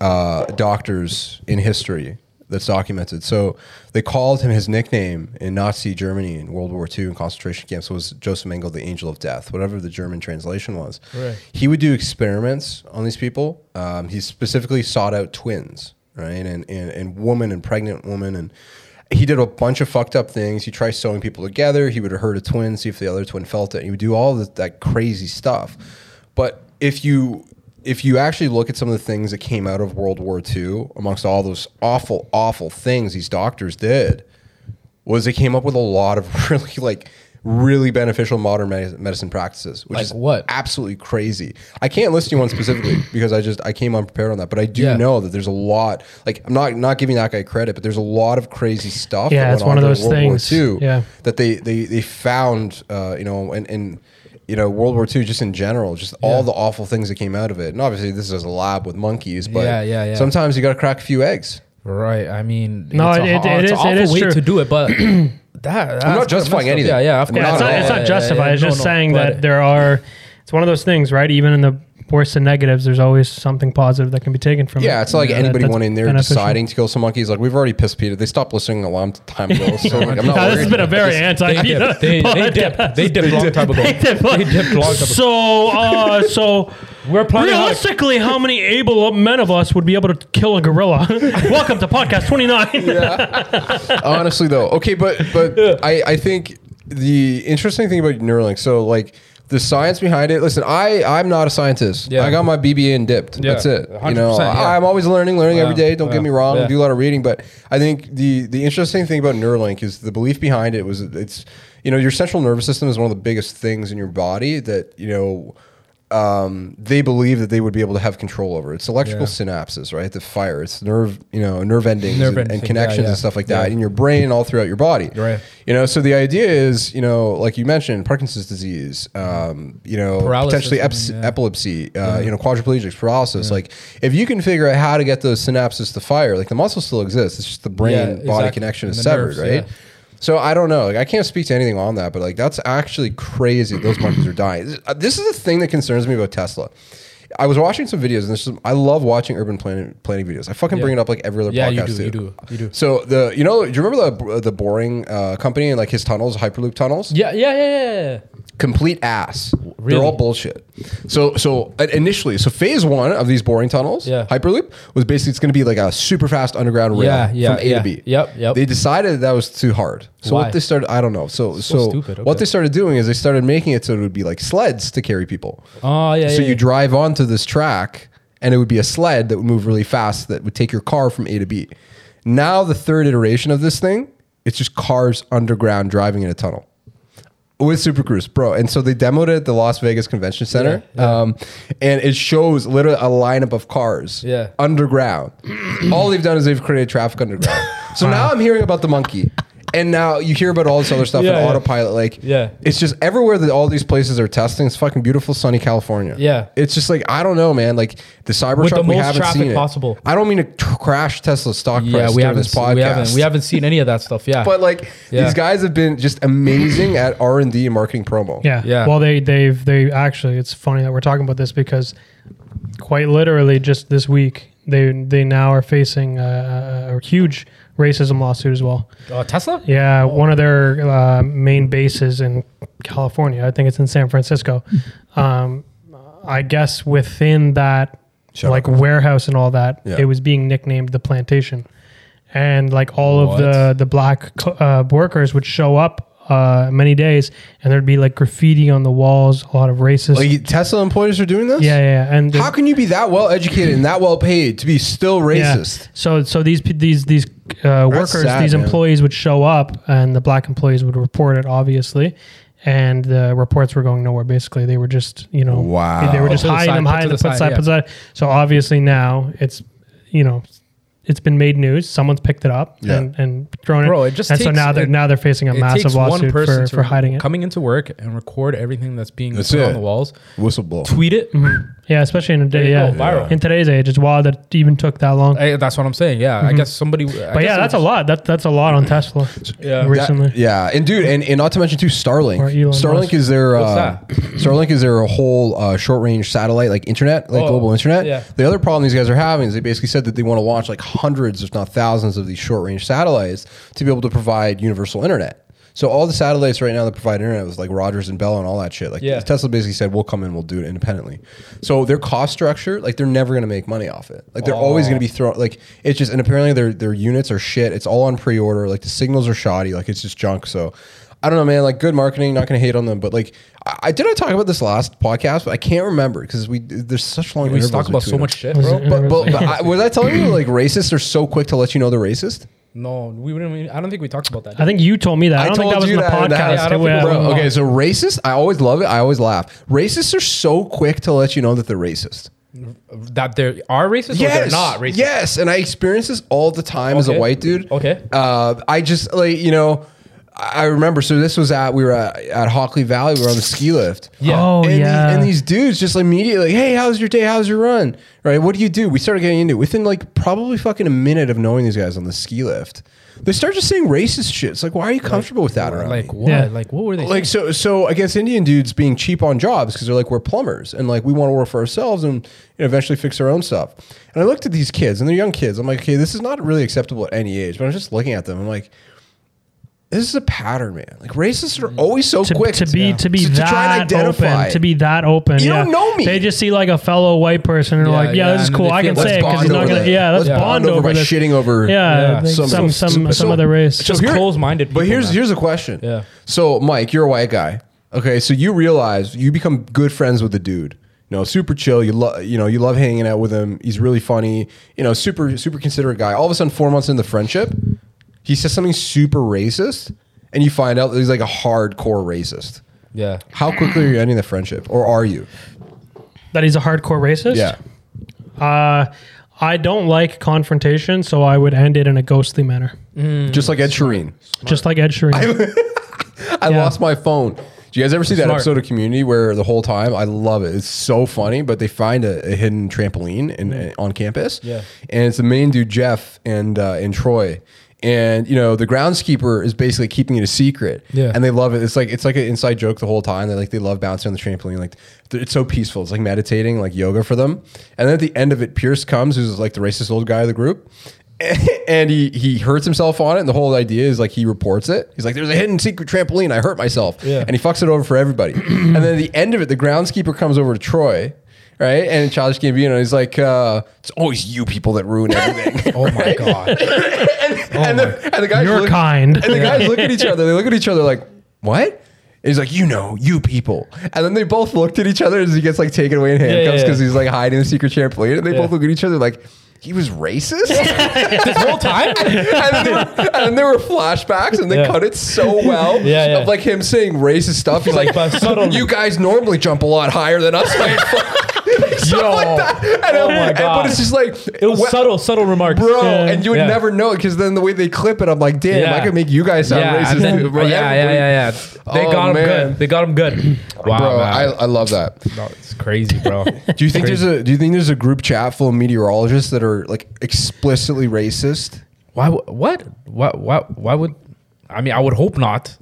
[SPEAKER 3] uh, doctors in history that's documented. So they called him his nickname in Nazi Germany in World War II in concentration camps was Joseph Mengel, the Angel of Death, whatever the German translation was.
[SPEAKER 1] Right.
[SPEAKER 3] He would do experiments on these people. Um, he specifically sought out twins, right, and, and and woman and pregnant woman, and he did a bunch of fucked up things. He tried sewing people together. He would hurt a twin, see if the other twin felt it. He would do all this, that crazy stuff. But if you if you actually look at some of the things that came out of World War II, amongst all those awful, awful things these doctors did, was they came up with a lot of *laughs* really like really beneficial modern med- medicine practices, which
[SPEAKER 1] Like
[SPEAKER 3] is
[SPEAKER 1] what?
[SPEAKER 3] absolutely crazy. I can't list you one
[SPEAKER 2] *clears throat*
[SPEAKER 3] specifically because I just I came unprepared on that, but I do
[SPEAKER 1] Yeah.
[SPEAKER 3] know that there's a lot. Like I'm not not giving that guy credit, but there's a lot of crazy stuff.
[SPEAKER 2] Yeah,
[SPEAKER 3] that
[SPEAKER 2] it's
[SPEAKER 3] went
[SPEAKER 2] one of
[SPEAKER 3] on during
[SPEAKER 2] those things.
[SPEAKER 3] War II
[SPEAKER 2] Yeah.
[SPEAKER 3] that they they they found, uh, you know, and and. You know, World War II, just in general, just all the awful things that came out of it. And obviously, this is a lab with monkeys, but
[SPEAKER 1] Yeah, yeah, yeah.
[SPEAKER 3] sometimes you got to crack a few eggs.
[SPEAKER 2] Mm-hmm.
[SPEAKER 1] Right. I mean,
[SPEAKER 2] No,
[SPEAKER 1] it's
[SPEAKER 2] it-
[SPEAKER 1] a,
[SPEAKER 2] it-
[SPEAKER 1] ho- it's an
[SPEAKER 2] it is- it
[SPEAKER 1] awful
[SPEAKER 2] is
[SPEAKER 1] way
[SPEAKER 2] true.
[SPEAKER 1] to do it,
[SPEAKER 2] *clears throat*
[SPEAKER 1] but that I'm
[SPEAKER 3] not justifying anything.
[SPEAKER 1] Yeah, yeah, of
[SPEAKER 3] Yeah,
[SPEAKER 2] Yeah,
[SPEAKER 1] course.
[SPEAKER 2] it's not,
[SPEAKER 3] at
[SPEAKER 2] it's
[SPEAKER 3] all.
[SPEAKER 2] not justified. it's
[SPEAKER 1] Yeah,
[SPEAKER 2] just
[SPEAKER 1] no, no,
[SPEAKER 2] saying
[SPEAKER 1] but-
[SPEAKER 2] that there are. It's one of those things, right? Even in the worst of negatives, there's always something positive that can be taken from it.
[SPEAKER 3] Yeah, it's like
[SPEAKER 2] That-
[SPEAKER 3] anybody
[SPEAKER 2] that's
[SPEAKER 3] went in there
[SPEAKER 2] beneficial.
[SPEAKER 3] deciding to kill some monkeys. Like we've already pissed Peter. They stopped listening a long
[SPEAKER 2] *laughs*
[SPEAKER 3] time ago. So like, I'm
[SPEAKER 2] Yeah, this
[SPEAKER 3] not
[SPEAKER 2] has
[SPEAKER 3] worried.
[SPEAKER 2] been a very
[SPEAKER 1] They
[SPEAKER 2] *laughs* anti
[SPEAKER 1] dipped. They, they dipped. They dipped long time ago. They dipped long time ago.
[SPEAKER 2] So, uh, so
[SPEAKER 1] We're planning on-
[SPEAKER 2] realistically, how many able men of us would be able to kill a gorilla? *laughs* Welcome to
[SPEAKER 1] *laughs*
[SPEAKER 2] podcast 29.
[SPEAKER 3] honestly though. Okay, but but I I think the interesting thing about Neuralink. So like the science behind it. Listen, I I'm not a scientist.
[SPEAKER 1] Yeah.
[SPEAKER 3] I got my BBA and dipped.
[SPEAKER 1] Yeah,
[SPEAKER 3] That's it. You know,
[SPEAKER 1] 100%, yeah.
[SPEAKER 3] I, I'm always learning, learning every
[SPEAKER 1] Yeah,
[SPEAKER 3] day. Don't
[SPEAKER 1] yeah,
[SPEAKER 3] get me wrong.
[SPEAKER 1] yeah.
[SPEAKER 3] Do a lot of reading, but I think the the interesting thing about Neuralink is the belief behind it was it's you know your central nervous system is one of the biggest things in your body that you know. um, they believe that they would be able to have control over. It's electrical
[SPEAKER 1] Yeah.
[SPEAKER 3] synapses, right? The fire, it's nerve, you know, nerve endings
[SPEAKER 1] Nerve
[SPEAKER 3] and, and
[SPEAKER 1] ending, yeah,
[SPEAKER 3] connections
[SPEAKER 1] yeah.
[SPEAKER 3] and stuff like that
[SPEAKER 1] Yeah.
[SPEAKER 3] in your brain and all throughout your body.
[SPEAKER 1] Right.
[SPEAKER 3] You know, so the idea is, you know, like you mentioned, Parkinson's disease, um, you know,
[SPEAKER 1] Paralysis
[SPEAKER 3] potentially
[SPEAKER 1] and-
[SPEAKER 3] eps-
[SPEAKER 1] yeah.
[SPEAKER 3] epilepsy, uh, you know, quadriplegics, paralysis. Like, if you can figure out how to get those synapses to fire, like the muscle still exists. It's just the brain
[SPEAKER 1] Yeah,
[SPEAKER 3] body
[SPEAKER 1] exactly.
[SPEAKER 3] connection
[SPEAKER 1] And
[SPEAKER 3] is
[SPEAKER 1] the
[SPEAKER 3] severed,
[SPEAKER 1] nerves,
[SPEAKER 3] right?
[SPEAKER 1] yeah.
[SPEAKER 3] So I don't know. Like I can't speak to anything on that, but like that's actually crazy. that Those monkeys are dying. This- uh, This is the thing that concerns me about Tesla. I was watching some videos, and there's some, I love watching urban planning, planning videos. I fucking
[SPEAKER 1] Yeah.
[SPEAKER 3] bring it up like every other
[SPEAKER 1] Yeah, you
[SPEAKER 3] podcast.
[SPEAKER 1] do,
[SPEAKER 3] too.
[SPEAKER 1] you do, you do.
[SPEAKER 3] So the you know do you remember the the boring uh, company and like his tunnels, Hyperloop tunnels?
[SPEAKER 1] Yeah, yeah, yeah, yeah, yeah.
[SPEAKER 3] complete ass.
[SPEAKER 1] Really?
[SPEAKER 3] They're all bullshit. So so uh, initially, so phase one of these boring tunnels,
[SPEAKER 1] Yeah.
[SPEAKER 3] Hyperloop, was basically it's going to be like a super fast underground rail
[SPEAKER 1] Yeah, yeah,
[SPEAKER 3] from A
[SPEAKER 1] yeah.
[SPEAKER 3] to B.
[SPEAKER 1] Yep, yep.
[SPEAKER 3] They decided that was too hard. So
[SPEAKER 1] Why?
[SPEAKER 3] what they started, I don't know. So so,
[SPEAKER 1] stupid.
[SPEAKER 3] what
[SPEAKER 1] Okay.
[SPEAKER 3] they started doing is they started making it so it would be like sleds to carry people.
[SPEAKER 1] Oh, yeah.
[SPEAKER 3] so
[SPEAKER 1] yeah,
[SPEAKER 3] you
[SPEAKER 1] yeah.
[SPEAKER 3] drive onto this track, and it would be a sled that would move really fast that would take your car from A to B. Now the third iteration of this thing, it's just cars underground driving in a tunnel with Super Cruise, bro. And so they demoed it at the Las Vegas Convention Center, Um, and it shows literally a lineup of cars,
[SPEAKER 1] Yeah. *clears throat*
[SPEAKER 3] underground. all they've done is they've created traffic underground. so now I'm hearing about the monkey. And now you hear about all this other stuff
[SPEAKER 1] Yeah,
[SPEAKER 3] in
[SPEAKER 1] yeah.
[SPEAKER 3] autopilot. Like,
[SPEAKER 1] Yeah.
[SPEAKER 3] it's just everywhere that all these places are testing. It's fucking beautiful, sunny California.
[SPEAKER 1] Yeah.
[SPEAKER 3] it's just like I don't know, man. Like
[SPEAKER 1] With
[SPEAKER 3] the
[SPEAKER 1] the
[SPEAKER 3] Cybertruck,
[SPEAKER 1] most
[SPEAKER 3] we haven't
[SPEAKER 1] traffic
[SPEAKER 3] seen it.
[SPEAKER 1] possible.
[SPEAKER 3] I don't mean to tr- crash Tesla's stock price.
[SPEAKER 1] yeah, we
[SPEAKER 3] during
[SPEAKER 1] haven't,
[SPEAKER 3] this
[SPEAKER 1] se-
[SPEAKER 3] podcast.
[SPEAKER 1] we haven't, we haven't seen any of that stuff. Yeah,
[SPEAKER 3] But like
[SPEAKER 1] Yeah.
[SPEAKER 3] these guys have been just amazing at R and D and marketing promo.
[SPEAKER 2] Yeah.
[SPEAKER 1] Yeah.
[SPEAKER 2] Well, they they've they actually it's funny that we're talking about this because quite literally just this week they they now are facing a, a huge racism lawsuit as well.
[SPEAKER 1] uh, Tesla.
[SPEAKER 2] Yeah, one of their uh, main bases in California. I think it's in San Francisco.
[SPEAKER 3] Hmm.
[SPEAKER 2] Um, I guess within that,
[SPEAKER 3] Shut
[SPEAKER 2] like warehouse and all that,
[SPEAKER 3] Yeah.
[SPEAKER 2] it was being nicknamed the plantation, and like all of the
[SPEAKER 1] What?
[SPEAKER 2] the black co- uh, workers would show up uh, many days, and there'd be like graffiti on the walls, a lot of racist.
[SPEAKER 3] Like Tesla employees are doing this.
[SPEAKER 2] yeah, yeah, yeah, and
[SPEAKER 3] Oh, How can you be that well educated and that well paid to be still
[SPEAKER 2] Yeah.
[SPEAKER 3] racist?
[SPEAKER 2] So so these pe- these these uh, workers,
[SPEAKER 3] sad,
[SPEAKER 2] these
[SPEAKER 3] man.
[SPEAKER 2] employees would show up, and the black employees would report it, obviously. And the reports were going nowhere. Basically, they were just you know
[SPEAKER 3] Wow.
[SPEAKER 2] they were
[SPEAKER 1] Put
[SPEAKER 2] just
[SPEAKER 1] to the
[SPEAKER 2] hiding
[SPEAKER 1] side,
[SPEAKER 2] them,
[SPEAKER 1] put
[SPEAKER 2] hiding
[SPEAKER 1] to
[SPEAKER 2] them,
[SPEAKER 1] the side,
[SPEAKER 2] put side, put side. So obviously now it's you know it's been made news. Someone's picked it up
[SPEAKER 3] Yeah.
[SPEAKER 2] and, and thrown
[SPEAKER 1] Bro,
[SPEAKER 2] it.
[SPEAKER 1] it just
[SPEAKER 2] and so
[SPEAKER 1] takes-
[SPEAKER 2] now they're
[SPEAKER 1] it-
[SPEAKER 2] now they're facing a
[SPEAKER 1] It
[SPEAKER 2] massive
[SPEAKER 1] takes
[SPEAKER 2] lawsuit
[SPEAKER 1] one person
[SPEAKER 2] for,
[SPEAKER 1] to
[SPEAKER 2] for hiding it.
[SPEAKER 1] coming into work and record everything that's being
[SPEAKER 3] That's
[SPEAKER 1] put
[SPEAKER 3] it.
[SPEAKER 1] on the walls,
[SPEAKER 3] Whistleblower.
[SPEAKER 1] tweet it.
[SPEAKER 2] Mm-hmm. Yeah, especially in a
[SPEAKER 1] There
[SPEAKER 2] day.
[SPEAKER 1] you
[SPEAKER 2] Yeah,
[SPEAKER 1] go, viral.
[SPEAKER 2] in today's age, it's wild that it even took that long.
[SPEAKER 1] I, that's what I'm saying. Yeah, I guess somebody.
[SPEAKER 2] Mm-hmm. but yeah, that's a lot. That, that's a lot on Tesla.
[SPEAKER 1] Yeah.
[SPEAKER 3] That-
[SPEAKER 2] recently.
[SPEAKER 3] yeah, and dude, and, and not to mention too Starlink.
[SPEAKER 2] Or Elon
[SPEAKER 3] Starlink
[SPEAKER 2] Musk.
[SPEAKER 3] is their
[SPEAKER 1] What's
[SPEAKER 3] uh,
[SPEAKER 1] that?
[SPEAKER 3] *clears throat* Starlink is their whole uh, short range satellite, like internet, like
[SPEAKER 1] Oh,
[SPEAKER 3] global internet.
[SPEAKER 1] yeah.
[SPEAKER 3] The other problem these guys are having is they basically said that they want to launch like hundreds, if not thousands, of these short range satellites to be able to provide universal internet. So all the satellites right now that provide internet was like Rogers and Bell and all that shit. Like
[SPEAKER 1] Yeah.
[SPEAKER 3] Tesla basically said, "We'll come in, we'll do it independently." So their cost structure, like they're never going to make money off it. Like they're always going to be
[SPEAKER 2] Oh.
[SPEAKER 3] thrown. Like it's just and apparently their their units are shit. It's all on pre order. Like the signals are shoddy. Like it's just junk. So I don't know, man. Like good marketing. Not going to hate on them, but like I, I did I talk about this last podcast, but I can't remember because we there's such long.
[SPEAKER 1] We just
[SPEAKER 3] intervals
[SPEAKER 1] talk about so
[SPEAKER 3] between
[SPEAKER 1] much
[SPEAKER 3] them.
[SPEAKER 1] shit, bro.
[SPEAKER 2] it-
[SPEAKER 3] But but, but I, was I telling you like racists are so quick to let you know they're racist?
[SPEAKER 1] No, we wouldn't. even- I don't think we talked about that.
[SPEAKER 2] I think you told me that. I, don't think that was in the
[SPEAKER 3] and
[SPEAKER 2] podcast.
[SPEAKER 1] I don't think
[SPEAKER 2] It was-
[SPEAKER 1] it was-
[SPEAKER 3] Bro,
[SPEAKER 1] Bro.
[SPEAKER 3] okay, so racist. I always love it. I always laugh. Racists are so quick to let you know that they're racist.
[SPEAKER 1] that there are racist or they're not racist.
[SPEAKER 3] Yes, and I experience this all the time as a
[SPEAKER 1] Okay.
[SPEAKER 3] white dude.
[SPEAKER 1] Okay.
[SPEAKER 3] Uh, I just like you know, I I remember. So this was at we were at, at Hockley Valley. We were on the ski lift.
[SPEAKER 1] Yeah.
[SPEAKER 2] Oh
[SPEAKER 3] and
[SPEAKER 2] yeah.
[SPEAKER 3] These, and these dudes just immediately, like, hey, how's your day? How's your run? Right? What do you do? We started getting into it. within like probably fucking a minute of knowing these guys on the ski lift. They start just saying racist shit. It's like, why are you comfortable with that? around me?
[SPEAKER 1] Like what?
[SPEAKER 2] Yeah.
[SPEAKER 1] Like what were they?
[SPEAKER 3] like so so I guess Indian dudes being cheap on jobs because they're like we're plumbers and like we want to work for ourselves and you know, eventually fix our own stuff. And I looked at these kids and they're young kids. I'm like, okay, this is not really acceptable at any age. But I'm just looking at them. I'm like, this is a pattern, man. Like racists
[SPEAKER 1] Mm.
[SPEAKER 3] are always so
[SPEAKER 2] to,
[SPEAKER 3] quick
[SPEAKER 2] to be to be that open to be that open
[SPEAKER 3] You
[SPEAKER 2] yeah.
[SPEAKER 3] don't know me.
[SPEAKER 2] they just see like a fellow white person and they're
[SPEAKER 1] Yeah,
[SPEAKER 2] like yeah,
[SPEAKER 1] yeah,
[SPEAKER 2] this is
[SPEAKER 1] and
[SPEAKER 2] cool
[SPEAKER 1] they
[SPEAKER 2] I
[SPEAKER 1] feel
[SPEAKER 2] can
[SPEAKER 1] like-
[SPEAKER 2] say it
[SPEAKER 1] Let's
[SPEAKER 2] because he's
[SPEAKER 1] bond
[SPEAKER 2] not gonna
[SPEAKER 1] over
[SPEAKER 2] yeah
[SPEAKER 1] that.
[SPEAKER 2] let's
[SPEAKER 1] Yeah.
[SPEAKER 2] bond over,
[SPEAKER 3] by
[SPEAKER 2] this
[SPEAKER 3] shitting over
[SPEAKER 2] yeah,
[SPEAKER 1] Yeah.
[SPEAKER 2] like some some
[SPEAKER 3] Some-
[SPEAKER 2] some,
[SPEAKER 3] stupid. So-
[SPEAKER 2] other race
[SPEAKER 1] Just
[SPEAKER 3] here-
[SPEAKER 1] closed-minded
[SPEAKER 3] But
[SPEAKER 1] people,
[SPEAKER 3] here's
[SPEAKER 1] man.
[SPEAKER 3] here's a question.
[SPEAKER 1] Yeah.
[SPEAKER 3] So Mike, you're a white guy. Okay, so you realize you become good friends with the dude. You know, super chill. You love you know you love hanging out with him. He's really funny. You know, super super considerate guy. All of a sudden, four months into the friendship, he says something super racist, and you find out that he's like a hardcore racist. *laughs*
[SPEAKER 1] yeah.
[SPEAKER 3] How quickly are you ending the friendship, or are you?
[SPEAKER 2] that he's a hardcore racist
[SPEAKER 3] Yeah.
[SPEAKER 2] uh, I don't like confrontation so I would end it in a ghostly manner
[SPEAKER 3] Just like
[SPEAKER 1] Mm.
[SPEAKER 3] Ed Sheeran.
[SPEAKER 2] just like Ed Sheeran
[SPEAKER 3] I
[SPEAKER 2] Yeah.
[SPEAKER 3] lost my phone. Do you guys ever see that
[SPEAKER 1] Smart.
[SPEAKER 3] episode of Community where the whole time I love it? It's so funny, but they find a, a hidden trampoline in, on campus.
[SPEAKER 1] Yeah.
[SPEAKER 3] and it's the main dude Jeff and uh, and Troy, and you know the groundskeeper is basically keeping it a secret.
[SPEAKER 4] Yeah.
[SPEAKER 3] and they love it. It's like it's like an inside joke the whole time. They like they love bouncing on the trampoline. Like th- it's so peaceful. It's like meditating, like yoga for them. And then at the end of it, Pierce comes, who's like the racist old guy of the group. *laughs* And he, he hurts himself on it. And the whole idea is like he reports it. He's like, there's a hidden secret trampoline. I hurt myself.
[SPEAKER 4] Yeah.
[SPEAKER 3] And he fucks it over for everybody. *clears throat* and then at the end of it, the groundskeeper comes over to Troy, right? And Childish Gambino, he's like, uh, it's always you people that ruin everything.
[SPEAKER 4] *laughs* Oh my
[SPEAKER 3] *laughs*
[SPEAKER 4] god. Oh
[SPEAKER 3] and, the, and the guys
[SPEAKER 2] You're
[SPEAKER 3] look-
[SPEAKER 2] kind.
[SPEAKER 3] And the guys look at each other. They look at each other like, what? And he's like, you know, you people. And then they both looked at each other as he gets like taken away in handcuffs
[SPEAKER 1] yeah,
[SPEAKER 3] because
[SPEAKER 1] yeah.
[SPEAKER 3] he's like hiding the secret trampoline. And they
[SPEAKER 1] Yeah.
[SPEAKER 3] both look at each other like, he was
[SPEAKER 1] *laughs*
[SPEAKER 3] racist?
[SPEAKER 1] this whole time.
[SPEAKER 2] *laughs*
[SPEAKER 3] and, there were, and there were flashbacks, and they
[SPEAKER 1] Yeah.
[SPEAKER 3] cut it so well
[SPEAKER 1] *laughs* Yeah, yeah.
[SPEAKER 3] of like him saying racist stuff. He's like,
[SPEAKER 1] Like, but subtly.
[SPEAKER 3] "You guys normally jump a lot higher than us." Mate. *laughs* Stuff
[SPEAKER 1] Yo.
[SPEAKER 3] like that. And,
[SPEAKER 1] Oh
[SPEAKER 3] I'm-
[SPEAKER 1] my
[SPEAKER 3] and-
[SPEAKER 1] God.
[SPEAKER 3] but it's just like
[SPEAKER 1] It was subtle, subtle remarks,
[SPEAKER 3] Bro,
[SPEAKER 2] Yeah.
[SPEAKER 3] and you would
[SPEAKER 1] Yeah.
[SPEAKER 3] never know because then the way they clip it, I'm like, damn,
[SPEAKER 1] Yeah.
[SPEAKER 3] I could make you guys sound
[SPEAKER 1] Yeah,
[SPEAKER 3] racist.
[SPEAKER 1] and then-
[SPEAKER 3] too, bro.
[SPEAKER 1] yeah, yeah,
[SPEAKER 3] Everybody-
[SPEAKER 1] yeah, yeah. They
[SPEAKER 3] Oh,
[SPEAKER 1] got him
[SPEAKER 3] man.
[SPEAKER 1] good. They got him
[SPEAKER 3] *clears throat*
[SPEAKER 1] good. Wow,
[SPEAKER 3] Bro,
[SPEAKER 1] man.
[SPEAKER 3] I, I love that.
[SPEAKER 1] No, it's crazy,
[SPEAKER 3] *laughs*
[SPEAKER 1] bro.
[SPEAKER 3] Do you think there's a Do you think there's a group chat full of meteorologists that are like explicitly racist?
[SPEAKER 1] why? w- What? Why? Why? Why would? I mean, I would hope not.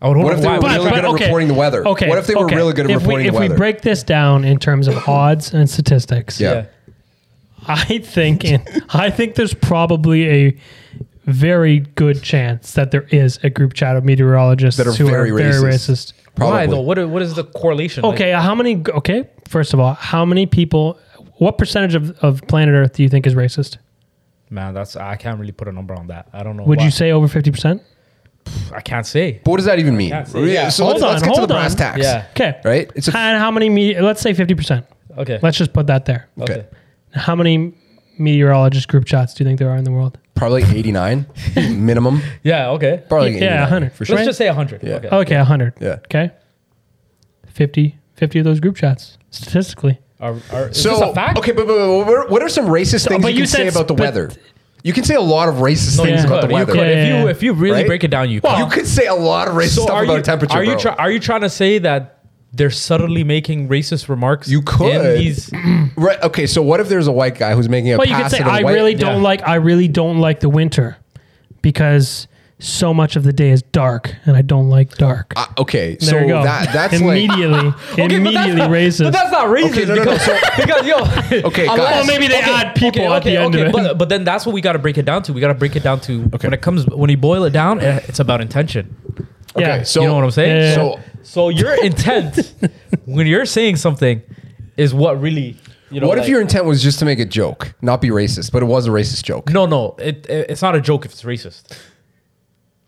[SPEAKER 1] I would hope.
[SPEAKER 3] What if they
[SPEAKER 1] why
[SPEAKER 3] were
[SPEAKER 1] would-
[SPEAKER 3] really good at reporting the weather?
[SPEAKER 2] Okay.
[SPEAKER 3] What if they were
[SPEAKER 2] okay.
[SPEAKER 3] really good at
[SPEAKER 2] If we-
[SPEAKER 3] reporting the
[SPEAKER 2] If
[SPEAKER 3] weather?
[SPEAKER 2] we break this down in terms of odds and statistics,
[SPEAKER 3] Yeah.
[SPEAKER 2] I think I think there's probably a very good chance that there is a group chat of meteorologists
[SPEAKER 3] That are
[SPEAKER 2] who
[SPEAKER 3] very
[SPEAKER 2] are very racist.
[SPEAKER 3] racist.
[SPEAKER 1] Why though? What? What is the correlation? Like,
[SPEAKER 2] Okay, uh, how many? Okay, first of all, how many people? What percentage of, of planet Earth do you think is racist?
[SPEAKER 1] man, that's I can't really put a number on that. I don't know.
[SPEAKER 2] Would
[SPEAKER 1] why.
[SPEAKER 2] you say over fifty percent?
[SPEAKER 1] I can't say.
[SPEAKER 3] But what does that even mean?
[SPEAKER 1] can't say. Yeah.
[SPEAKER 3] So
[SPEAKER 2] Hold
[SPEAKER 3] let's, let's
[SPEAKER 2] on,
[SPEAKER 3] get to the
[SPEAKER 2] hold on.
[SPEAKER 3] brass tacks.
[SPEAKER 1] Yeah.
[SPEAKER 2] Okay,
[SPEAKER 3] Right? It's a,
[SPEAKER 2] And how many? Me- let's say fifty percent.
[SPEAKER 1] Okay.
[SPEAKER 2] Let's just put that there.
[SPEAKER 1] okay.
[SPEAKER 3] Okay.
[SPEAKER 2] How many meteorologist group chats do you think there are in the world?
[SPEAKER 1] *laughs*
[SPEAKER 3] probably 89 minimum.
[SPEAKER 1] Yeah. Okay.
[SPEAKER 3] Probably like
[SPEAKER 2] Yeah,
[SPEAKER 3] 89,
[SPEAKER 2] 100.
[SPEAKER 3] for sure.
[SPEAKER 1] Let's just say hundred.
[SPEAKER 3] Yeah.
[SPEAKER 1] Okay.
[SPEAKER 2] Okay, hundred.
[SPEAKER 3] Yeah.
[SPEAKER 2] Okay. 50, 50 of those group chats statistically.
[SPEAKER 1] Are, are, is this
[SPEAKER 3] So
[SPEAKER 1] a fact?
[SPEAKER 3] okay, but, but, but what are- what are some racist things
[SPEAKER 2] but
[SPEAKER 3] you,
[SPEAKER 2] you
[SPEAKER 3] can say
[SPEAKER 2] said
[SPEAKER 3] about the
[SPEAKER 2] sp-
[SPEAKER 3] weather? You can say a lot of racist
[SPEAKER 1] No,
[SPEAKER 3] things
[SPEAKER 1] you
[SPEAKER 3] about the
[SPEAKER 1] could. You
[SPEAKER 3] weather.
[SPEAKER 1] could. If
[SPEAKER 2] Yeah.
[SPEAKER 1] you if you really
[SPEAKER 3] Right?
[SPEAKER 1] break it down, you could.
[SPEAKER 3] You could say a lot of racist stuff about
[SPEAKER 1] you,
[SPEAKER 3] temperature.
[SPEAKER 1] Are you
[SPEAKER 3] bro.
[SPEAKER 1] try, are you trying to say that they're subtly making racist remarks?
[SPEAKER 3] You could.
[SPEAKER 1] In these,
[SPEAKER 3] right? Okay, so what if there's a white guy who's making a
[SPEAKER 2] But you could
[SPEAKER 3] pass
[SPEAKER 2] say
[SPEAKER 3] at a
[SPEAKER 2] I
[SPEAKER 3] white-
[SPEAKER 2] really don't
[SPEAKER 1] yeah.
[SPEAKER 2] like I really don't like the winter because so much of the day is dark and I don't like dark.
[SPEAKER 3] Uh, okay, so
[SPEAKER 2] there you go. *laughs*
[SPEAKER 3] that that's
[SPEAKER 1] *laughs*
[SPEAKER 3] like
[SPEAKER 2] immediately immediately racist.
[SPEAKER 1] But that's not racist
[SPEAKER 3] Okay, no, no, no,
[SPEAKER 1] because, *laughs* because yo.
[SPEAKER 3] *laughs* Okay,
[SPEAKER 1] unless-
[SPEAKER 3] guys.
[SPEAKER 2] Oh, maybe they add people at the end of
[SPEAKER 1] *laughs*
[SPEAKER 2] it.
[SPEAKER 1] But, but then that's what we got to break it down to. We got to break it down to when it comes when you boil it down, eh, it's about intention.
[SPEAKER 2] yeah.
[SPEAKER 3] okay, so
[SPEAKER 1] you know what I'm saying?
[SPEAKER 2] Yeah.
[SPEAKER 3] So
[SPEAKER 1] So your
[SPEAKER 3] *laughs*
[SPEAKER 1] intent when you're saying something is what really you know.
[SPEAKER 3] what if
[SPEAKER 1] like-
[SPEAKER 3] your intent was just to make a joke, not be racist, but it was a racist joke?
[SPEAKER 1] no no it, it- it's not a joke if it's racist.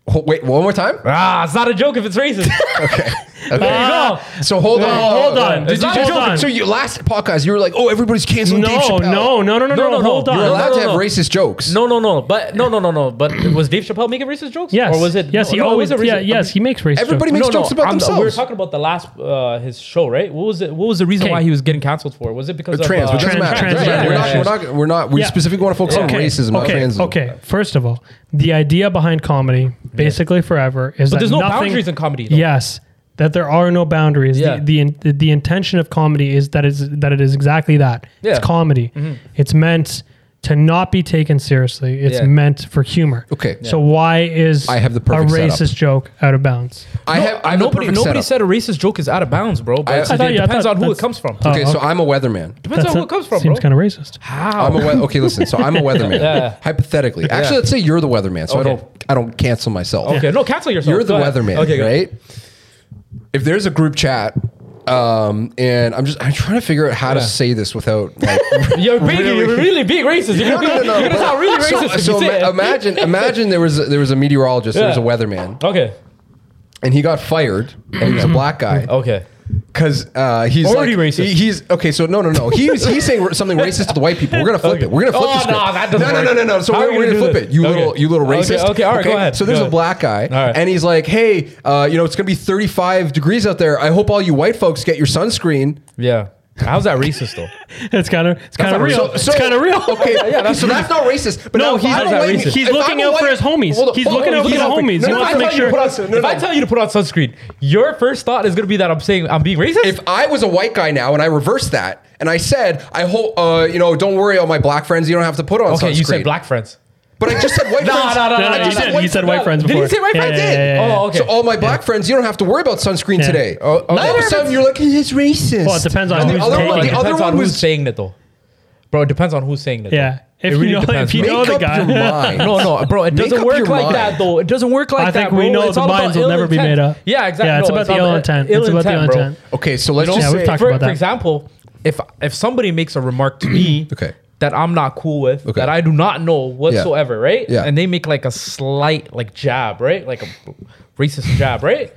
[SPEAKER 3] Ho- Wait, one more time.
[SPEAKER 1] Ah, it's not a joke if it's
[SPEAKER 2] *laughs*
[SPEAKER 1] racist.
[SPEAKER 3] Okay.
[SPEAKER 1] no,
[SPEAKER 3] So hold on.
[SPEAKER 2] Uh, Oh, hold on.
[SPEAKER 3] Did
[SPEAKER 2] It's
[SPEAKER 3] you
[SPEAKER 2] not
[SPEAKER 3] just-
[SPEAKER 2] hold on.
[SPEAKER 3] So you last podcast, you were like, "Oh, everybody's canceling Dave
[SPEAKER 2] no, no,
[SPEAKER 3] Chappelle."
[SPEAKER 2] no, no, no,
[SPEAKER 1] no,
[SPEAKER 2] no,
[SPEAKER 1] no.
[SPEAKER 2] hold
[SPEAKER 1] You're
[SPEAKER 2] on.
[SPEAKER 3] You're allowed
[SPEAKER 1] no,
[SPEAKER 3] to have
[SPEAKER 1] no.
[SPEAKER 3] racist jokes.
[SPEAKER 1] no, no, no. But no, no, no, no. But was Dave Chappelle making racist jokes?
[SPEAKER 2] Yes.
[SPEAKER 1] Or was it?
[SPEAKER 2] Yes,
[SPEAKER 1] no,
[SPEAKER 2] he
[SPEAKER 1] no, it
[SPEAKER 2] always
[SPEAKER 1] wasn't
[SPEAKER 2] yeah,
[SPEAKER 1] racist.
[SPEAKER 2] yes, he makes racist
[SPEAKER 3] Everybody
[SPEAKER 2] jokes.
[SPEAKER 3] makes jokes about
[SPEAKER 1] I'm-
[SPEAKER 3] themselves.
[SPEAKER 1] We were talking about the last uh, his show, right? What was it? What was the reason
[SPEAKER 2] Okay.
[SPEAKER 1] why he was getting canceled for? Was it because
[SPEAKER 3] trans,
[SPEAKER 1] of, uh,
[SPEAKER 3] but it doesn't
[SPEAKER 2] trans-
[SPEAKER 3] matter.
[SPEAKER 2] trans-
[SPEAKER 3] Doesn't matter. We're
[SPEAKER 1] yeah,
[SPEAKER 3] not,
[SPEAKER 1] yeah.
[SPEAKER 3] we're not, we're not, we
[SPEAKER 2] Yeah.
[SPEAKER 3] specifically want to focus on racism, not
[SPEAKER 2] okay,
[SPEAKER 3] transism.
[SPEAKER 2] Okay, first of all, the idea behind comedy, basically forever, is that
[SPEAKER 1] But there's no
[SPEAKER 2] nothing-
[SPEAKER 1] boundaries in comedy. Though.
[SPEAKER 2] Yes, that there are no boundaries.
[SPEAKER 1] Yeah.
[SPEAKER 2] The, the, in- the the intention of comedy is that is that it is exactly that.
[SPEAKER 1] Yeah. Mm-hmm.
[SPEAKER 2] It's comedy. It's meant to not be taken seriously. It's
[SPEAKER 1] Yeah.
[SPEAKER 2] meant for humor.
[SPEAKER 3] Okay.
[SPEAKER 2] So why is
[SPEAKER 3] I have the
[SPEAKER 2] a
[SPEAKER 3] perfect
[SPEAKER 2] racist
[SPEAKER 3] setup.
[SPEAKER 2] joke out of bounds?
[SPEAKER 3] I have, I have
[SPEAKER 1] nobody,
[SPEAKER 3] the perfect
[SPEAKER 1] nobody
[SPEAKER 3] setup.
[SPEAKER 1] said a racist joke is out of bounds, bro. But
[SPEAKER 3] I-
[SPEAKER 1] it's-
[SPEAKER 3] I
[SPEAKER 2] thought-
[SPEAKER 1] it
[SPEAKER 2] yeah, I
[SPEAKER 1] depends on
[SPEAKER 2] thought
[SPEAKER 1] who it
[SPEAKER 2] that's-
[SPEAKER 1] comes from.
[SPEAKER 2] Oh,
[SPEAKER 3] okay, so I'm a weatherman.
[SPEAKER 1] depends on
[SPEAKER 2] That's
[SPEAKER 1] who
[SPEAKER 2] a-
[SPEAKER 1] it comes from,
[SPEAKER 2] Seems
[SPEAKER 1] bro.
[SPEAKER 2] kind of racist.
[SPEAKER 1] How?
[SPEAKER 3] I'm a we- okay. Listen, so I'm
[SPEAKER 1] *laughs*
[SPEAKER 3] a weatherman.
[SPEAKER 1] Oh. Yeah.
[SPEAKER 3] Hypothetically, actually, let's say you're the weatherman, so
[SPEAKER 1] Okay.
[SPEAKER 3] I don't I don't cancel myself.
[SPEAKER 1] Okay, no, cancel yourself.
[SPEAKER 3] You're the
[SPEAKER 1] Go ahead.
[SPEAKER 3] weatherman,
[SPEAKER 1] Okay, go.
[SPEAKER 3] right? If there's a group chat, um, and I'm just I'm trying to figure out how to
[SPEAKER 1] Yeah.
[SPEAKER 3] say this without
[SPEAKER 1] *laughs*
[SPEAKER 3] like, *laughs*
[SPEAKER 1] You're being, you're really being racist. You're
[SPEAKER 3] No,
[SPEAKER 1] gonna, be,
[SPEAKER 3] no, no, no.
[SPEAKER 1] you're gonna sound really
[SPEAKER 3] So-
[SPEAKER 1] racist. if
[SPEAKER 3] So,
[SPEAKER 1] you say
[SPEAKER 3] ima-
[SPEAKER 1] it.
[SPEAKER 3] imagine imagine there was a, there was a meteorologist, there was a
[SPEAKER 1] Yeah.
[SPEAKER 3] weatherman,
[SPEAKER 1] Okay,
[SPEAKER 3] and he got fired, and he was a black guy.
[SPEAKER 1] okay.
[SPEAKER 3] Because uh, he's
[SPEAKER 1] Already
[SPEAKER 3] like-
[SPEAKER 1] racist.
[SPEAKER 3] he- he's okay. So no, no, no. He's he's saying r- something racist to the white people. We're gonna flip
[SPEAKER 1] Okay.
[SPEAKER 3] it. We're gonna flip
[SPEAKER 1] Oh,
[SPEAKER 3] the script.
[SPEAKER 1] no, that doesn't
[SPEAKER 3] no, no,
[SPEAKER 1] work.
[SPEAKER 3] no, no, no. So
[SPEAKER 1] How are
[SPEAKER 3] we're,
[SPEAKER 1] we
[SPEAKER 3] we're gonna
[SPEAKER 1] gonna
[SPEAKER 3] flip
[SPEAKER 1] do
[SPEAKER 3] it.
[SPEAKER 1] this?
[SPEAKER 3] You
[SPEAKER 1] Okay.
[SPEAKER 3] little, you little
[SPEAKER 1] Okay,
[SPEAKER 3] racist.
[SPEAKER 1] okay, all right, go ahead.
[SPEAKER 3] So there's
[SPEAKER 1] Go
[SPEAKER 3] a
[SPEAKER 1] ahead.
[SPEAKER 3] black guy,
[SPEAKER 1] All right.
[SPEAKER 3] and he's like, "Hey, uh, you know, it's gonna be 35 degrees out there. I hope all you white folks get your sunscreen."
[SPEAKER 1] Yeah. How's that racist
[SPEAKER 3] *laughs*
[SPEAKER 1] though?
[SPEAKER 2] *laughs* It's kind of it's kind
[SPEAKER 1] not
[SPEAKER 2] of real.
[SPEAKER 1] racist.
[SPEAKER 2] it's kind of real.
[SPEAKER 3] Okay, yeah, that's, so that's not racist. But
[SPEAKER 2] No,
[SPEAKER 3] now if
[SPEAKER 2] he's-
[SPEAKER 3] I'm a
[SPEAKER 1] that's
[SPEAKER 3] white-
[SPEAKER 1] racist.
[SPEAKER 2] He's
[SPEAKER 3] if I'm
[SPEAKER 2] looking
[SPEAKER 3] a
[SPEAKER 2] out for
[SPEAKER 3] white-
[SPEAKER 2] his homies.
[SPEAKER 3] Hold on,
[SPEAKER 2] He's
[SPEAKER 3] hold on,
[SPEAKER 2] looking out
[SPEAKER 3] he's
[SPEAKER 2] for
[SPEAKER 3] looking-
[SPEAKER 2] the homies.
[SPEAKER 3] No,
[SPEAKER 2] He
[SPEAKER 3] no,
[SPEAKER 2] wants
[SPEAKER 3] I
[SPEAKER 2] to make
[SPEAKER 3] thought you
[SPEAKER 2] sure-
[SPEAKER 3] put on sun- no,
[SPEAKER 1] if
[SPEAKER 3] no,
[SPEAKER 1] I tell you to put on sunscreen, your first thought is gonna be that I'm saying I'm being racist.
[SPEAKER 3] if I was a white guy now and I reversed that and I said, I hope, uh, you know, don't worry, all my black friends, you don't have to put on sunscreen.
[SPEAKER 1] okay, you said black friends.
[SPEAKER 3] But I just said white
[SPEAKER 1] Nah,
[SPEAKER 3] friends.
[SPEAKER 1] nah, nah, nah,
[SPEAKER 2] *laughs* No, no,
[SPEAKER 1] nah,
[SPEAKER 2] you
[SPEAKER 1] nah,
[SPEAKER 2] said,
[SPEAKER 1] nah.
[SPEAKER 2] you said white friends
[SPEAKER 3] Did
[SPEAKER 2] before.
[SPEAKER 3] you say white
[SPEAKER 2] Yeah,
[SPEAKER 3] friends?
[SPEAKER 2] yeah,
[SPEAKER 3] I did.
[SPEAKER 2] yeah, yeah, yeah.
[SPEAKER 1] Oh, okay.
[SPEAKER 3] So all my black friends, you don't have to worry about sunscreen
[SPEAKER 2] Yeah.
[SPEAKER 3] today. Oh, oh, all of a
[SPEAKER 1] Neither
[SPEAKER 3] sudden
[SPEAKER 1] of
[SPEAKER 3] you're like, he's racist.
[SPEAKER 2] Well, it depends on
[SPEAKER 3] And the
[SPEAKER 2] who's
[SPEAKER 3] other
[SPEAKER 2] taking
[SPEAKER 3] one.
[SPEAKER 1] it
[SPEAKER 3] The
[SPEAKER 2] it.
[SPEAKER 3] other
[SPEAKER 1] depends
[SPEAKER 3] one
[SPEAKER 1] on who's
[SPEAKER 3] was
[SPEAKER 1] saying it though. Bro, it depends on who's saying it.
[SPEAKER 2] Yeah.
[SPEAKER 1] Though.
[SPEAKER 2] If
[SPEAKER 1] it
[SPEAKER 2] you
[SPEAKER 1] really
[SPEAKER 2] know-
[SPEAKER 1] depends.
[SPEAKER 2] if you
[SPEAKER 1] bro.
[SPEAKER 3] make
[SPEAKER 2] know the
[SPEAKER 3] up
[SPEAKER 2] guy. *laughs*
[SPEAKER 3] your mind.
[SPEAKER 1] No, no, bro. It
[SPEAKER 3] Make
[SPEAKER 1] doesn't
[SPEAKER 3] up
[SPEAKER 1] work
[SPEAKER 3] your
[SPEAKER 1] like
[SPEAKER 3] mind.
[SPEAKER 1] that, though. It doesn't work like
[SPEAKER 2] *laughs* I
[SPEAKER 1] that.
[SPEAKER 2] think we
[SPEAKER 1] bro.
[SPEAKER 2] know
[SPEAKER 1] It's
[SPEAKER 2] the
[SPEAKER 1] all about
[SPEAKER 2] minds will
[SPEAKER 1] ill
[SPEAKER 2] never be
[SPEAKER 1] intent.
[SPEAKER 2] made up.
[SPEAKER 1] Yeah, exactly.
[SPEAKER 2] Yeah, it's
[SPEAKER 1] No,
[SPEAKER 2] about the ill
[SPEAKER 1] about
[SPEAKER 2] intent. It's about the ill
[SPEAKER 1] bro.
[SPEAKER 2] intent.
[SPEAKER 3] Okay, so let's
[SPEAKER 1] You know,
[SPEAKER 3] just
[SPEAKER 2] Yeah, we've
[SPEAKER 3] say.
[SPEAKER 2] talked
[SPEAKER 1] for,
[SPEAKER 2] about
[SPEAKER 1] for
[SPEAKER 2] that.
[SPEAKER 1] example, if if somebody makes a remark to me
[SPEAKER 3] *clears throat* Okay.
[SPEAKER 1] that I'm not cool with,
[SPEAKER 3] Okay.
[SPEAKER 1] that I do not know whatsoever, right?
[SPEAKER 3] Yeah.
[SPEAKER 1] And they make like a slight like jab, right? Like a racist jab, right?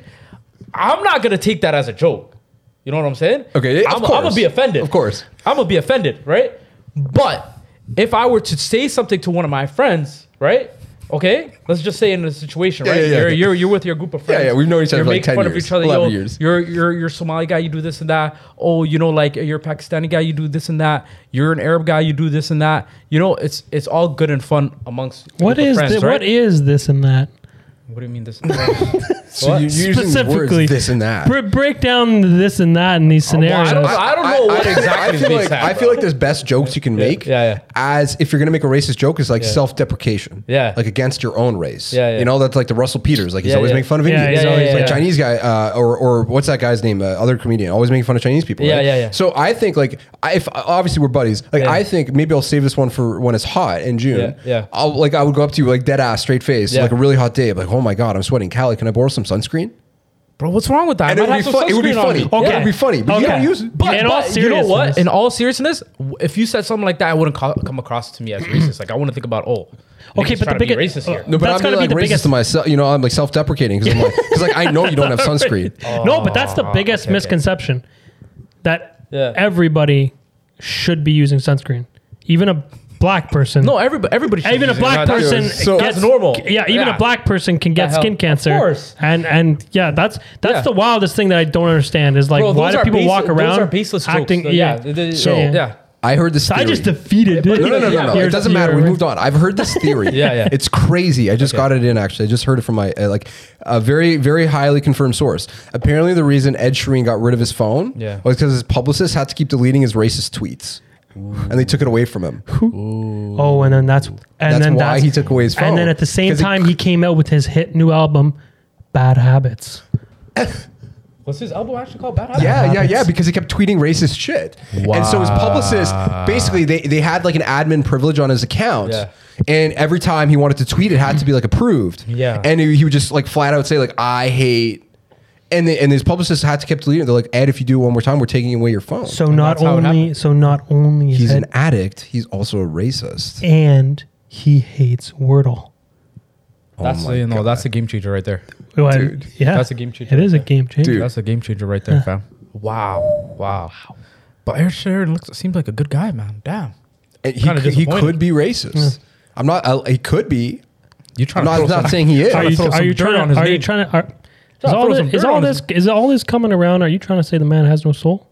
[SPEAKER 1] I'm not gonna take that as a joke. You know what I'm saying?
[SPEAKER 3] Okay, of
[SPEAKER 1] I'm, I'm gonna
[SPEAKER 3] course.
[SPEAKER 1] be offended.
[SPEAKER 3] Of course.
[SPEAKER 1] I'm gonna be offended, right? But if I were to say something to one of my friends, right? Okay, let's just say in a situation,
[SPEAKER 3] Yeah,
[SPEAKER 1] right?
[SPEAKER 3] yeah, yeah.
[SPEAKER 1] You're, you're you're with your group of
[SPEAKER 3] Yeah,
[SPEAKER 1] friends.
[SPEAKER 3] yeah, we've known each other
[SPEAKER 1] You're
[SPEAKER 3] for like
[SPEAKER 1] making
[SPEAKER 3] 10
[SPEAKER 1] fun
[SPEAKER 3] years,
[SPEAKER 1] of each other.
[SPEAKER 3] 11
[SPEAKER 1] yo,
[SPEAKER 3] years.
[SPEAKER 1] You're you're you're Somali guy, you do this and that. Oh, you know, like you're a Pakistani guy, you do this and that. You're an Arab guy, you do this and that. You know, it's it's all good and fun amongst a
[SPEAKER 2] What
[SPEAKER 1] group of
[SPEAKER 2] is
[SPEAKER 1] friends,
[SPEAKER 2] thi-
[SPEAKER 1] right?
[SPEAKER 2] what is this and that?
[SPEAKER 1] What do you mean this? and that? *laughs*
[SPEAKER 3] So you're using words
[SPEAKER 2] Specifically,
[SPEAKER 3] this and that.
[SPEAKER 2] Bre- break down this and that in these
[SPEAKER 1] well, I
[SPEAKER 2] scenarios.
[SPEAKER 1] don't- I know what exactly
[SPEAKER 3] I feel
[SPEAKER 1] they
[SPEAKER 3] like
[SPEAKER 1] said,
[SPEAKER 3] I feel
[SPEAKER 1] bro.
[SPEAKER 3] like there's best jokes you can make.
[SPEAKER 1] yeah, yeah.
[SPEAKER 3] As if you're gonna make a racist joke, is like
[SPEAKER 1] Yeah.
[SPEAKER 3] self-deprecation.
[SPEAKER 1] Yeah.
[SPEAKER 3] Like against your own race.
[SPEAKER 1] Yeah, yeah.
[SPEAKER 3] You know that's like the Russell Peters. Like he's
[SPEAKER 1] Yeah,
[SPEAKER 3] always
[SPEAKER 1] yeah.
[SPEAKER 3] making fun of
[SPEAKER 2] Yeah,
[SPEAKER 3] Indians.
[SPEAKER 2] yeah,
[SPEAKER 3] He's
[SPEAKER 2] yeah,
[SPEAKER 3] always
[SPEAKER 2] yeah,
[SPEAKER 3] like
[SPEAKER 2] yeah.
[SPEAKER 3] Chinese guy uh, or or what's that guy's name? Uh, other comedian always making fun of Chinese people.
[SPEAKER 1] Yeah,
[SPEAKER 3] right?
[SPEAKER 1] yeah, yeah.
[SPEAKER 3] So I think like I, if obviously we're buddies. Like
[SPEAKER 1] Yeah.
[SPEAKER 3] I think maybe I'll save this one for when it's hot in June.
[SPEAKER 1] Yeah, yeah.
[SPEAKER 3] I'll like I would go up to you like dead ass straight face
[SPEAKER 1] Yeah.
[SPEAKER 3] like a really hot day. Like oh my god I'm sweating. Callie, can I borrow some sunscreen?
[SPEAKER 1] Bro, what's wrong with that? I
[SPEAKER 3] And it
[SPEAKER 1] might
[SPEAKER 3] would
[SPEAKER 1] have
[SPEAKER 3] be
[SPEAKER 1] some
[SPEAKER 3] fun- it would be
[SPEAKER 1] sunscreen on
[SPEAKER 3] funny.
[SPEAKER 1] me.
[SPEAKER 3] Okay. Yeah, it'd be funny, but you don't use it.
[SPEAKER 1] But,
[SPEAKER 2] in all
[SPEAKER 1] but you know what?
[SPEAKER 2] seriousness-
[SPEAKER 1] In all seriousness, w- if you said something like that, I wouldn't co- come across to me as racist. Like I wouldn't think about oh,
[SPEAKER 2] Okay,
[SPEAKER 1] niggas
[SPEAKER 2] but
[SPEAKER 1] trying
[SPEAKER 2] the
[SPEAKER 1] to be
[SPEAKER 2] biggest-
[SPEAKER 1] racist here.
[SPEAKER 2] uh,
[SPEAKER 3] No, but
[SPEAKER 2] That's
[SPEAKER 3] I'm
[SPEAKER 2] gotta
[SPEAKER 3] like
[SPEAKER 2] be the
[SPEAKER 3] racist
[SPEAKER 2] biggest-
[SPEAKER 3] to myself. You know, I'm like self-deprecating because I'm like, because like I know
[SPEAKER 2] *laughs*
[SPEAKER 3] you don't have sunscreen.
[SPEAKER 2] no, but that's the biggest
[SPEAKER 1] Oh, okay, okay.
[SPEAKER 2] misconception that
[SPEAKER 1] Yeah.
[SPEAKER 2] everybody should be using sunscreen, even a black person.
[SPEAKER 1] No, everybody, everybody. should
[SPEAKER 2] even a
[SPEAKER 1] use it.
[SPEAKER 2] black
[SPEAKER 1] That's-
[SPEAKER 2] person
[SPEAKER 3] so-
[SPEAKER 2] gets
[SPEAKER 1] that's normal.
[SPEAKER 2] Yeah, even
[SPEAKER 1] Yeah.
[SPEAKER 2] a black person can get
[SPEAKER 1] The hell?
[SPEAKER 2] skin
[SPEAKER 1] Of
[SPEAKER 2] cancer.
[SPEAKER 1] course.
[SPEAKER 2] And and yeah, that's that's
[SPEAKER 1] Yeah.
[SPEAKER 2] the wildest thing that I don't understand is like
[SPEAKER 1] Bro,
[SPEAKER 2] why
[SPEAKER 1] those
[SPEAKER 2] do
[SPEAKER 1] are
[SPEAKER 2] people
[SPEAKER 1] base-
[SPEAKER 2] walk
[SPEAKER 1] those
[SPEAKER 2] around
[SPEAKER 1] are baseless jokes.
[SPEAKER 2] acting?
[SPEAKER 1] Though,
[SPEAKER 2] yeah.
[SPEAKER 1] yeah, they- they-
[SPEAKER 3] So
[SPEAKER 2] yeah, yeah.
[SPEAKER 1] yeah.
[SPEAKER 3] I heard this.
[SPEAKER 2] So I
[SPEAKER 3] theory.
[SPEAKER 2] just defeated it.
[SPEAKER 3] no, no, no, no, no.
[SPEAKER 1] Yeah.
[SPEAKER 3] It doesn't matter. We moved on. I've
[SPEAKER 2] *laughs*
[SPEAKER 3] heard this theory.
[SPEAKER 1] Yeah, yeah.
[SPEAKER 3] It's crazy. I just got it in actually. I just heard it from my uh, like a very very highly confirmed source. Apparently, the reason Ed Sheeran got rid of his phone
[SPEAKER 1] Yeah.
[SPEAKER 3] was because his publicist had to keep deleting his racist tweets, and they took it away from him.
[SPEAKER 2] Oh, and then that's and
[SPEAKER 3] That's
[SPEAKER 2] then
[SPEAKER 3] why
[SPEAKER 2] that's,
[SPEAKER 3] he took away his phone.
[SPEAKER 2] And then at the same
[SPEAKER 3] 'Cause it-
[SPEAKER 2] time, he came out with his hit new album, Bad Habits.
[SPEAKER 1] What's his album actually called? Bad Habits?
[SPEAKER 3] Yeah, yeah,
[SPEAKER 2] happens.
[SPEAKER 3] yeah, because he kept tweeting racist shit. And so his publicist basically they, they had like an admin privilege on his account.
[SPEAKER 1] Yeah.
[SPEAKER 3] And every time he wanted to tweet, it had to be like approved.
[SPEAKER 1] Yeah.
[SPEAKER 3] And he, he would just like flat out say, like, I hate and they, and his publicist had to keep deleting it. They're like, Ed, if you do it one more time, we're taking away your phone.
[SPEAKER 2] So not
[SPEAKER 1] that's how it
[SPEAKER 2] only so not only is
[SPEAKER 3] he's
[SPEAKER 2] it,
[SPEAKER 3] an addict, he's also a racist.
[SPEAKER 2] and he hates Wordle.
[SPEAKER 1] That's
[SPEAKER 3] my
[SPEAKER 1] you know that's a game changer right there.
[SPEAKER 2] Well,
[SPEAKER 3] Dude,
[SPEAKER 2] yeah,
[SPEAKER 1] that's a game changer
[SPEAKER 2] It is a
[SPEAKER 1] right
[SPEAKER 2] game changer.
[SPEAKER 3] Dude.
[SPEAKER 1] That's a game changer right there, fam. Wow, wow. But Eric Sheridan looks seems like a good guy, man. Damn.
[SPEAKER 3] And he,
[SPEAKER 1] Kinda
[SPEAKER 3] could, he
[SPEAKER 1] disappointed.
[SPEAKER 3] could be racist. I'm not I, he could be.
[SPEAKER 1] You trying
[SPEAKER 3] I'm not,
[SPEAKER 1] to throw
[SPEAKER 3] not
[SPEAKER 1] some-
[SPEAKER 3] saying he is.
[SPEAKER 1] Trying
[SPEAKER 2] Are
[SPEAKER 1] to
[SPEAKER 2] you,
[SPEAKER 1] throw
[SPEAKER 2] are
[SPEAKER 1] some
[SPEAKER 2] you
[SPEAKER 1] dirt on
[SPEAKER 2] trying
[SPEAKER 1] his
[SPEAKER 2] to? Are you
[SPEAKER 1] name.
[SPEAKER 2] trying to? Are, is
[SPEAKER 1] Trying to
[SPEAKER 2] all,
[SPEAKER 1] throw
[SPEAKER 2] this,
[SPEAKER 1] some
[SPEAKER 2] is
[SPEAKER 1] dirt
[SPEAKER 2] all
[SPEAKER 1] on
[SPEAKER 2] this
[SPEAKER 1] his-
[SPEAKER 2] is all this coming around? Are you trying to say the man has no soul?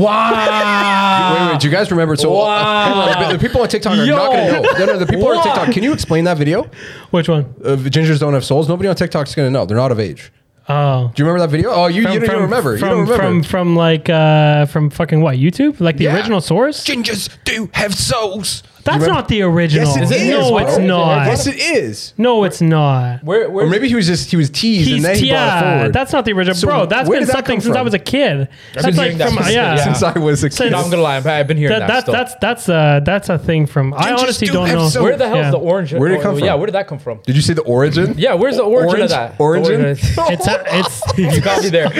[SPEAKER 1] Wow.
[SPEAKER 3] Wait, wait, do you guys remember? So
[SPEAKER 1] Wow.
[SPEAKER 3] *laughs* the, the people on TikTok are
[SPEAKER 1] Yo.
[SPEAKER 3] not going to know. No, no, the people on
[SPEAKER 1] What?
[SPEAKER 3] TikTok. Can you explain that video?
[SPEAKER 2] Which one?
[SPEAKER 3] Of gingers don't have souls. Nobody on TikTok's going to know. They're not of age.
[SPEAKER 2] Oh,
[SPEAKER 3] Do you remember that video? Oh, you, you, don't, you don't remember.
[SPEAKER 2] From,
[SPEAKER 3] you don't remember.
[SPEAKER 2] From from like uh, from fucking what YouTube? Like the
[SPEAKER 3] Yeah.
[SPEAKER 2] original source?
[SPEAKER 3] gingers do have souls.
[SPEAKER 2] That's not the original.
[SPEAKER 3] Yes, it is.
[SPEAKER 2] No,
[SPEAKER 3] bro.
[SPEAKER 2] it's not.
[SPEAKER 3] Yes, it is.
[SPEAKER 2] no, it's not.
[SPEAKER 1] Where,
[SPEAKER 3] Or
[SPEAKER 1] where
[SPEAKER 3] maybe he was just he was teased
[SPEAKER 2] He's
[SPEAKER 3] and then he brought it
[SPEAKER 2] yeah,
[SPEAKER 3] forward.
[SPEAKER 2] that's not the original,
[SPEAKER 3] So
[SPEAKER 2] bro. That's
[SPEAKER 3] where
[SPEAKER 2] been
[SPEAKER 3] did that
[SPEAKER 2] something
[SPEAKER 3] come
[SPEAKER 2] since I
[SPEAKER 3] from?
[SPEAKER 2] was a kid.
[SPEAKER 1] been
[SPEAKER 2] That's like
[SPEAKER 1] hearing that
[SPEAKER 2] from
[SPEAKER 1] since-
[SPEAKER 2] yeah.
[SPEAKER 1] yeah.
[SPEAKER 3] *laughs* since I was a kid.
[SPEAKER 2] Since-
[SPEAKER 1] No, I'm gonna lie. I've- I've been hearing
[SPEAKER 2] that,
[SPEAKER 1] that.
[SPEAKER 2] that's
[SPEAKER 1] still.
[SPEAKER 2] that's that's uh that's a thing from. I
[SPEAKER 3] Gingers
[SPEAKER 2] honestly
[SPEAKER 3] do
[SPEAKER 2] don't
[SPEAKER 3] have
[SPEAKER 2] know.
[SPEAKER 3] some-
[SPEAKER 1] where the hell
[SPEAKER 2] yeah.
[SPEAKER 1] is the origin?
[SPEAKER 3] Where did it
[SPEAKER 1] oh,
[SPEAKER 3] come from?
[SPEAKER 1] Yeah, where did that come from?
[SPEAKER 3] Did you see the origin?
[SPEAKER 1] Yeah, where's the origin
[SPEAKER 3] Orange-
[SPEAKER 1] of that?
[SPEAKER 3] origin?
[SPEAKER 2] *laughs*
[SPEAKER 1] The
[SPEAKER 2] It's a,
[SPEAKER 1] *laughs*
[SPEAKER 2] it's
[SPEAKER 1] you got me there.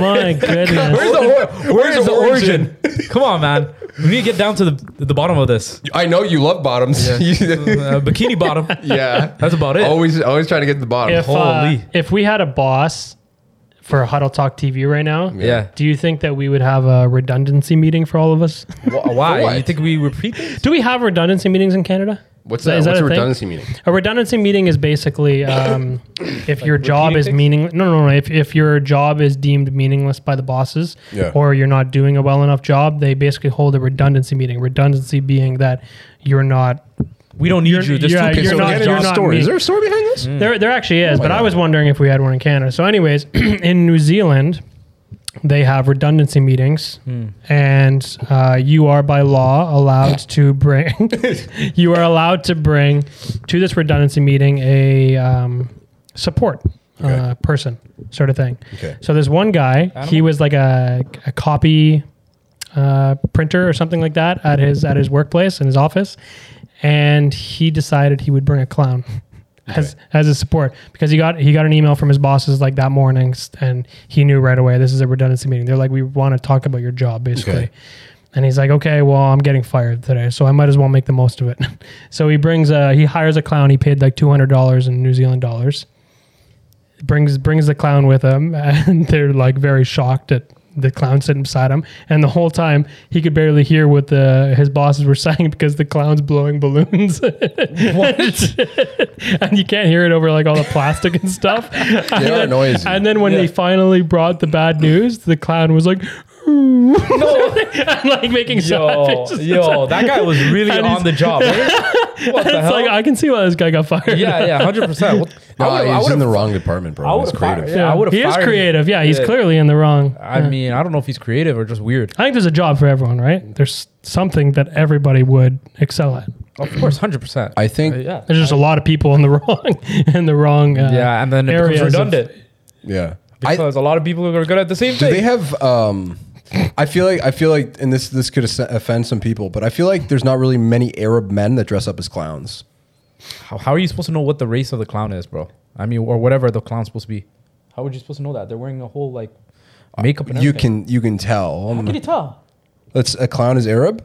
[SPEAKER 2] my goodness.
[SPEAKER 1] Where's the or- where's
[SPEAKER 3] is
[SPEAKER 1] the
[SPEAKER 3] the
[SPEAKER 1] origin? Come on, man. We need to get down to the the bottom of this.
[SPEAKER 3] I know *laughs* you love bottoms.
[SPEAKER 1] *laughs*
[SPEAKER 3] Yeah.
[SPEAKER 1] Uh, bikini bottom. That's about it.
[SPEAKER 3] Always always trying to get to the bottom.
[SPEAKER 2] if, uh,
[SPEAKER 1] Holy.
[SPEAKER 2] if we had a boss for Huddle Talk TV right now,
[SPEAKER 1] yeah.
[SPEAKER 2] do you think that we would have a redundancy meeting for all
[SPEAKER 1] *laughs*
[SPEAKER 2] of us?
[SPEAKER 1] Wh- Why?
[SPEAKER 3] what?
[SPEAKER 1] You think we repeat this?
[SPEAKER 2] do we have redundancy meetings in Canada?
[SPEAKER 3] What's
[SPEAKER 2] Is that a thing?
[SPEAKER 3] meaning?
[SPEAKER 2] A redundancy meeting is basically um, if your job
[SPEAKER 1] repeating
[SPEAKER 2] is
[SPEAKER 1] things?
[SPEAKER 2] meaningless. No, no, no. If, if your job is deemed meaningless by the bosses,
[SPEAKER 3] Yeah.
[SPEAKER 2] or you're not doing a well enough job, they basically hold a redundancy meeting. Redundancy being that you're not.
[SPEAKER 1] We don't need you. There's
[SPEAKER 2] yeah,
[SPEAKER 1] two people.
[SPEAKER 2] you're
[SPEAKER 3] So
[SPEAKER 2] not-
[SPEAKER 1] in
[SPEAKER 3] get
[SPEAKER 1] the
[SPEAKER 2] you're
[SPEAKER 1] job.
[SPEAKER 3] into the
[SPEAKER 2] not
[SPEAKER 3] story.
[SPEAKER 2] me.
[SPEAKER 3] Is there a story behind
[SPEAKER 2] Mm.
[SPEAKER 3] this?
[SPEAKER 1] Hmm.
[SPEAKER 2] There, there actually is, but
[SPEAKER 3] my
[SPEAKER 2] I
[SPEAKER 3] God.
[SPEAKER 2] *clears throat* was wondering if we had one in Canada. So, anyways, in New Zealand, they have redundancy meetings,
[SPEAKER 1] Hmm.
[SPEAKER 2] and uh, you are by law allowed to bring *laughs* you are allowed to bring to this redundancy meeting a um, support uh,
[SPEAKER 3] Okay.
[SPEAKER 2] person sort of thing.
[SPEAKER 3] Okay.
[SPEAKER 2] So there's one guy. He
[SPEAKER 1] Animal?
[SPEAKER 2] was like a, a copy uh, printer or something like that at his at his workplace in his office, and he decided he would bring a clown as as his support because he got he got an email from his bosses like that morning s- and he knew right away this is a redundancy meeting. They're like we want to talk about your job basically.
[SPEAKER 3] Okay.
[SPEAKER 2] And he's like, okay, well, I'm getting fired today, so I might as well make the most of it. *laughs* so he brings a, he hires a clown. He paid like two hundred dollars in New Zealand dollars. Brings brings the clown with him, *laughs* and they're like very shocked at the clown sitting beside him. And the whole time he could barely hear what the his bosses were *laughs* saying because the clown's blowing balloons. *laughs* and you can't hear it over like all the plastic and stuff.
[SPEAKER 1] *laughs*
[SPEAKER 2] and,
[SPEAKER 3] are
[SPEAKER 2] then,
[SPEAKER 3] noisy.
[SPEAKER 2] and then when they finally brought the bad news, the clown was like, *laughs*
[SPEAKER 1] No,
[SPEAKER 2] I'm like *laughs*
[SPEAKER 1] *laughs*
[SPEAKER 2] making
[SPEAKER 1] yo,
[SPEAKER 2] sad faces.
[SPEAKER 1] yo, that guy was really
[SPEAKER 2] And
[SPEAKER 1] on
[SPEAKER 2] he's-
[SPEAKER 1] the job. eh? What the
[SPEAKER 2] *laughs* It's
[SPEAKER 1] hell?
[SPEAKER 2] like I can see why this guy got fired.
[SPEAKER 1] yeah, yeah, hundred percent.
[SPEAKER 3] *laughs* No,
[SPEAKER 1] I
[SPEAKER 3] he's
[SPEAKER 1] would
[SPEAKER 3] in the
[SPEAKER 1] have.
[SPEAKER 3] wrong department,
[SPEAKER 1] I
[SPEAKER 3] bro. He's
[SPEAKER 1] would've fired
[SPEAKER 2] *laughs*
[SPEAKER 3] creative.
[SPEAKER 1] him. Yeah, I would've
[SPEAKER 2] he is
[SPEAKER 1] fired him.
[SPEAKER 2] creative. Yeah, he's
[SPEAKER 1] Yeah.
[SPEAKER 2] clearly in the wrong.
[SPEAKER 1] I mean, I don't know if he's creative or just weird.
[SPEAKER 2] I think there's a job for everyone, right? There's something that everybody would excel at.
[SPEAKER 1] Of course, hundred percent.
[SPEAKER 3] I think,
[SPEAKER 1] Yeah,
[SPEAKER 2] There's just a lot of people in the *laughs* wrong, in the wrong. Uh,
[SPEAKER 1] yeah, and then it becomes
[SPEAKER 2] areas of-
[SPEAKER 1] redundant
[SPEAKER 3] yeah. I,
[SPEAKER 1] because a lot of people are good at the same
[SPEAKER 3] do
[SPEAKER 1] thing.
[SPEAKER 3] they have? Um, I feel like I feel like, and this this could ass- offend some people, but I feel like there's not really many Arab men that dress up as clowns.
[SPEAKER 1] how, how are you supposed to know what the race of the clown is, bro? I mean, or whatever the clown's supposed to be. How are you supposed to know that? They're wearing a whole like makeup. And
[SPEAKER 3] You
[SPEAKER 1] everything.
[SPEAKER 3] can you can tell.
[SPEAKER 1] How can you tell?
[SPEAKER 3] That's a clown is Arab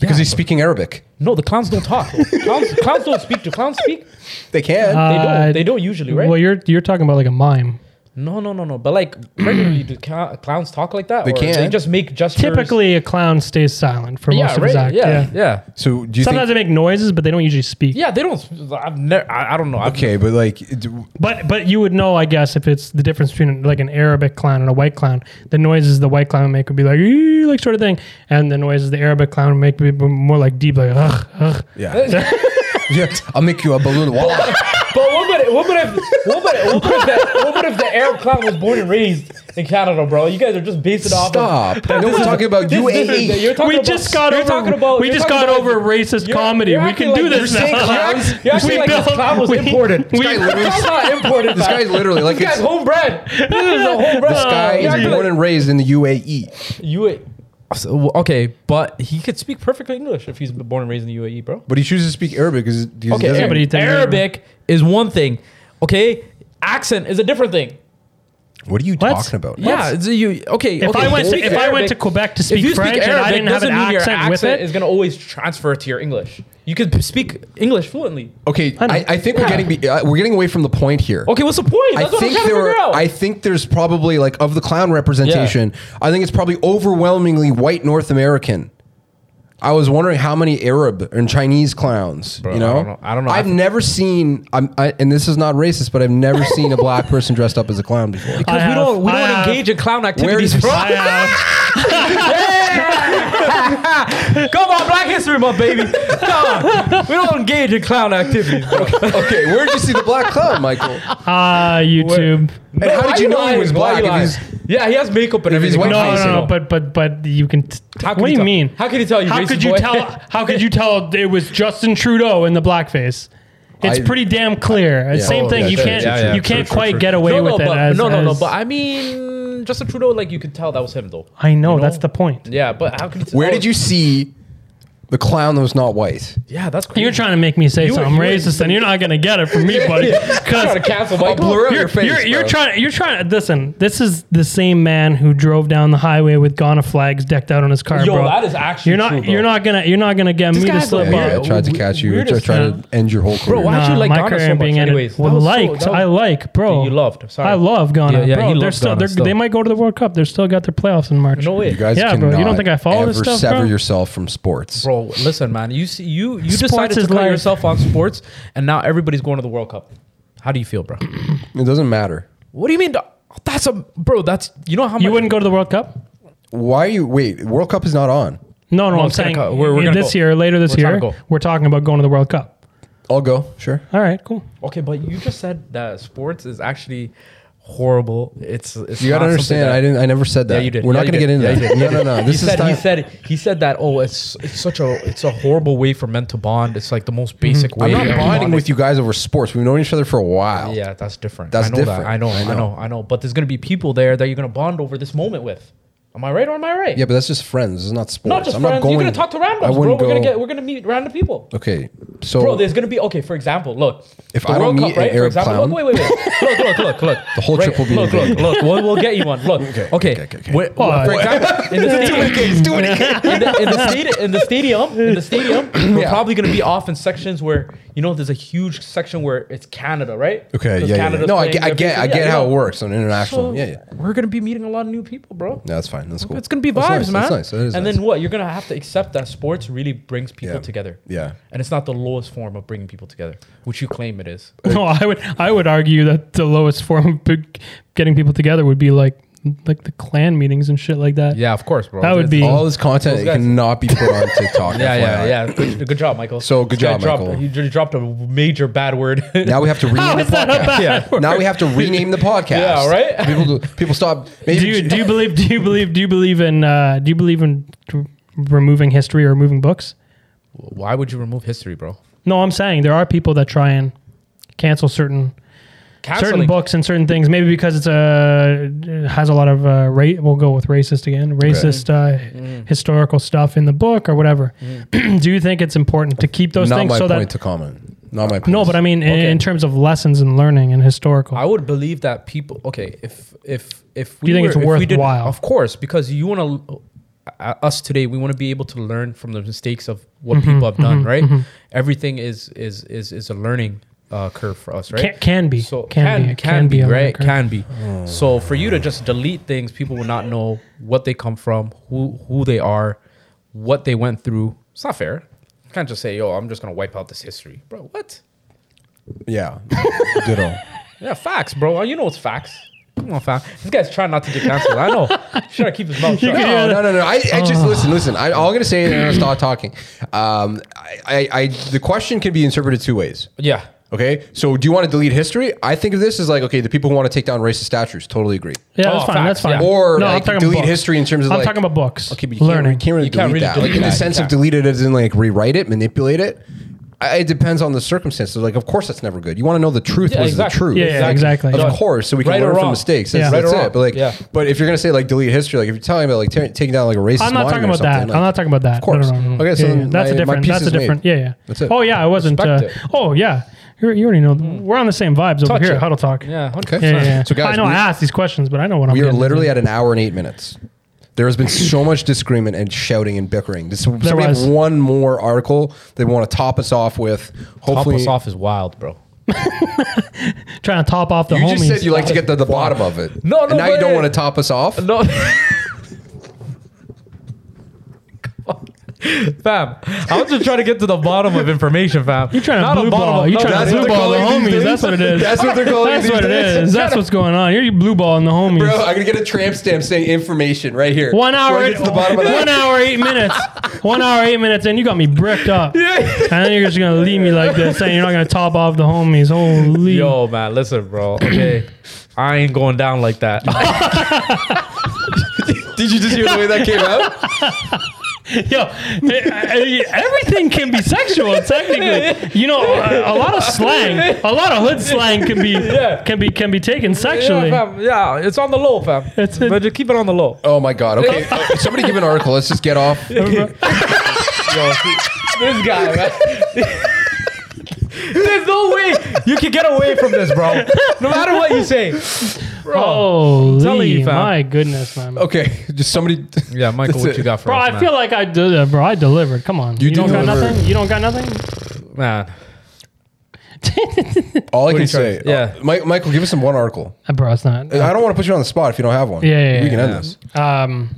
[SPEAKER 3] because he's speaking Arabic.
[SPEAKER 1] No, the clowns don't
[SPEAKER 3] *laughs*
[SPEAKER 1] talk. clowns, clowns don't speak. Do clowns speak?
[SPEAKER 3] They
[SPEAKER 1] They
[SPEAKER 3] can.
[SPEAKER 2] Uh,
[SPEAKER 1] don't. They don't usually, right?
[SPEAKER 2] Well, you're you're talking about like a mime.
[SPEAKER 1] no, no, no, no. But like regularly, do cl- clowns talk like that?
[SPEAKER 3] They
[SPEAKER 1] or
[SPEAKER 3] can.
[SPEAKER 1] They just make gestures.
[SPEAKER 2] Typically, a clown stays silent for most
[SPEAKER 1] yeah,
[SPEAKER 2] of
[SPEAKER 1] right.
[SPEAKER 2] his act.
[SPEAKER 1] yeah, yeah, yeah.
[SPEAKER 3] so do you
[SPEAKER 2] Sometimes
[SPEAKER 3] think?
[SPEAKER 2] they make noises, but they don't usually speak.
[SPEAKER 1] they don't. I've never. I, I don't know. I've- *laughs*
[SPEAKER 3] Okay, but like, do,
[SPEAKER 2] But but you would know, I guess, if it's the difference between like an Arabic clown and a white clown. The noises the white clown would make would be like "Ee," like sort of thing, and the noises the Arabic clown would make would be more like deep, like ugh, ugh.
[SPEAKER 3] yeah, *laughs* yeah. I'll make you a balloon. Wall.
[SPEAKER 1] But what would it, what would if what would it, what would if the, what would if the Arab clown was born and raised in Canada, bro? You guys are just basing off. Of, *laughs*
[SPEAKER 3] Stop. No, we're talking about E.
[SPEAKER 1] this, this is-
[SPEAKER 3] UAE.
[SPEAKER 1] you're talking
[SPEAKER 2] We
[SPEAKER 1] about,
[SPEAKER 2] just got
[SPEAKER 1] you're
[SPEAKER 2] over.
[SPEAKER 1] Talking about,
[SPEAKER 2] we
[SPEAKER 1] you're
[SPEAKER 2] just
[SPEAKER 1] talking
[SPEAKER 2] got
[SPEAKER 1] about-
[SPEAKER 2] over racist
[SPEAKER 1] you're-
[SPEAKER 2] comedy.
[SPEAKER 1] you're
[SPEAKER 2] we
[SPEAKER 1] acting
[SPEAKER 2] can do
[SPEAKER 1] like
[SPEAKER 2] this
[SPEAKER 1] you're
[SPEAKER 2] *laughs*
[SPEAKER 1] saying
[SPEAKER 2] now.
[SPEAKER 1] clowns- You're acting like this clown was
[SPEAKER 2] we-
[SPEAKER 1] imported.
[SPEAKER 2] we-
[SPEAKER 3] guy literally-
[SPEAKER 1] This not imported.
[SPEAKER 3] This
[SPEAKER 1] man.
[SPEAKER 3] guy's literally like
[SPEAKER 1] this guy's
[SPEAKER 3] it's-
[SPEAKER 1] homebred. This is a homebred.
[SPEAKER 3] This guy
[SPEAKER 1] You're
[SPEAKER 3] is
[SPEAKER 1] acting
[SPEAKER 3] born
[SPEAKER 1] like-
[SPEAKER 3] and raised in the E. UAE,
[SPEAKER 1] UAE. So, well, Okay, but he could speak perfect English if he's born and raised in the UAE, bro.
[SPEAKER 3] but he chooses to speak Arabic because because
[SPEAKER 1] Okay,
[SPEAKER 3] he doesn't.
[SPEAKER 2] but he
[SPEAKER 1] Arabic,
[SPEAKER 2] doesn't-
[SPEAKER 1] is one thing. Okay, accent is a different thing.
[SPEAKER 3] what are you
[SPEAKER 2] What?
[SPEAKER 3] talking about?
[SPEAKER 1] Yeah, it's a- you okay?
[SPEAKER 2] If
[SPEAKER 1] okay,
[SPEAKER 2] I went to-
[SPEAKER 1] speak
[SPEAKER 2] if I went to Quebec to
[SPEAKER 1] if
[SPEAKER 2] speak
[SPEAKER 1] you
[SPEAKER 2] French and I didn't have an
[SPEAKER 1] doesn't mean your
[SPEAKER 2] accent with
[SPEAKER 1] accent
[SPEAKER 2] it-
[SPEAKER 1] is going to always transfer to your English. You could p- speak English fluently.
[SPEAKER 3] Okay,
[SPEAKER 2] know.
[SPEAKER 3] I, I think
[SPEAKER 1] Yeah.
[SPEAKER 3] we're getting be, uh, we're getting away from the point here.
[SPEAKER 1] Okay, what's the point?
[SPEAKER 3] I
[SPEAKER 1] That's what I'm
[SPEAKER 3] think
[SPEAKER 1] trying to figure
[SPEAKER 3] there were,
[SPEAKER 1] out.
[SPEAKER 3] I think there's probably like of the clown representation. I think it's probably overwhelmingly white North American. I was wondering how many Arab and Chinese clowns.
[SPEAKER 1] Bro,
[SPEAKER 3] you
[SPEAKER 1] I
[SPEAKER 3] know,
[SPEAKER 1] don't know. I don't know.
[SPEAKER 3] have
[SPEAKER 1] I-
[SPEAKER 3] never seen. I'm, I, and this is not racist, but I've never seen a
[SPEAKER 1] *laughs*
[SPEAKER 3] black person dressed up as a clown before.
[SPEAKER 1] because
[SPEAKER 2] I
[SPEAKER 1] we don't we
[SPEAKER 2] have-
[SPEAKER 1] don't
[SPEAKER 2] I have-
[SPEAKER 1] engage in clown
[SPEAKER 3] is
[SPEAKER 1] activities, bro.
[SPEAKER 2] I
[SPEAKER 1] *laughs*
[SPEAKER 2] have-
[SPEAKER 1] Come on, Black History Month, baby. Come on, we don't engage in clown activities, bro.
[SPEAKER 3] *laughs* okay, where did you see the black clown, Michael?
[SPEAKER 2] Ah, YouTube.
[SPEAKER 3] And how did you know he was
[SPEAKER 1] Why
[SPEAKER 3] black?
[SPEAKER 1] you
[SPEAKER 3] If
[SPEAKER 1] lying?
[SPEAKER 3] he's-
[SPEAKER 1] yeah, he has makeup and
[SPEAKER 3] if he's
[SPEAKER 1] everything.
[SPEAKER 3] white,
[SPEAKER 2] No, no,
[SPEAKER 3] Amazing.
[SPEAKER 2] no, no, but but but you can. T-
[SPEAKER 1] How can
[SPEAKER 2] what do
[SPEAKER 1] you
[SPEAKER 2] you
[SPEAKER 1] tell-
[SPEAKER 2] mean?
[SPEAKER 1] how can you tell you
[SPEAKER 2] How
[SPEAKER 1] racist
[SPEAKER 2] could you
[SPEAKER 1] boy? *laughs*
[SPEAKER 2] tell? How could you tell it was Justin Trudeau in the blackface? It's
[SPEAKER 3] I-
[SPEAKER 2] pretty damn clear. It's Same
[SPEAKER 3] Oh,
[SPEAKER 2] thing.
[SPEAKER 3] yeah,
[SPEAKER 2] you
[SPEAKER 3] true,
[SPEAKER 2] can't.
[SPEAKER 3] true, true,
[SPEAKER 2] you
[SPEAKER 3] true,
[SPEAKER 2] can't
[SPEAKER 3] true,
[SPEAKER 2] quite
[SPEAKER 3] true.
[SPEAKER 2] get away
[SPEAKER 1] no,
[SPEAKER 2] with
[SPEAKER 1] no,
[SPEAKER 2] it.
[SPEAKER 1] but,
[SPEAKER 2] as,
[SPEAKER 1] no, no, no.
[SPEAKER 2] as-
[SPEAKER 1] But I mean, Justin Trudeau, like you could tell that was him, though.
[SPEAKER 2] I know,
[SPEAKER 1] You
[SPEAKER 2] that's the point.
[SPEAKER 1] Yeah, but how could you? Tell?
[SPEAKER 3] Where did you see the clown that was not white?
[SPEAKER 1] Yeah, that's crazy.
[SPEAKER 2] You're trying to make me say
[SPEAKER 1] You were-
[SPEAKER 2] something
[SPEAKER 1] you were-
[SPEAKER 2] racist, and you're not gonna get it from me, buddy.
[SPEAKER 1] trying to
[SPEAKER 2] Because
[SPEAKER 1] cancel Michael.
[SPEAKER 3] blur out
[SPEAKER 2] you're,
[SPEAKER 3] your face.
[SPEAKER 2] you're, you're
[SPEAKER 3] bro.
[SPEAKER 2] trying. You're trying. Listen, this is the same man who drove down the highway with Ghana flags decked out on his car,
[SPEAKER 1] Yo,
[SPEAKER 2] bro.
[SPEAKER 1] that is actually
[SPEAKER 2] You're not.
[SPEAKER 1] true, bro.
[SPEAKER 2] You're not gonna. You're not gonna get
[SPEAKER 1] This
[SPEAKER 2] me to
[SPEAKER 1] guy's
[SPEAKER 2] slip
[SPEAKER 1] a
[SPEAKER 2] up.
[SPEAKER 3] Yeah, I tried to
[SPEAKER 1] Weird-
[SPEAKER 3] catch you. I
[SPEAKER 1] weirdest
[SPEAKER 3] tried to end your whole career.
[SPEAKER 1] Bro, why- How'd you like
[SPEAKER 2] my
[SPEAKER 1] Ghana
[SPEAKER 2] career
[SPEAKER 1] so
[SPEAKER 2] and
[SPEAKER 1] much
[SPEAKER 2] being in it
[SPEAKER 1] anyways? That
[SPEAKER 2] Well,
[SPEAKER 1] was so-
[SPEAKER 2] liked.
[SPEAKER 1] that was-
[SPEAKER 2] I like, bro.
[SPEAKER 1] You loved. Sorry.
[SPEAKER 2] I love Ghana,
[SPEAKER 1] Yeah, yeah,
[SPEAKER 2] bro.
[SPEAKER 1] he
[SPEAKER 2] They're
[SPEAKER 1] loves
[SPEAKER 2] still,
[SPEAKER 1] Ghana
[SPEAKER 2] they're,
[SPEAKER 1] still.
[SPEAKER 2] They might go to the World Cup. They're still got their playoffs in March.
[SPEAKER 1] No way,
[SPEAKER 3] You guys
[SPEAKER 2] Yeah, bro, you
[SPEAKER 3] cannot
[SPEAKER 2] don't think I follow
[SPEAKER 3] ever
[SPEAKER 2] this stuff,
[SPEAKER 3] sever
[SPEAKER 2] bro?
[SPEAKER 3] yourself from sports.
[SPEAKER 1] bro. Listen, man. You see, you you
[SPEAKER 2] Sports
[SPEAKER 1] decided to
[SPEAKER 2] is
[SPEAKER 1] cut
[SPEAKER 2] life.
[SPEAKER 1] yourself on sports, and now everybody's going to the World Cup. How do you feel, bro?
[SPEAKER 3] It doesn't matter.
[SPEAKER 1] what do you mean? That's a bro. That's you know how much
[SPEAKER 2] You wouldn't go to the World Cup?
[SPEAKER 3] Why you wait? World Cup is not on.
[SPEAKER 2] No, no.
[SPEAKER 1] No,
[SPEAKER 2] I'm
[SPEAKER 1] it's gonna
[SPEAKER 2] saying
[SPEAKER 1] go- we're- we're gonna
[SPEAKER 2] this
[SPEAKER 1] go.
[SPEAKER 2] year, later this
[SPEAKER 1] We're trying
[SPEAKER 2] year,
[SPEAKER 1] to go.
[SPEAKER 2] we're talking about going to the World Cup.
[SPEAKER 3] I'll go. Sure.
[SPEAKER 2] All right, cool.
[SPEAKER 1] Okay, but you just said that sports is actually horrible. It's, it's
[SPEAKER 3] You
[SPEAKER 1] not
[SPEAKER 3] gotta
[SPEAKER 1] something
[SPEAKER 3] understand.
[SPEAKER 1] that-
[SPEAKER 3] I didn't. I never said that.
[SPEAKER 1] Yeah, you did.
[SPEAKER 3] We're
[SPEAKER 1] Yeah,
[SPEAKER 3] not
[SPEAKER 1] you
[SPEAKER 3] gonna
[SPEAKER 1] did.
[SPEAKER 3] get into
[SPEAKER 1] Yeah, you
[SPEAKER 3] that.
[SPEAKER 1] did.
[SPEAKER 3] No,
[SPEAKER 1] *laughs*
[SPEAKER 3] no, no. This
[SPEAKER 1] he
[SPEAKER 3] is
[SPEAKER 1] said, he
[SPEAKER 3] time.
[SPEAKER 1] said he said that oh it's it's such a it's a horrible way for men to bond. It's like the most basic
[SPEAKER 3] Mm-hmm. I'm
[SPEAKER 1] way.
[SPEAKER 3] not
[SPEAKER 1] of
[SPEAKER 3] bonding with you guys over sports. We've known each other for a while.
[SPEAKER 1] Yeah, that's different.
[SPEAKER 3] That's
[SPEAKER 1] I know
[SPEAKER 3] different.
[SPEAKER 1] That. I know,
[SPEAKER 3] I
[SPEAKER 1] I know. I
[SPEAKER 3] know.
[SPEAKER 1] know. But there's gonna be people there that you're gonna bond over this moment with. Am I right or am I right?
[SPEAKER 3] Yeah, but that's just friends. This is not sports.
[SPEAKER 1] Not just
[SPEAKER 3] I'm
[SPEAKER 1] friends.
[SPEAKER 3] Not going,
[SPEAKER 1] you're gonna talk to randoms,
[SPEAKER 3] I
[SPEAKER 1] bro. We're
[SPEAKER 3] wouldn't
[SPEAKER 1] gonna
[SPEAKER 3] go-
[SPEAKER 1] get we're gonna meet random people.
[SPEAKER 3] Okay, so
[SPEAKER 1] Bro,
[SPEAKER 3] *laughs*
[SPEAKER 1] there's gonna be okay. For example, look.
[SPEAKER 3] If
[SPEAKER 1] the
[SPEAKER 3] I don't
[SPEAKER 1] World
[SPEAKER 3] meet an Arab
[SPEAKER 1] for example,
[SPEAKER 3] clown-
[SPEAKER 1] look, wait, wait,
[SPEAKER 3] *laughs*
[SPEAKER 1] wait. look, look, look, look.
[SPEAKER 3] The whole trip will be in
[SPEAKER 1] Look,
[SPEAKER 3] vain.
[SPEAKER 1] look, look. We'll, we'll get you one. Look. Okay.
[SPEAKER 3] okay, okay, okay.
[SPEAKER 1] Wait,
[SPEAKER 2] What?
[SPEAKER 1] For example,
[SPEAKER 3] *laughs*
[SPEAKER 1] in the stadium, in the, in the stadium, in the stadium, in the stadium, we're
[SPEAKER 3] *clears throat* Yeah.
[SPEAKER 1] probably gonna be off in sections where you know there's a huge section where it's Canada, right?
[SPEAKER 3] okay,
[SPEAKER 1] 'Cause
[SPEAKER 3] yeah, yeah, yeah.
[SPEAKER 1] Canada's
[SPEAKER 3] No, I
[SPEAKER 1] playing
[SPEAKER 3] get, I
[SPEAKER 1] their
[SPEAKER 3] get, I
[SPEAKER 1] big-
[SPEAKER 3] get
[SPEAKER 1] yeah,
[SPEAKER 3] how
[SPEAKER 1] you
[SPEAKER 3] it
[SPEAKER 1] know.
[SPEAKER 3] works on international.
[SPEAKER 1] So
[SPEAKER 3] yeah, yeah.
[SPEAKER 1] We're gonna be meeting a lot of new people, bro.
[SPEAKER 3] No, that's fine. That's cool.
[SPEAKER 1] It's gonna be vibes,
[SPEAKER 3] That's nice,
[SPEAKER 1] man.
[SPEAKER 3] That's nice. That is
[SPEAKER 1] and
[SPEAKER 3] nice.
[SPEAKER 1] then what? You're gonna have to accept that sports really brings people
[SPEAKER 3] Yeah.
[SPEAKER 1] together.
[SPEAKER 3] Yeah.
[SPEAKER 1] And it's not the lowest form of bringing people together, which you claim it is.
[SPEAKER 2] *laughs* No, I would I would argue that the lowest form of big- getting people together would be like like the clan meetings and shit like that.
[SPEAKER 1] Yeah, of course, bro.
[SPEAKER 2] That would be-
[SPEAKER 3] All this content
[SPEAKER 1] Those
[SPEAKER 3] it
[SPEAKER 1] guys-
[SPEAKER 3] cannot be put on
[SPEAKER 2] *laughs*
[SPEAKER 3] TikTok.
[SPEAKER 1] Yeah, yeah,
[SPEAKER 3] FYI.
[SPEAKER 1] yeah. Good, good job, Michael.
[SPEAKER 3] So, good
[SPEAKER 1] This guy
[SPEAKER 3] job,
[SPEAKER 1] dropped-
[SPEAKER 3] Michael.
[SPEAKER 1] You just dropped a major bad word. *laughs*
[SPEAKER 3] Now we have to rename
[SPEAKER 2] How
[SPEAKER 3] the
[SPEAKER 2] is that a
[SPEAKER 3] podcast.
[SPEAKER 2] bad word?
[SPEAKER 3] Now we have to rename the
[SPEAKER 2] *laughs*
[SPEAKER 3] podcast.
[SPEAKER 1] Yeah, right?
[SPEAKER 3] People, do, people stop. Maybe
[SPEAKER 2] Do you do you believe do you believe do you believe in uh, do you believe in r- removing history or removing books?
[SPEAKER 1] Why would you remove history, bro?
[SPEAKER 2] No, I'm saying there are people that try and cancel certain certain
[SPEAKER 1] Canceling.
[SPEAKER 2] books and certain things. Maybe because it's a it has a lot of uh, ra- We'll go with racist again. Racist uh,
[SPEAKER 3] Mm-hmm.
[SPEAKER 2] historical stuff in the book or whatever. *clears throat* do you think it's important to keep those
[SPEAKER 3] not
[SPEAKER 2] things
[SPEAKER 3] my
[SPEAKER 2] so that
[SPEAKER 3] point to comment. Not my point.
[SPEAKER 2] No, but I mean, in,
[SPEAKER 1] Okay.
[SPEAKER 2] in terms of lessons and learning and historical.
[SPEAKER 1] I would believe that people. Okay, if if if we
[SPEAKER 2] you think
[SPEAKER 1] were,
[SPEAKER 2] it's
[SPEAKER 1] if we did-
[SPEAKER 2] worthwhile?
[SPEAKER 1] Of course, because you want to. Us today, we want to be able to learn from the mistakes of what
[SPEAKER 2] Mm-hmm,
[SPEAKER 1] people have done. right, everything is is is is a learning uh, curve for us. Right,
[SPEAKER 2] Can- can be.
[SPEAKER 1] so
[SPEAKER 2] Can
[SPEAKER 1] can
[SPEAKER 2] be.
[SPEAKER 1] can,
[SPEAKER 2] It can be
[SPEAKER 1] be,
[SPEAKER 2] a learning
[SPEAKER 1] right
[SPEAKER 2] curve.
[SPEAKER 1] can be. So for you to just delete things, people will not know what they come from, who who they are, what they went through. It's not fair. You can't just say, "Yo, I'm just gonna wipe out this history, bro." What?
[SPEAKER 3] yeah,
[SPEAKER 2] *laughs*
[SPEAKER 3] ditto.
[SPEAKER 1] Yeah, facts, bro. You know it's facts. Come on, fam. This guy's trying not to get canceled. I know. *laughs* Should I keep his mouth shut?
[SPEAKER 3] No, no, no, no. I, I
[SPEAKER 2] Oh.
[SPEAKER 3] just listen, listen. I, all I'm gonna say is I'm gonna stop talking. Um, I, I, I, the question can be interpreted two ways.
[SPEAKER 1] Yeah.
[SPEAKER 3] Okay, so do you want to delete history? I think of this as like okay, the people who want to take down racist statues. Totally agree.
[SPEAKER 2] yeah,
[SPEAKER 1] Oh,
[SPEAKER 2] that's fine.
[SPEAKER 1] facts,
[SPEAKER 2] that's fine.
[SPEAKER 1] yeah.
[SPEAKER 3] Or
[SPEAKER 2] I'm
[SPEAKER 3] like
[SPEAKER 2] talking
[SPEAKER 3] delete
[SPEAKER 2] books.
[SPEAKER 3] history in terms of
[SPEAKER 2] I'm
[SPEAKER 3] like-
[SPEAKER 2] talking about books.
[SPEAKER 3] Okay, but you
[SPEAKER 2] learning.
[SPEAKER 3] can't, really- you can't
[SPEAKER 1] You
[SPEAKER 3] really delete
[SPEAKER 1] can't
[SPEAKER 3] that.
[SPEAKER 1] really
[SPEAKER 3] Like in
[SPEAKER 1] delete
[SPEAKER 3] the
[SPEAKER 1] that.
[SPEAKER 3] sense
[SPEAKER 1] You
[SPEAKER 3] of
[SPEAKER 1] can't.
[SPEAKER 3] delete it as in like rewrite it, manipulate it. I, it depends on the circumstances. Like, of course, that's never good. You want to know the truth was the truth.
[SPEAKER 2] Yeah, yeah, exactly.
[SPEAKER 3] Of
[SPEAKER 2] Yeah.
[SPEAKER 3] course, so we can
[SPEAKER 1] Right or
[SPEAKER 3] learn from
[SPEAKER 1] wrong.
[SPEAKER 3] mistakes.
[SPEAKER 2] Yeah.
[SPEAKER 3] That's,
[SPEAKER 1] Right or
[SPEAKER 3] that's
[SPEAKER 1] wrong.
[SPEAKER 3] it. But like,
[SPEAKER 1] Yeah.
[SPEAKER 3] but if you're gonna say like delete history, like if you're talking about like tear taking down like a racist,
[SPEAKER 2] I'm not
[SPEAKER 3] monument
[SPEAKER 2] talking
[SPEAKER 3] or
[SPEAKER 2] about that.
[SPEAKER 3] something, like,
[SPEAKER 2] I'm not talking about that.
[SPEAKER 3] Of course.
[SPEAKER 2] No, no, no.
[SPEAKER 3] Okay, so
[SPEAKER 2] Yeah,
[SPEAKER 3] then
[SPEAKER 2] that's
[SPEAKER 3] my-
[SPEAKER 2] a
[SPEAKER 3] my
[SPEAKER 2] different.
[SPEAKER 3] piece
[SPEAKER 2] That's a
[SPEAKER 3] is made.
[SPEAKER 2] different. Yeah, yeah.
[SPEAKER 3] That's it.
[SPEAKER 2] Oh yeah, I wasn't. Uh,
[SPEAKER 1] Respect it.
[SPEAKER 2] oh yeah, You're, you already know. We're on the same vibes over
[SPEAKER 1] Touch
[SPEAKER 2] here.
[SPEAKER 1] it.
[SPEAKER 2] Huddle talk.
[SPEAKER 1] Mm. Yeah. 100%.
[SPEAKER 3] Okay.
[SPEAKER 2] Yeah, yeah, yeah.
[SPEAKER 3] So, guys,
[SPEAKER 2] I know
[SPEAKER 3] we-
[SPEAKER 2] I asked these questions, but I know what I'm.
[SPEAKER 3] We are
[SPEAKER 2] getting
[SPEAKER 3] literally
[SPEAKER 2] into.
[SPEAKER 3] at an hour and eight minutes. There has been so much disagreement and shouting and bickering. Does somebody
[SPEAKER 2] was.
[SPEAKER 3] have one more article they want to top us off with?
[SPEAKER 1] Top
[SPEAKER 3] Hopefully,
[SPEAKER 1] us off is wild, bro.
[SPEAKER 2] trying to top off the
[SPEAKER 3] you
[SPEAKER 2] homies.
[SPEAKER 3] just said you like to get to the bottom of it.
[SPEAKER 1] No,
[SPEAKER 3] And
[SPEAKER 1] no,
[SPEAKER 3] now you
[SPEAKER 1] but-
[SPEAKER 3] don't want to top us off.
[SPEAKER 1] *laughs* No. fam, I was just trying to get to the bottom of information, fam. You're
[SPEAKER 2] trying to blue ball. You're trying
[SPEAKER 3] that's
[SPEAKER 2] to
[SPEAKER 3] what
[SPEAKER 2] blue
[SPEAKER 3] they're
[SPEAKER 2] ball the
[SPEAKER 3] calling these
[SPEAKER 2] homies.
[SPEAKER 3] days.
[SPEAKER 2] That's what it is.
[SPEAKER 3] That's what they're calling
[SPEAKER 2] That's
[SPEAKER 3] these
[SPEAKER 2] what it
[SPEAKER 3] days.
[SPEAKER 2] is. That's what's going on. You're blue balling the homies.
[SPEAKER 3] oh, *laughs* Bro, I'm gonna get a tramp stamp saying information right here.
[SPEAKER 2] One hour,
[SPEAKER 3] Before I
[SPEAKER 2] eight,
[SPEAKER 3] get to the bottom of
[SPEAKER 2] one
[SPEAKER 3] that.
[SPEAKER 2] hour, eight minutes. One hour, eight minutes, and you got me bricked up. Yeah. And then you're just gonna leave me like this, saying you're not gonna top off the homies. Holy.
[SPEAKER 1] Yo, man, listen, *clears throat* bro. Okay. I ain't going down like *laughs* that.
[SPEAKER 3] Did you just hear the way that came out?
[SPEAKER 2] *laughs* Yo, eh, eh, everything can be sexual technically. You know, a, a lot of slang, a lot of hood slang can be can be can be taken sexually.
[SPEAKER 1] Yeah, fam. Yeah, *laughs* it's on the low, fam.
[SPEAKER 2] It's-
[SPEAKER 1] but just keep it on the low.
[SPEAKER 3] *laughs*
[SPEAKER 1] *laughs*
[SPEAKER 3] Oh my god. *laughs* Okay, Uh, somebody give an article. Let's just
[SPEAKER 2] *laughs*
[SPEAKER 3] get off.
[SPEAKER 1] Yo, this guy, man. There's no way you can get away from this, bro. No matter what you say. Bro. telling
[SPEAKER 2] Holy,
[SPEAKER 1] you, fam.
[SPEAKER 2] my goodness, man.
[SPEAKER 3] Okay, just somebody. *laughs*
[SPEAKER 1] Yeah, Michael,
[SPEAKER 3] That's
[SPEAKER 1] what
[SPEAKER 3] it.
[SPEAKER 1] you got for
[SPEAKER 2] Bro,
[SPEAKER 1] us,
[SPEAKER 2] I feel like I did it, bro. I delivered. Come on.
[SPEAKER 3] You did
[SPEAKER 2] don't got
[SPEAKER 3] deliver.
[SPEAKER 2] nothing? You don't got nothing? *laughs*
[SPEAKER 1] like, man.
[SPEAKER 3] All I
[SPEAKER 1] are
[SPEAKER 3] can
[SPEAKER 1] you
[SPEAKER 3] say,
[SPEAKER 1] trying to-
[SPEAKER 3] uh, Mi- Michael, give us some one article.
[SPEAKER 2] Uh, bro, it's not.
[SPEAKER 3] I don't want to put you on the spot if you don't have one.
[SPEAKER 2] Yeah, yeah,
[SPEAKER 3] we can
[SPEAKER 2] yeah.
[SPEAKER 3] end this.
[SPEAKER 2] Um,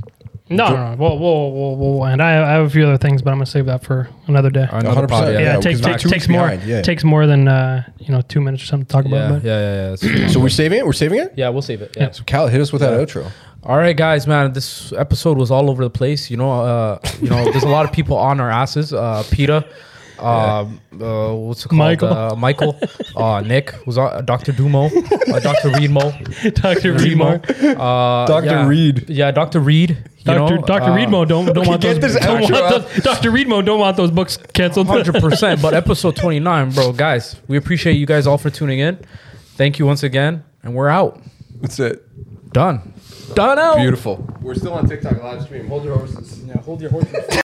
[SPEAKER 2] no, no, no. We'll, we'll, we'll, we'll end. I, I have a few other things, but I'm gonna save that for another day.
[SPEAKER 1] Another
[SPEAKER 3] 100%.
[SPEAKER 1] pod,
[SPEAKER 2] yeah,
[SPEAKER 1] yeah.
[SPEAKER 3] yeah,
[SPEAKER 2] it takes,
[SPEAKER 3] because we're
[SPEAKER 2] takes,
[SPEAKER 3] two
[SPEAKER 2] takes
[SPEAKER 3] weeks
[SPEAKER 2] more.
[SPEAKER 3] behind, yeah.
[SPEAKER 2] Takes more than uh, you know, two minutes or something to talk
[SPEAKER 1] Yeah,
[SPEAKER 2] about. But
[SPEAKER 1] yeah, yeah, yeah.
[SPEAKER 3] So we're saving it. We're saving it.
[SPEAKER 1] yeah, we'll save it. Yeah.
[SPEAKER 2] Yeah.
[SPEAKER 3] So Cal, hit us with that outro.
[SPEAKER 1] All right, guys, man. This episode was all over the place. You know, uh, you know, there's a lot of people on our asses. Uh, Peta, Um, uh, what's it called?
[SPEAKER 2] Michael.
[SPEAKER 1] Uh, Michael. uh, Nick was on, uh, Dr. Dumo. Uh, Dr.
[SPEAKER 2] *laughs*
[SPEAKER 1] Reedmo.
[SPEAKER 2] Dr.
[SPEAKER 1] Reedmo.
[SPEAKER 2] Reedmo.
[SPEAKER 1] Uh,
[SPEAKER 3] Dr.
[SPEAKER 1] yeah.
[SPEAKER 3] Reed.
[SPEAKER 1] Yeah, Dr. Reed. you
[SPEAKER 2] Dr.
[SPEAKER 1] know,
[SPEAKER 2] Dr.
[SPEAKER 1] uh,
[SPEAKER 2] Reedmo don't
[SPEAKER 3] *laughs*
[SPEAKER 2] don't want
[SPEAKER 3] get
[SPEAKER 2] those,
[SPEAKER 3] this
[SPEAKER 2] don't
[SPEAKER 3] outro
[SPEAKER 2] want *laughs*
[SPEAKER 3] out.
[SPEAKER 2] those Dr. Reedmo don't want those books canceled.
[SPEAKER 1] Hundred percent. But episode twenty nine, bro, guys, we appreciate you guys all for tuning in. Thank you once again, and we're out.
[SPEAKER 3] That's it.
[SPEAKER 1] Done. Done out.
[SPEAKER 3] Beautiful. We're still on TikTok live stream. Hold your horses.
[SPEAKER 1] Yeah, hold your horses.